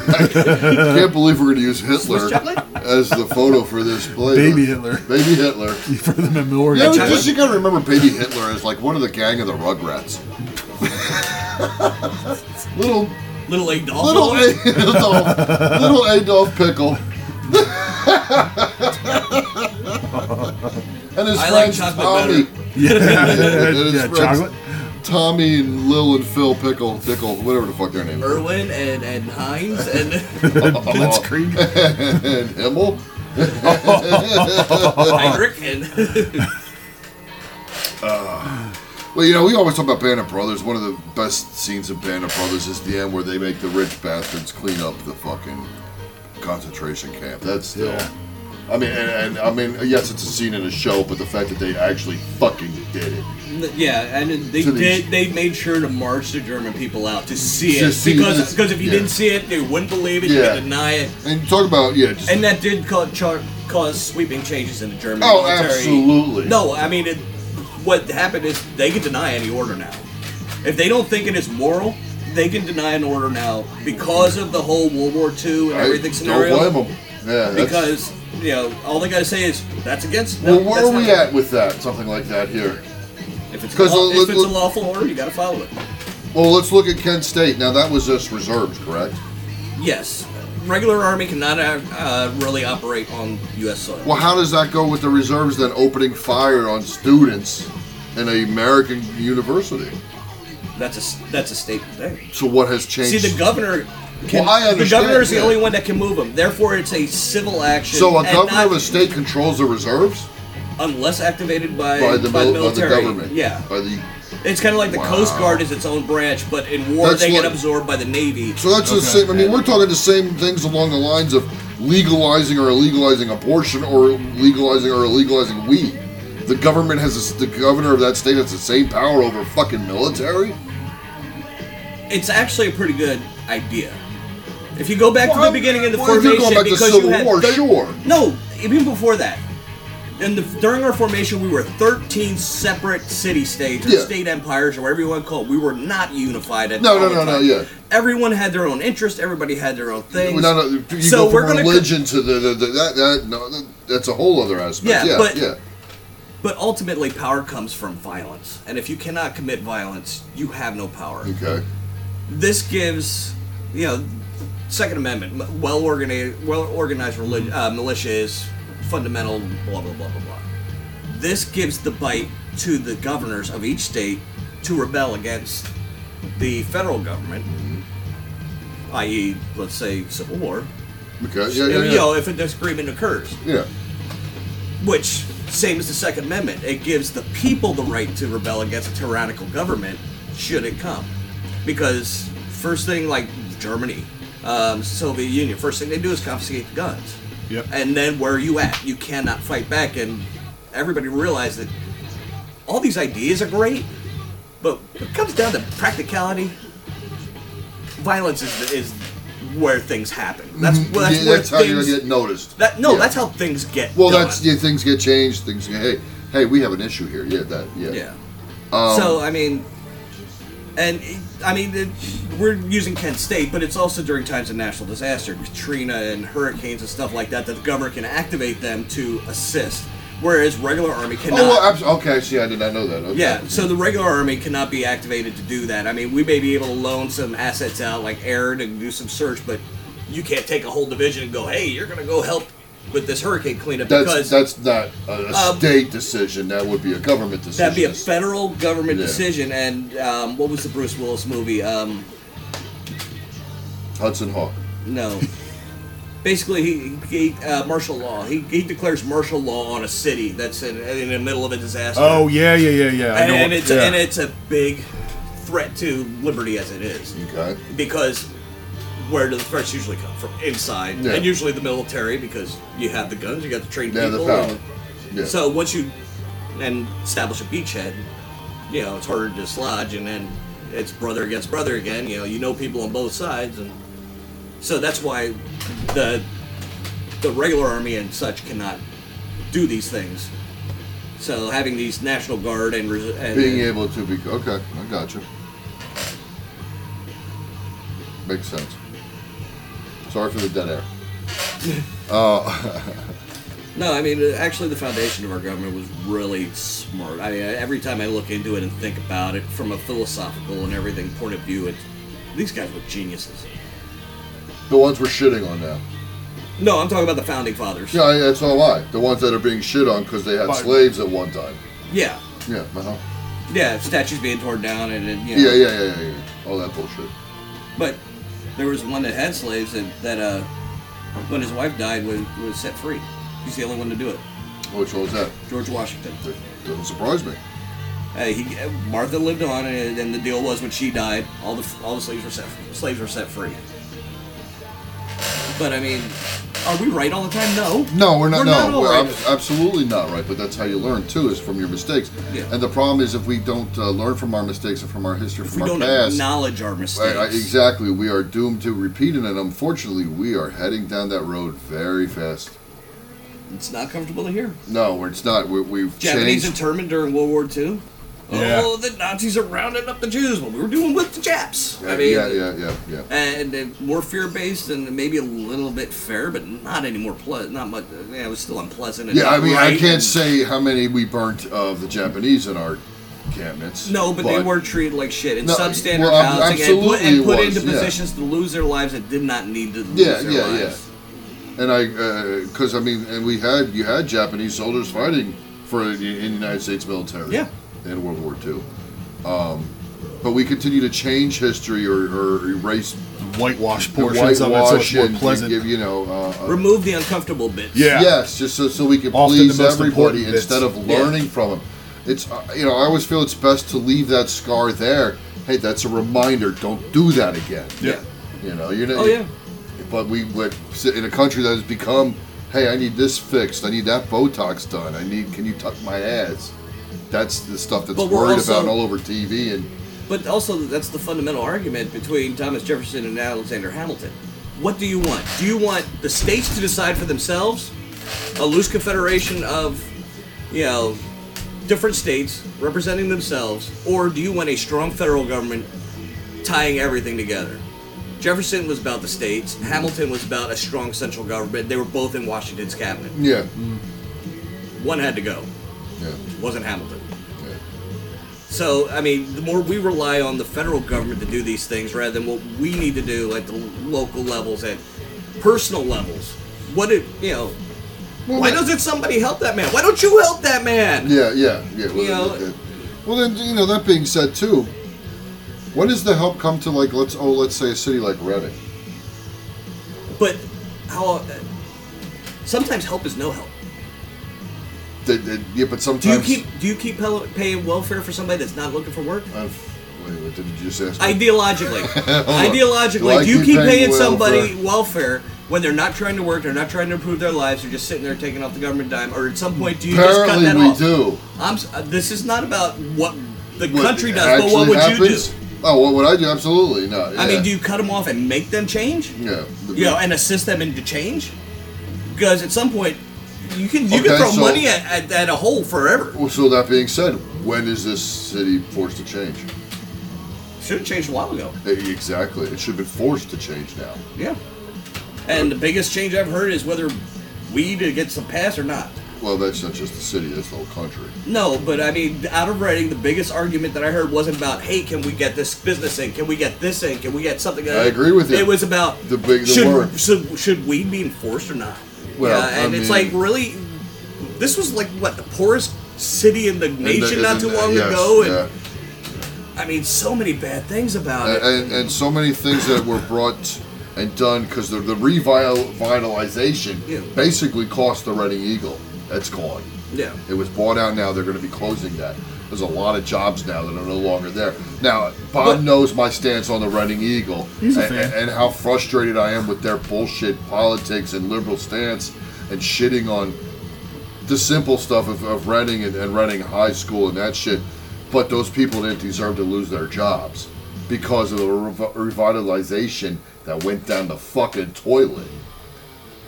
I can't believe we're going to use Hitler
Swiss chocolate?
as the photo for this play.
Baby Hitler.
Baby Hitler.
For the memorial.
Yeah, just you gotta remember Baby Hitler is like one of the gang of the Rugrats. little
Little Adolf.
little Adolf, little Adolf Pickle. and his
I like
friends
chocolate
Tommy.
Yeah,
and his
yeah,
friends
chocolate.
Tommy and Lil and Phil Pickle, Pickle, whatever the fuck their name is.
Irwin and and Hines and
Blitzkrieg.
and Himmel. Oh.
Heinrich and
Well, you know, we always talk about Band of Brothers. One of the best scenes of Band of Brothers is the end where they make the rich bastards clean up the fucking concentration camp. That's still.
Yeah.
I mean, and, and I mean, yes, it's a scene in a show, but the fact that they actually fucking did it.
yeah, and they
To these-
did. They made sure to march the German people out to see
To
it
see
because
it.
because if you
Yeah.
didn't see it, they wouldn't believe it.
Yeah.
You could deny it,
And talk about yeah, just
and that did cause char- cause sweeping changes in the German
Oh,
military.
absolutely.
No, I mean, it, what happened is they can deny any order now. If they don't think it is moral, they can deny an order now because of the whole World War II and
I
everything scenario.
Don't blame them. Yeah, that's-
because you know, all they gotta say is that's against.
well,
no,
where
that's
are
not-
we at with that? Something like that here.
If it's,
'Cause,
law-
uh,
if
look-
it's a
look-
lawful order, you gotta follow it.
Well, let's look at Kent State. Now that was just reserves, correct?
Yes, regular army cannot uh, uh, really operate on U.S. soil.
Well, how does that go with the reserves then opening fire on students in an American university?
That's a s- that's a state thing.
So what has changed?
See, the governor. Can,
Well, I
the
understand,
governor is
yeah.
the only one that can move them. Therefore, it's a civil action.
so a
and
governor
not-
of a state controls the reserves
unless activated by
by the, mil- by the
military.
government.
Yeah,
By the
it's kind of like the Coast
Wow.
Guard is its own branch, but in war
That's
they
what-
get absorbed by the Navy.
so that's the
Okay.
same. I mean, we're talking the same things along the lines of legalizing or illegalizing abortion or legalizing or illegalizing weed. The government has a s the governor of that state has the same power over fucking military.
it's actually a pretty good idea. If you go back to
Well,
the beginning of the
well, if you're
formation,
going back to
because
Civil
you had
War,
thir-
sure.
No, even before that. In the, during our formation, we were 13 separate city states or
Yeah.
state empires or whatever you want to call it. We were not unified at
No,
all
no,
the
no, no,
time.
yeah.
Everyone had their own interest. Everybody had their own things.
No, no, you
So
go
we're
from
gonna co-
religion to the, the, the that, that no, that, that's a whole other aspect.
Yeah,
Yeah, yeah,
but- But ultimately, power comes from violence. And if you cannot commit violence, you have no power.
Okay.
this gives you know second amendment well organized well organized relig- uh, militias fundamental blah blah blah blah blah this gives the bite to the governors of each state to rebel against the federal government i.e let's say civil war
Okay. Mm-hmm. Yeah, yeah,
you
yeah.
know if a disagreement occurs
yeah.
which same as the second amendment it gives the people the right to rebel against a tyrannical government should it come because first thing like germany um, soviet union first thing they do is confiscate the guns
Yep.
and then where are you at you cannot fight back and everybody realized that all these ideas are great but when it comes down to practicality violence is, is where things happen. That's well, that's
Mm-hmm. Yeah,
where
that's how
things
you're gonna get noticed.
That no,
Yeah.
that's how things get.
Well,
done.
that's yeah, things get changed. Things get hey, hey, we have an issue here. Yeah, that yeah.
Yeah.
Um,
so I mean, and I mean, it, we're using Kent State, but it's also during times of national disaster, Katrina and hurricanes and stuff like that, that the government can activate them to assist, whereas regular army
oh,
cannot.
well, abs- okay. See, I did not know that. Okay.
Yeah, so the regular army cannot be activated to do that. I mean, we may be able to loan some assets out, like air, to do some search, but you can't take a whole division and go, "Hey, you're going to go help with this hurricane cleanup."
That's
because
that's not a
Um,
state decision. That would be a government decision.
That'd be a federal government
Yeah.
decision. And um, what was the Bruce Willis movie? Um,
Hudson Hawk.
no. Basically, he, he uh, martial law. He, he declares martial law on a city that's in, in the middle of a disaster.
Oh yeah, yeah, yeah, yeah. I
and,
know
and
what-
it's
yeah.
and it's a big threat to liberty as it is.
Okay.
Because where do the threats usually come from? Inside,
Yeah.
and usually the military, because you have the guns, you got the trained
Yeah, the
people.
power.
and-
Yeah.
So once you and establish a beachhead, you know it's harder to dislodge, and then it's brother against brother again. You know, you know people on both sides, and so that's why the the regular army and such cannot do these things. So having these National Guard and, res- and
Being able to be okay, I got you. Makes sense. Sorry for the dead air. Uh,
No, I mean, uh, actually, the foundation of our government was really smart. I mean, I- every time I look into it and think about it from a philosophical and everything point of view, it, these guys were geniuses.
the ones we're shitting on now.
No, I'm talking about the founding fathers.
Yeah, I- that's all I. The ones that are being shit on because they had
Fine.
slaves at one time.
Yeah,
Yeah, uh-huh.
yeah, statues being torn down and, and you know,
yeah, yeah, yeah, yeah, yeah. All that bullshit.
But there was one that had slaves that, that uh, when his wife died, was, was set free. He's the only one to do it.
Which one was that?
George Washington.
Doesn't surprise me.
Uh, he, uh, Martha lived on, and, and the deal was when she died, all the all the slaves were set slaves were set free. But I mean, are we right all the time? No.
No, we're not. no,
all
we're
right.
ab- absolutely not right. But that's how you learn too, is from your mistakes.
Yeah.
And the problem is if we don't uh, learn from our mistakes and from our history,
If
from
we
our
don't
past,
acknowledge our mistakes.
Right, I- exactly, we are doomed to repeating it. Unfortunately, we are heading down that road very fast.
It's not comfortable to hear.
No, we're- it's not. we we've
Japanese
changed.
internment during World War II.
Yeah.
Oh, the Nazis are rounding up the Jews. What we were doing with the Japs.
Yeah,
I mean,
yeah, yeah, yeah, yeah.
and uh, more fear-based and maybe a little bit fair, but not any more pleasant. Not much. Yeah, it was still unpleasant. And
Yeah,
not
I mean, I
right
can't
and-
say how many we burnt of the Japanese in our cabinets.
No, but, they were treated like shit in
No,
substandard
well, ab-
housing and put, and
absolutely
put
was,
into
yeah.
positions to lose their lives that did not need to lose
Yeah,
their
yeah,
lives.
yeah. And I, because I mean, and we had you had Japanese soldiers fighting for in the United States military.
Yeah.
In World War II, um, but we continue to change history or, or erase
whitewash portions of it so it's more
and
pleasant.
give- you know, uh, uh,
Remove the uncomfortable bits.
Yes, just so, so we can
Often the
please
most
everybody
important bits.
instead of
Yeah.
learning from them. It's uh, you know I always feel it's best to leave that scar there. Hey, that's a reminder. Don't do that again.
Yeah.
You know you're not.
Oh, yeah.
But we would sit in a country that has become. Hey, I need this fixed. I need that Botox done. I need. Can you tuck my ass? That's the stuff that's
But we're
worried
also-
about all over TV and
But also, that's the fundamental argument between Thomas Jefferson and Alexander Hamilton. What do you want? Do you want the states to decide for themselves? A loose confederation of, you know, different states representing themselves? Or do you want a strong federal government tying everything together? Jefferson was about the states, Hamilton was about a strong central government. They were both in Washington's cabinet.
yeah,
One had to go
yeah.
wasn't Hamilton. So, I mean, the more we rely on the federal government to do these things rather than what we need to do at the local levels, at personal levels. What if, you know, why doesn't somebody help that man? Why don't you help that man?
Yeah, yeah, yeah. Well,
You know-
then, then- well, then you know that being said too, when does the help come to like let's oh let's say a city like Reading?
But how, uh, sometimes help is no help.
They, they, yeah, but
Do you
sometimes.
keep, do you keep pel- paying welfare for somebody that's not looking for work?
I've, wait, what did you just ask? me?
Ideologically,
Hold on.
ideologically,
Do I
do you
keep
keep
paying
paying
welfare?
somebody welfare when they're not trying to work, they're not trying to improve their lives, they're just sitting there taking off the government dime, or at some point do you just cut
Apparently
that
we
off?
do.
I'm. s- uh, This is not about what the
What
country does, but
actually
what would you
happens?
do?
Oh, what would I do? Absolutely not.
I
yeah.
mean, do you cut them off and make them change?
Yeah.
You know, and assist them into change? Because at some point, you can you
Okay,
can throw
so-
money at, at, at a hole forever.
Well, so that being said, when is this city forced to change? Eh,
Should have changed a while ago.
Exactly. It should have been forced to change now.
Yeah. And the biggest change I've heard is whether weed gets a pass or not.
Well, that's not just the city, that's the whole country.
No, but I mean, out of writing, the biggest argument that I heard wasn't about, hey, can we get this business in? Can we get this in? Can we get something?
I agree with you.
It was about
The big the word.
should, should should weed be enforced or not?
Well,
Yeah, and
I
it's
mean-
like really, this was like what the poorest city in the nation
in
not too
the-
long
yes,
ago, and
yeah.
I mean, so many bad things about it.
and, and, and so many things that were brought and done because the, the revitalization
Yeah.
basically cost the Reading Eagle. That's gone.
Yeah.
It was bought out now. They're going to be closing that. There's a lot of jobs now that are no longer there. Now, Bob knows my stance on the Reading Eagle
He's a
and,
fan.
and how frustrated I am with their bullshit politics and liberal stance and shitting on the simple stuff of, of Reading and, and Reading High School and that shit. But those people didn't deserve to lose their jobs because of the rev- revitalization that went down the fucking toilet.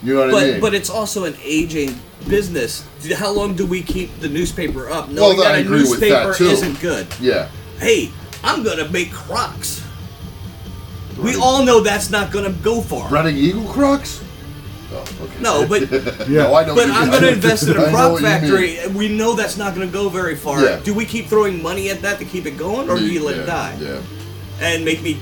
You know what
but
I mean?
but it's also an aging business. How long do we keep the newspaper up?
Well,
Knowing
I
that a
agree with
newspaper
that, too.
isn't good.
yeah.
Hey, I'm gonna make Crocs. We all know that's not gonna go far.
Reading Eagle Crocs? Oh, okay.
No, but
no, I know
but
you
I'm
mean.
gonna invest in
I
a
know
prop
what you mean.
factory. We know that's not gonna go very far.
Yeah.
Do we keep throwing money at that to keep it going, or do you let
yeah,
it die
Yeah.
and make me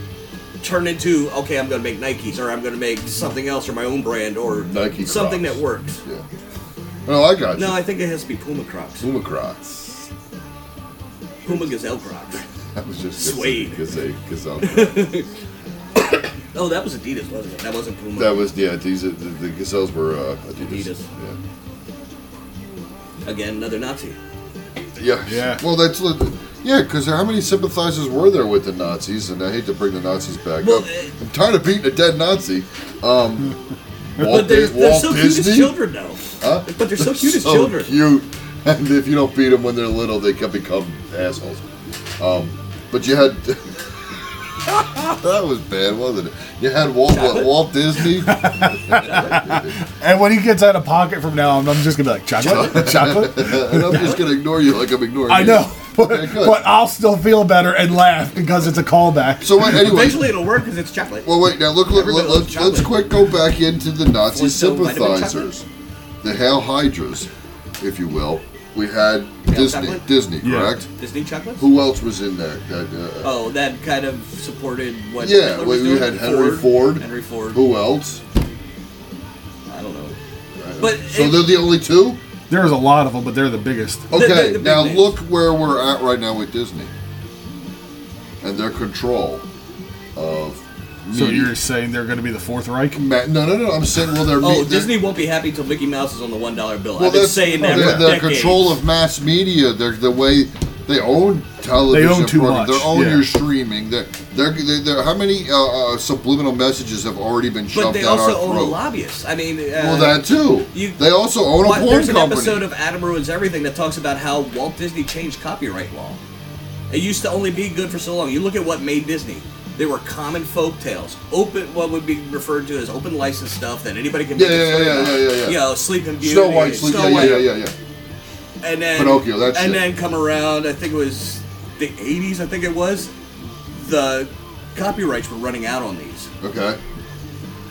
turn into okay? I'm gonna make Nikes, or I'm gonna make something else, or my own brand, or
Nike
something
Crocs.
that works.
Yeah. No, I got you.
No, I think it has to be Puma Crocs,
Puma Crocs.
Puma Gazelle Crocs.
That was just
Suede.
Gazelle, Gazelle Crocs.
Oh, that was Adidas, wasn't it? That wasn't Puma.
that was yeah. These are- the, the gazelles were uh, Adidas.
Adidas. Again, another Nazi.
Yeah. Yeah. Well, that's li- yeah. Because how many sympathizers were there with the Nazis? And I hate to bring the Nazis back
Well, eh,
up. I'm tired of beating a dead Nazi. Um, Walt,
but they're,
Di-
they're
Walt
so
Disney.
cute as children, though.
Huh?
But they're so cute as
so
children.
Cute, and if you don't beat them when they're little, they can become assholes. Um, but you had that was bad, wasn't it? You had Walt what, Walt Disney. Uh,
And when he gets out of pocket from now on, I'm just gonna be like chocolate, chocolate.
and I'm just gonna ignore you like I'm ignoring
I
you.
know, but,
Okay, good.
but I'll still feel better and laugh because it's a callback.
So what- anyway- Eventually
it'll work because it's chocolate.
Well, wait. Now look. look, look let's, let's quick go back into the Nazi
Flintstone vitamin
sympathizers, the Hail Hydras, if you will. We had Disney.
chocolate?
Disney,
Yeah.
correct?
Disney chocolates?
Who else was in there? That, uh,
Oh, that kind of supported what.
yeah,
Hitler
we,
was
we
doing.
had Henry Ford.
Henry Ford.
Who else?
I don't know.
But
so they're the only two.
There's a lot of them, but they're the biggest.
Okay, now look where we're at right now with Disney and their control of.
So
media.
you're saying they're gonna be the Fourth Reich?
Ma- no, no, no. I'm saying well, they're
Oh,
me- they're-
Disney won't be happy till Mickey Mouse is on the one dollar bill.
Well,
I've been
that's
saying that
the,
for
the
decades.
control of mass media. They're the way they own television.
They own too
programs,
much,
They own
yeah.
your streaming. They're, they're, they're, they're- how many uh, uh, subliminal messages have already been
But
shoved
they
down our
also
throat?
own the lobbyists. I mean, uh,
well, that too.
You-
they also own a
What-
porn
there's an
company.
episode of Adam Ruins Everything that talks about how Walt Disney changed copyright law. It used to only be good for so long. You look at what made Disney. They were common folk tales, open what would be referred to as open license stuff that anybody could
yeah,
make a
yeah, yeah,
film
yeah,
about.
yeah, yeah, yeah.
You know, Sleeping Beauty,
Snow White, Sleep,
Snow
yeah,
White.
yeah, yeah, yeah,
and then
Pinocchio, that shit.
and then come around. I think it was the '80s. I think it was the copyrights were running out on these.
yeah. Okay.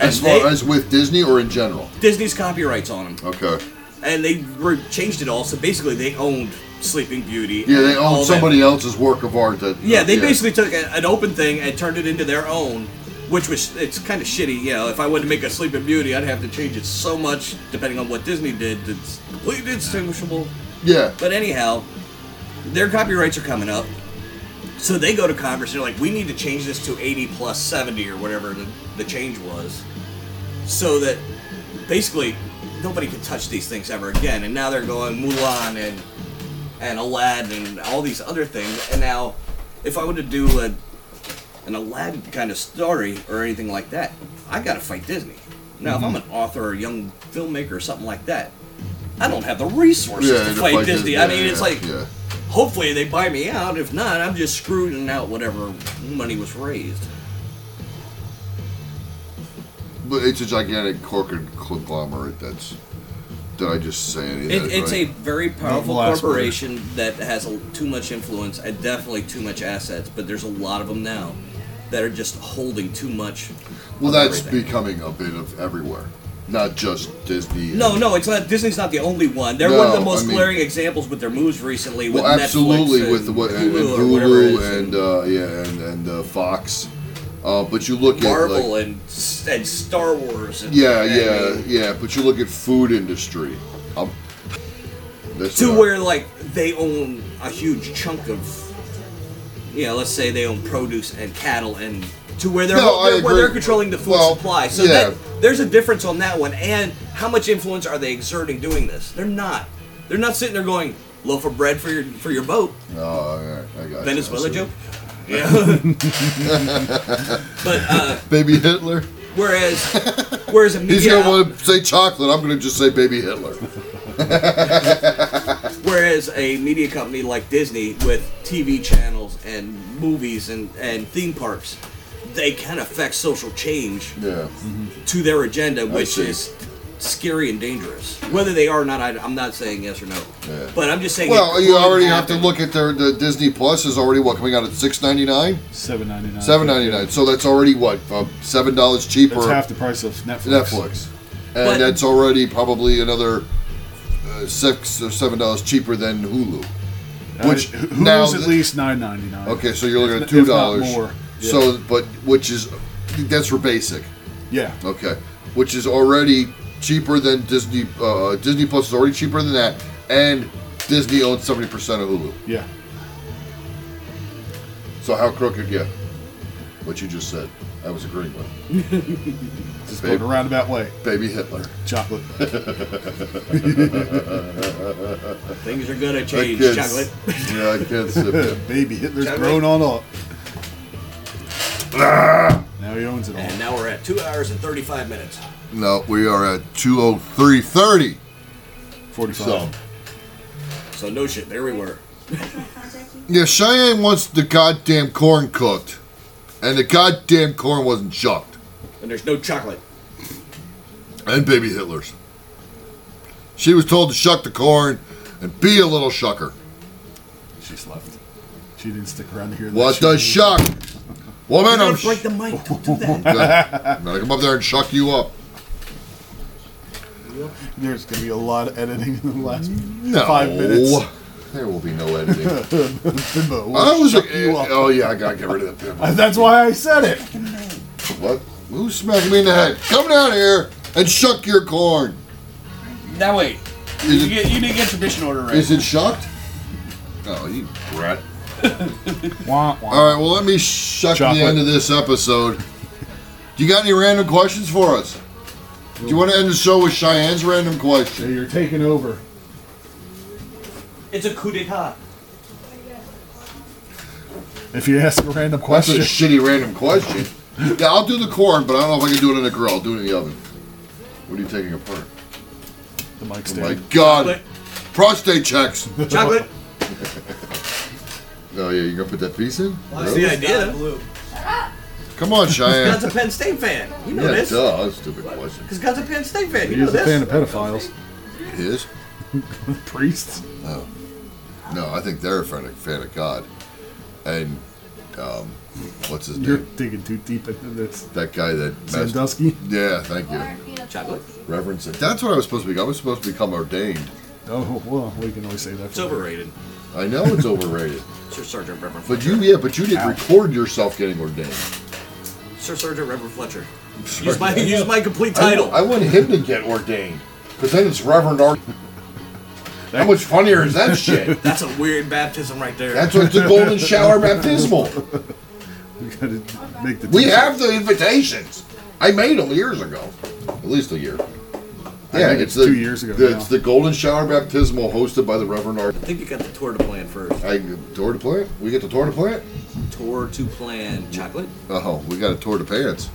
And
As far
they-
as with Disney or in general.
Disney's copyrights on them,
Okay.
and they re- changed it all. So basically, they owned Sleeping Beauty.
Yeah, they
and all
own
that.
somebody else's work of art. That
Yeah, they
yeah.
basically took a, an open thing and turned it into their own, which was it's kind of shitty. You know, if I wanted to make a Sleeping Beauty, I'd have to change it so much depending on what Disney did. It's completely distinguishable.
Yeah.
But anyhow, their copyrights are coming up, so they go to Congress and they're like, "We need to change this to 80 plus 70 or whatever the, the change was, so that basically nobody can touch these things ever again." And now they're going Mulan and and Aladdin and all these other things. And now, if I were to do a an Aladdin kind of story or anything like that, I got to fight Disney. Now, if I'm
Mm-hmm.
an author or a young filmmaker or something like that, I don't have the resources
Yeah,
to
and to
fight
fight
Disney.
Disney,
I mean,
yeah,
it's like
yeah.
hopefully they buy me out. If not, I'm just screwed and out whatever money was raised.
But it's a gigantic corporate conglomerate. That's did I just say anything?
It, it's a very powerful corporation that has a, too much influence and definitely too much assets. But there's a lot of them now that are just holding too much.
Well,
of
that's
everything.
becoming a bit of everywhere, not just Disney.
No, no, it's not. Disney's not the only one. They're one of the
No,
most
I mean-
glaring examples with their moves recently. With
Well, absolutely
Netflix
with
and
what and, and
Hulu, or whatever it is,
Hulu and uh, yeah and and uh, Fox, uh, but you look at
Marvel
like,
and s and Star Wars. And,
yeah
and-
yeah yeah, but you look at food industry. Um, that's
to
what I-
where like they own a huge chunk of you know let's say they own produce and cattle and to where they're,
No, I
they're- where they're
agree.
controlling the food supply so
yeah.
that, there's a difference on that one and how much influence are they exerting doing this they're not they're not sitting there going loaf of bread for your for your boat
no Oh, all right, I got you, I
venezuela
see.
joke yeah but uh
Baby Hitler.
whereas whereas a
He's
media
gonna want to say chocolate. I'm gonna just say Baby Hitler.
Whereas a media company like Disney, with TV channels and movies and, and theme parks, they can affect social change
Yeah.
to their agenda, which
see.
is scary and dangerous. Whether they are or not, I, I'm not saying yes or no. But I'm just saying.
Well,
it
you
could
already have
happen.
to look at their the Disney Plus is already what coming out at six ninety nine.
Seven ninety nine.
Seven ninety nine. So that's already what uh, seven dollars cheaper.
That's half the price of Netflix.
Netflix, and
But-
that's already probably another uh, six or seven dollars cheaper than Hulu.
Uh,
Which
Hulu's
now
at
th-
least nine ninety nine.
okay, so you're looking at
If n-
two
if not
dollars.
more. Yeah.
So, but which is that's for basic.
Yeah.
Okay, which is already cheaper than Disney. Uh, Disney Plus is already cheaper than that, and Disney owns seventy percent of Hulu.
Yeah.
So how crooked? Yeah, what you just said, I was agreeing with.
Just going a roundabout way.
Baby Hitler.
Chocolate. Uh,
Things are gonna change,
I can't
chocolate.
s- yeah, I can't sip it.
Baby Hitler's
Chocolate.
grown on up.
Ah!
now he owns it all.
And now we're at two hours and 35 minutes.
No, we are at 203.30.
45.
So,
So no shit, there we were.
yeah, Cheyenne wants the goddamn corn cooked. And the goddamn corn wasn't shucked.
And there's no chocolate.
And baby Hitler's. She was told to shuck the corn and be a little shucker.
She's left. She didn't stick around to hear that.
What
shit.
the shuck?
You're
Woman,
gonna
I'm
break the mic. Don't do that.
I'm gonna come up there and shuck you up.
There's going to be a lot of editing in the last
No.
five minutes.
There will be no editing.
Bimbo will
I was
shut you up.
Oh, yeah, I gotta get rid of the pimple.
Uh, That's why I said it.
What? Who's smacking me in the head? Come down here and shuck your corn.
Now wait.
Is it-
You, get, you didn't get your mission order right.
Is it shucked? Oh, you brat.
Wah, wah.
All right, well, let me shuck
Chocolate.
the end of this episode. Do you got any random questions for us? Do you want to end the show with Cheyenne's random
So
question?
you're taking over.
It's a coup d'etat.
If you ask a random
That's a
question,
shitty random question. Yeah, I'll do the corn, but I don't know if I can do it in a grill. I'll do it in the oven. What are you taking apart?
the mic's
Oh my
down.
God. Prostate checks.
Chocolate.
Oh, yeah, you're going to put that piece in?
That's
Really?
the idea.
Come on, Cheyenne.
God's a Penn State fan. You know
Yeah,
this.
duh, that's a stupid question.
Because God's a Penn State fan. You know
He's a
this.
fan of pedophiles.
It is?
Priests.
No, I think they're a fan of, fan of God. And, um, what's his
You're
name?
digging too deep into this.
That guy that messed
Sandusky?
Yeah, thank you.
Chocolate.
Reverend Sa- That's what I was supposed to be. I was supposed to become ordained.
Oh, well, we can always say that.
It's
for later.
overrated.
I know it's overrated.
Sir Sergeant Reverend
But
Fletcher.
you, yeah, but you didn't record yourself getting ordained.
Sir Sergeant Reverend Fletcher. Use my use my complete title.
I, I want him to get ordained. Because then it's Reverend Art. How much funnier is that shit?
That's a weird baptism right there.
That's what the golden shower baptismal.
We gotta make the
We
t-shirt.
have the invitations. I made them years ago, at least a year.
I
Yeah,
think
it's
it's
the,
two years ago
the-
now.
it's the Golden Shower Baptismal hosted by the Reverend Art.
I think you got the tour to plan first.
I tour to plant. We get the tour to plant.
Tour to plan. Chocolate.
Oh, we got a tour to pants.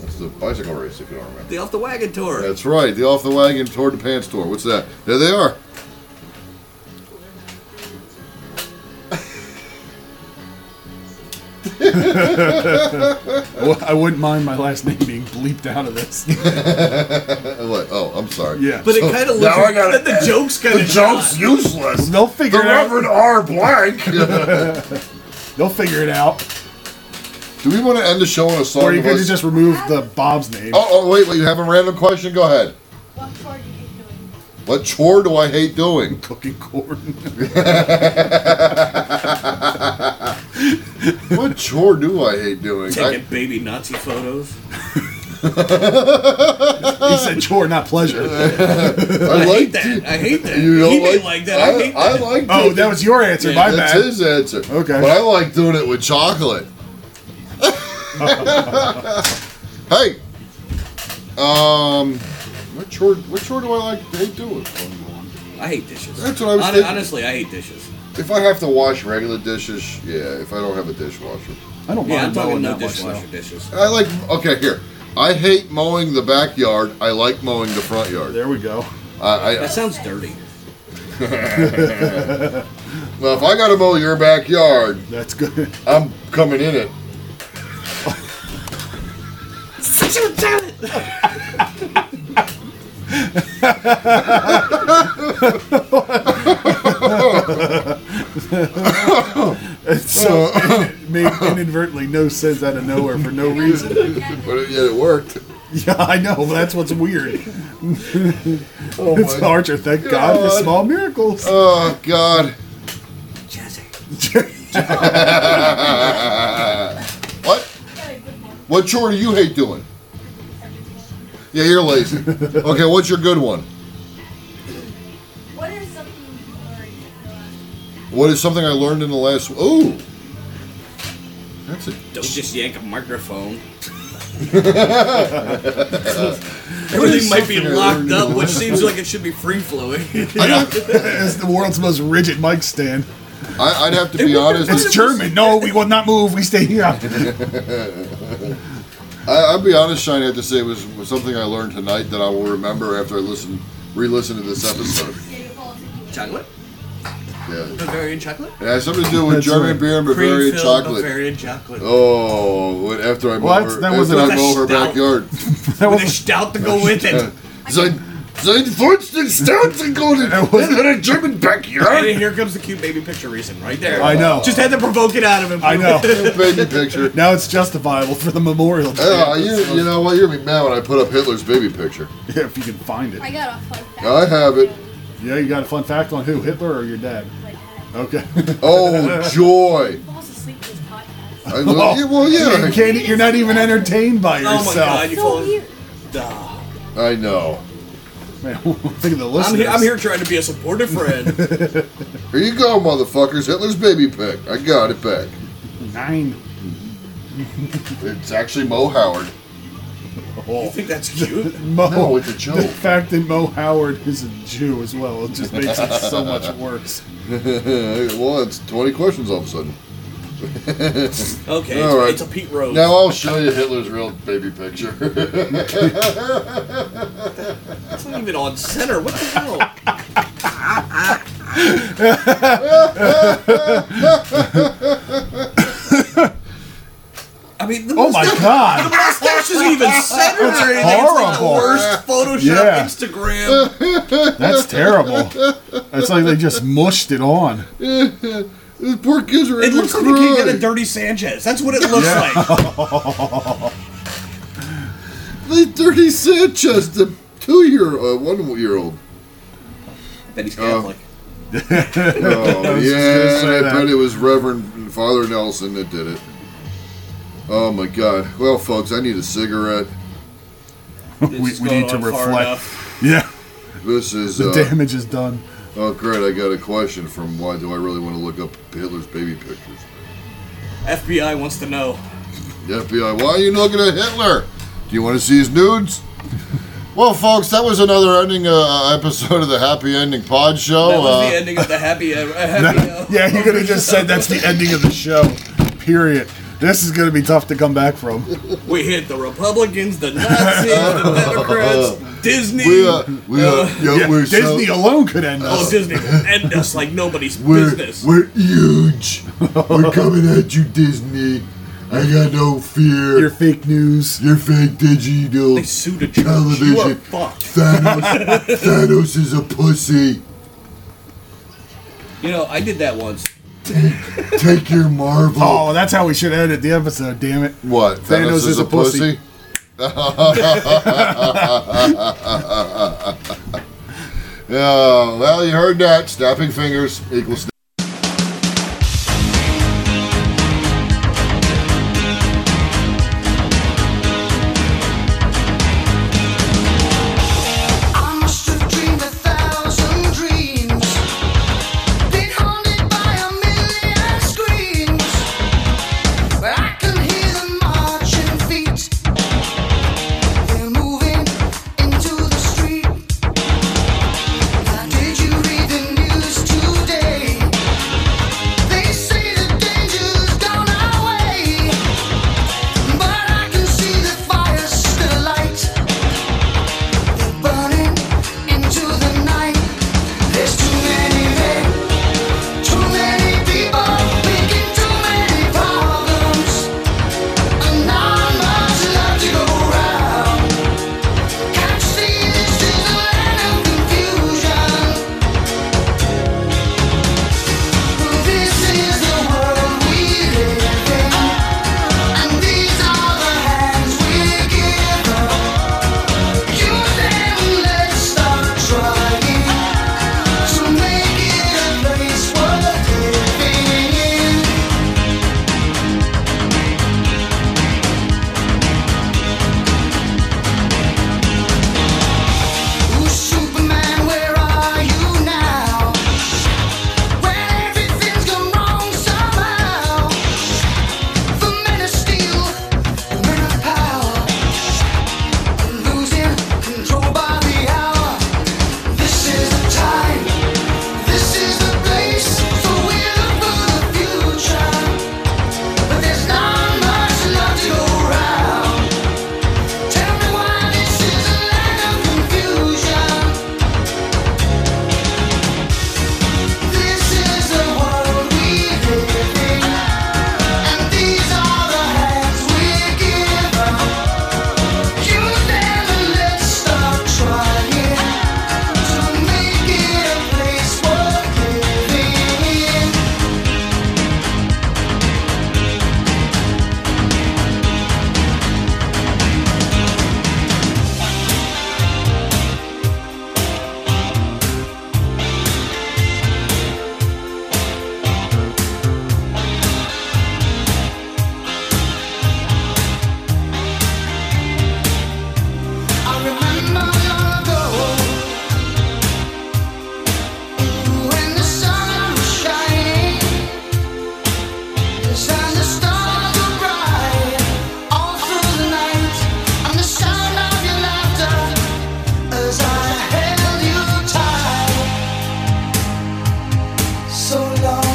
That's the bicycle race, if you don't remember.
The off the wagon tour.
That's right, the off the wagon tour to pants tour. What's that? There they are.
Well, I wouldn't mind my last name being bleeped out of this.
Like, oh, I'm sorry.
Yeah.
But it kinda looks- Now I gotta-
the joke's kinda
the joke's shot. useless.
They'll figure
The
it out.
Reverend R. Blank.
They'll figure it out.
Do we want to end the show on a song?
Or you
of
could
us-
just remove the Bob's name.
Oh, oh, wait, wait. You have a random question? Go ahead. What chore do you hate doing? What
chore do I hate doing? Cooking corn.
what chore do I hate doing?
Taking baby Nazi photos.
he said chore, not pleasure.
I
hate that. I hate that.
You don't
he may
like-
like that. I,
I-
hate
I
that.
like
Oh, that was your answer. My
That's
bad.
his answer.
Okay.
But I like doing it with chocolate. hey. Um. What chore? What chore do I like? Hate doing?
I hate dishes.
That's what I was
Hon-
thinking.
Honestly, I hate dishes.
If I have to wash regular dishes, yeah. If I don't have a dishwasher,
I don't
Yeah, I'm
mind mowing
talking no
that much, though.
dishwasher dishes.
I like. Okay, here. I hate mowing the backyard. I like mowing the front yard.
There we go.
I, I,
That sounds dirty.
well, if I gotta mow your backyard,
That's good.
I'm coming in it.
It's so
Uh.
it made inadvertently no sense out of nowhere for no reason.
But yet it worked.
Yeah, I know. But that's what's weird.
Oh
it's
my
Archer. Thank God for
God.
small miracles.
Oh God. what? What chore do you hate doing? Yeah, you're lazy. Okay, what's your good one?
What is something you learned?
What is something I learned in the last? Ooh, that's a
Don't just yank a microphone.
Everything
Everything might be locked up, which seems like it should be free flowing.
it's the world's most rigid mic stand.
I, I'd have to be honest.
It's German. No, we will not move. We stay here.
I, I'll be honest, Shine. I have to say it was, was something I learned tonight that I will remember after I listen, re-listen to this episode.
Chocolate?
Yeah,
Bavarian chocolate?
it has something to do with
That's
German
right.
beer and Bavarian
Cream-filled
chocolate.
Bavarian chocolate.
Oh, when- after I mow
Well,
her,
that's- that
after
wasn't
I
a-
mow her
Stout.
backyard. Uh,
That
With a stout to go with it.
Sein, sein Fursten Stout and Golden in a German
And
backyard.
here comes the cute baby picture reason right there.
I know.
Just had to provoke it out of him.
I know.
Baby picture.
Now it's justifiable for the memorial. Day.
Uh, you, you know what? You're gonna be mad when I put up Hitler's baby picture.
Yeah, if you can find it.
I got a fun fact.
I have it.
Yeah, you got a fun fact on who? Hitler or your dad? Okay.
Oh joy!
Falls asleep to this podcast.
I love you. Well,
You
yeah,
can't, you're not even entertained by
Oh
yourself.
my god, you
So
fall.
weird.
I know.
Man, think of the
I'm
listeners.
here, I'm here trying to be a supportive friend.
Here you go, motherfuckers. Hitler's baby pic. I got it back.
Nine.
It's actually Mo Howard.
You
Oh.
think that's cute?
Mo,
No, it's a joke.
The fact that Mo Howard is a Jew as well, it just makes it so much worse.
well, it's 20 questions all of a sudden.
Okay,
All right.
it's, it's a Pete Rose.
Now I'll show you Hitler's real baby picture.
That's not even on center. What the hell? I mean, the
Oh my god!
mustache isn't even centered or anything. It's like the
horrible.
worst Photoshop
Yeah.
Instagram.
That's terrible. It's like they just mushed it on.
This poor kid's are
It
in
looks like they can't get a dirty Sanchez. That's what it looks like.
The dirty Sanchez, the two-year, uh, one-year-old.
That he's Catholic.
Oh,
was just gonna
yeah,
say
and I
that.
bet it was Reverend Father Nelson that did it. Oh my God! Well, folks, I need a cigarette.
This
we
is
we
going
need to
on far
reflect.
enough.
Yeah,
This is
the
uh,
damage is done.
oh great! I got a question from why do I really want to look up Hitler's baby pictures?
FBI wants to know.
The FBI, why are you looking at Hitler? Do you want to see his nudes? well, folks, that was another ending uh, episode of the Happy Ending Pod Show.
That was
uh,
the ending of the happy. Uh, happy uh,
Yeah, you could have just said that's the ending of the show. Period. This is going to be tough to come back from.
We hit the Republicans, the Nazis, the Democrats, Disney.
we uh, we uh, yeah,
Yeah,
we're so-
Disney alone could end
oh,
us.
Disney will end us like nobody's
We're,
business.
we're huge. We're coming at you, Disney. I got no fear.
Your fake news.
Your fake digital. They
sued a
television.
You are fucked.
Thanos, Thanos is a pussy.
You know, I did that once.
Take your Marvel.
Oh, that's how we should edit the episode. Damn it.
What?
Thanos, is, a, pussy.
yeah, well, you heard that. Snapping fingers equals.
I must have dreamed a thousand dreams, been haunted by a million screams. But I can hear the marching feet. They're moving into the street. Did you read the news today? They say the danger's gone our way, but I can see the fire still light. Burning into the night. There's too many men, too many people, making too many problems. And not much left to go round. Can't you see this is a land of confusion? This is the world we live in, and these are the hands we're given. You then let's stop trying to make it a place worth living in. Oh, Superman, where are you now? When everything's gone wrong somehow. The men of steel, the men of power. Losing control by the hour. This is the time. This is the place. So we look for the future, but there's not much left to go round. Tell me why this is a land of confusion. This is the world we live in, and these are the hands we're given. You never let stop trying to make it a place worth living in. I remember long ago when the sun was shining and the stars were bright all through the night, and the sound of your laughter as I held you tight. So long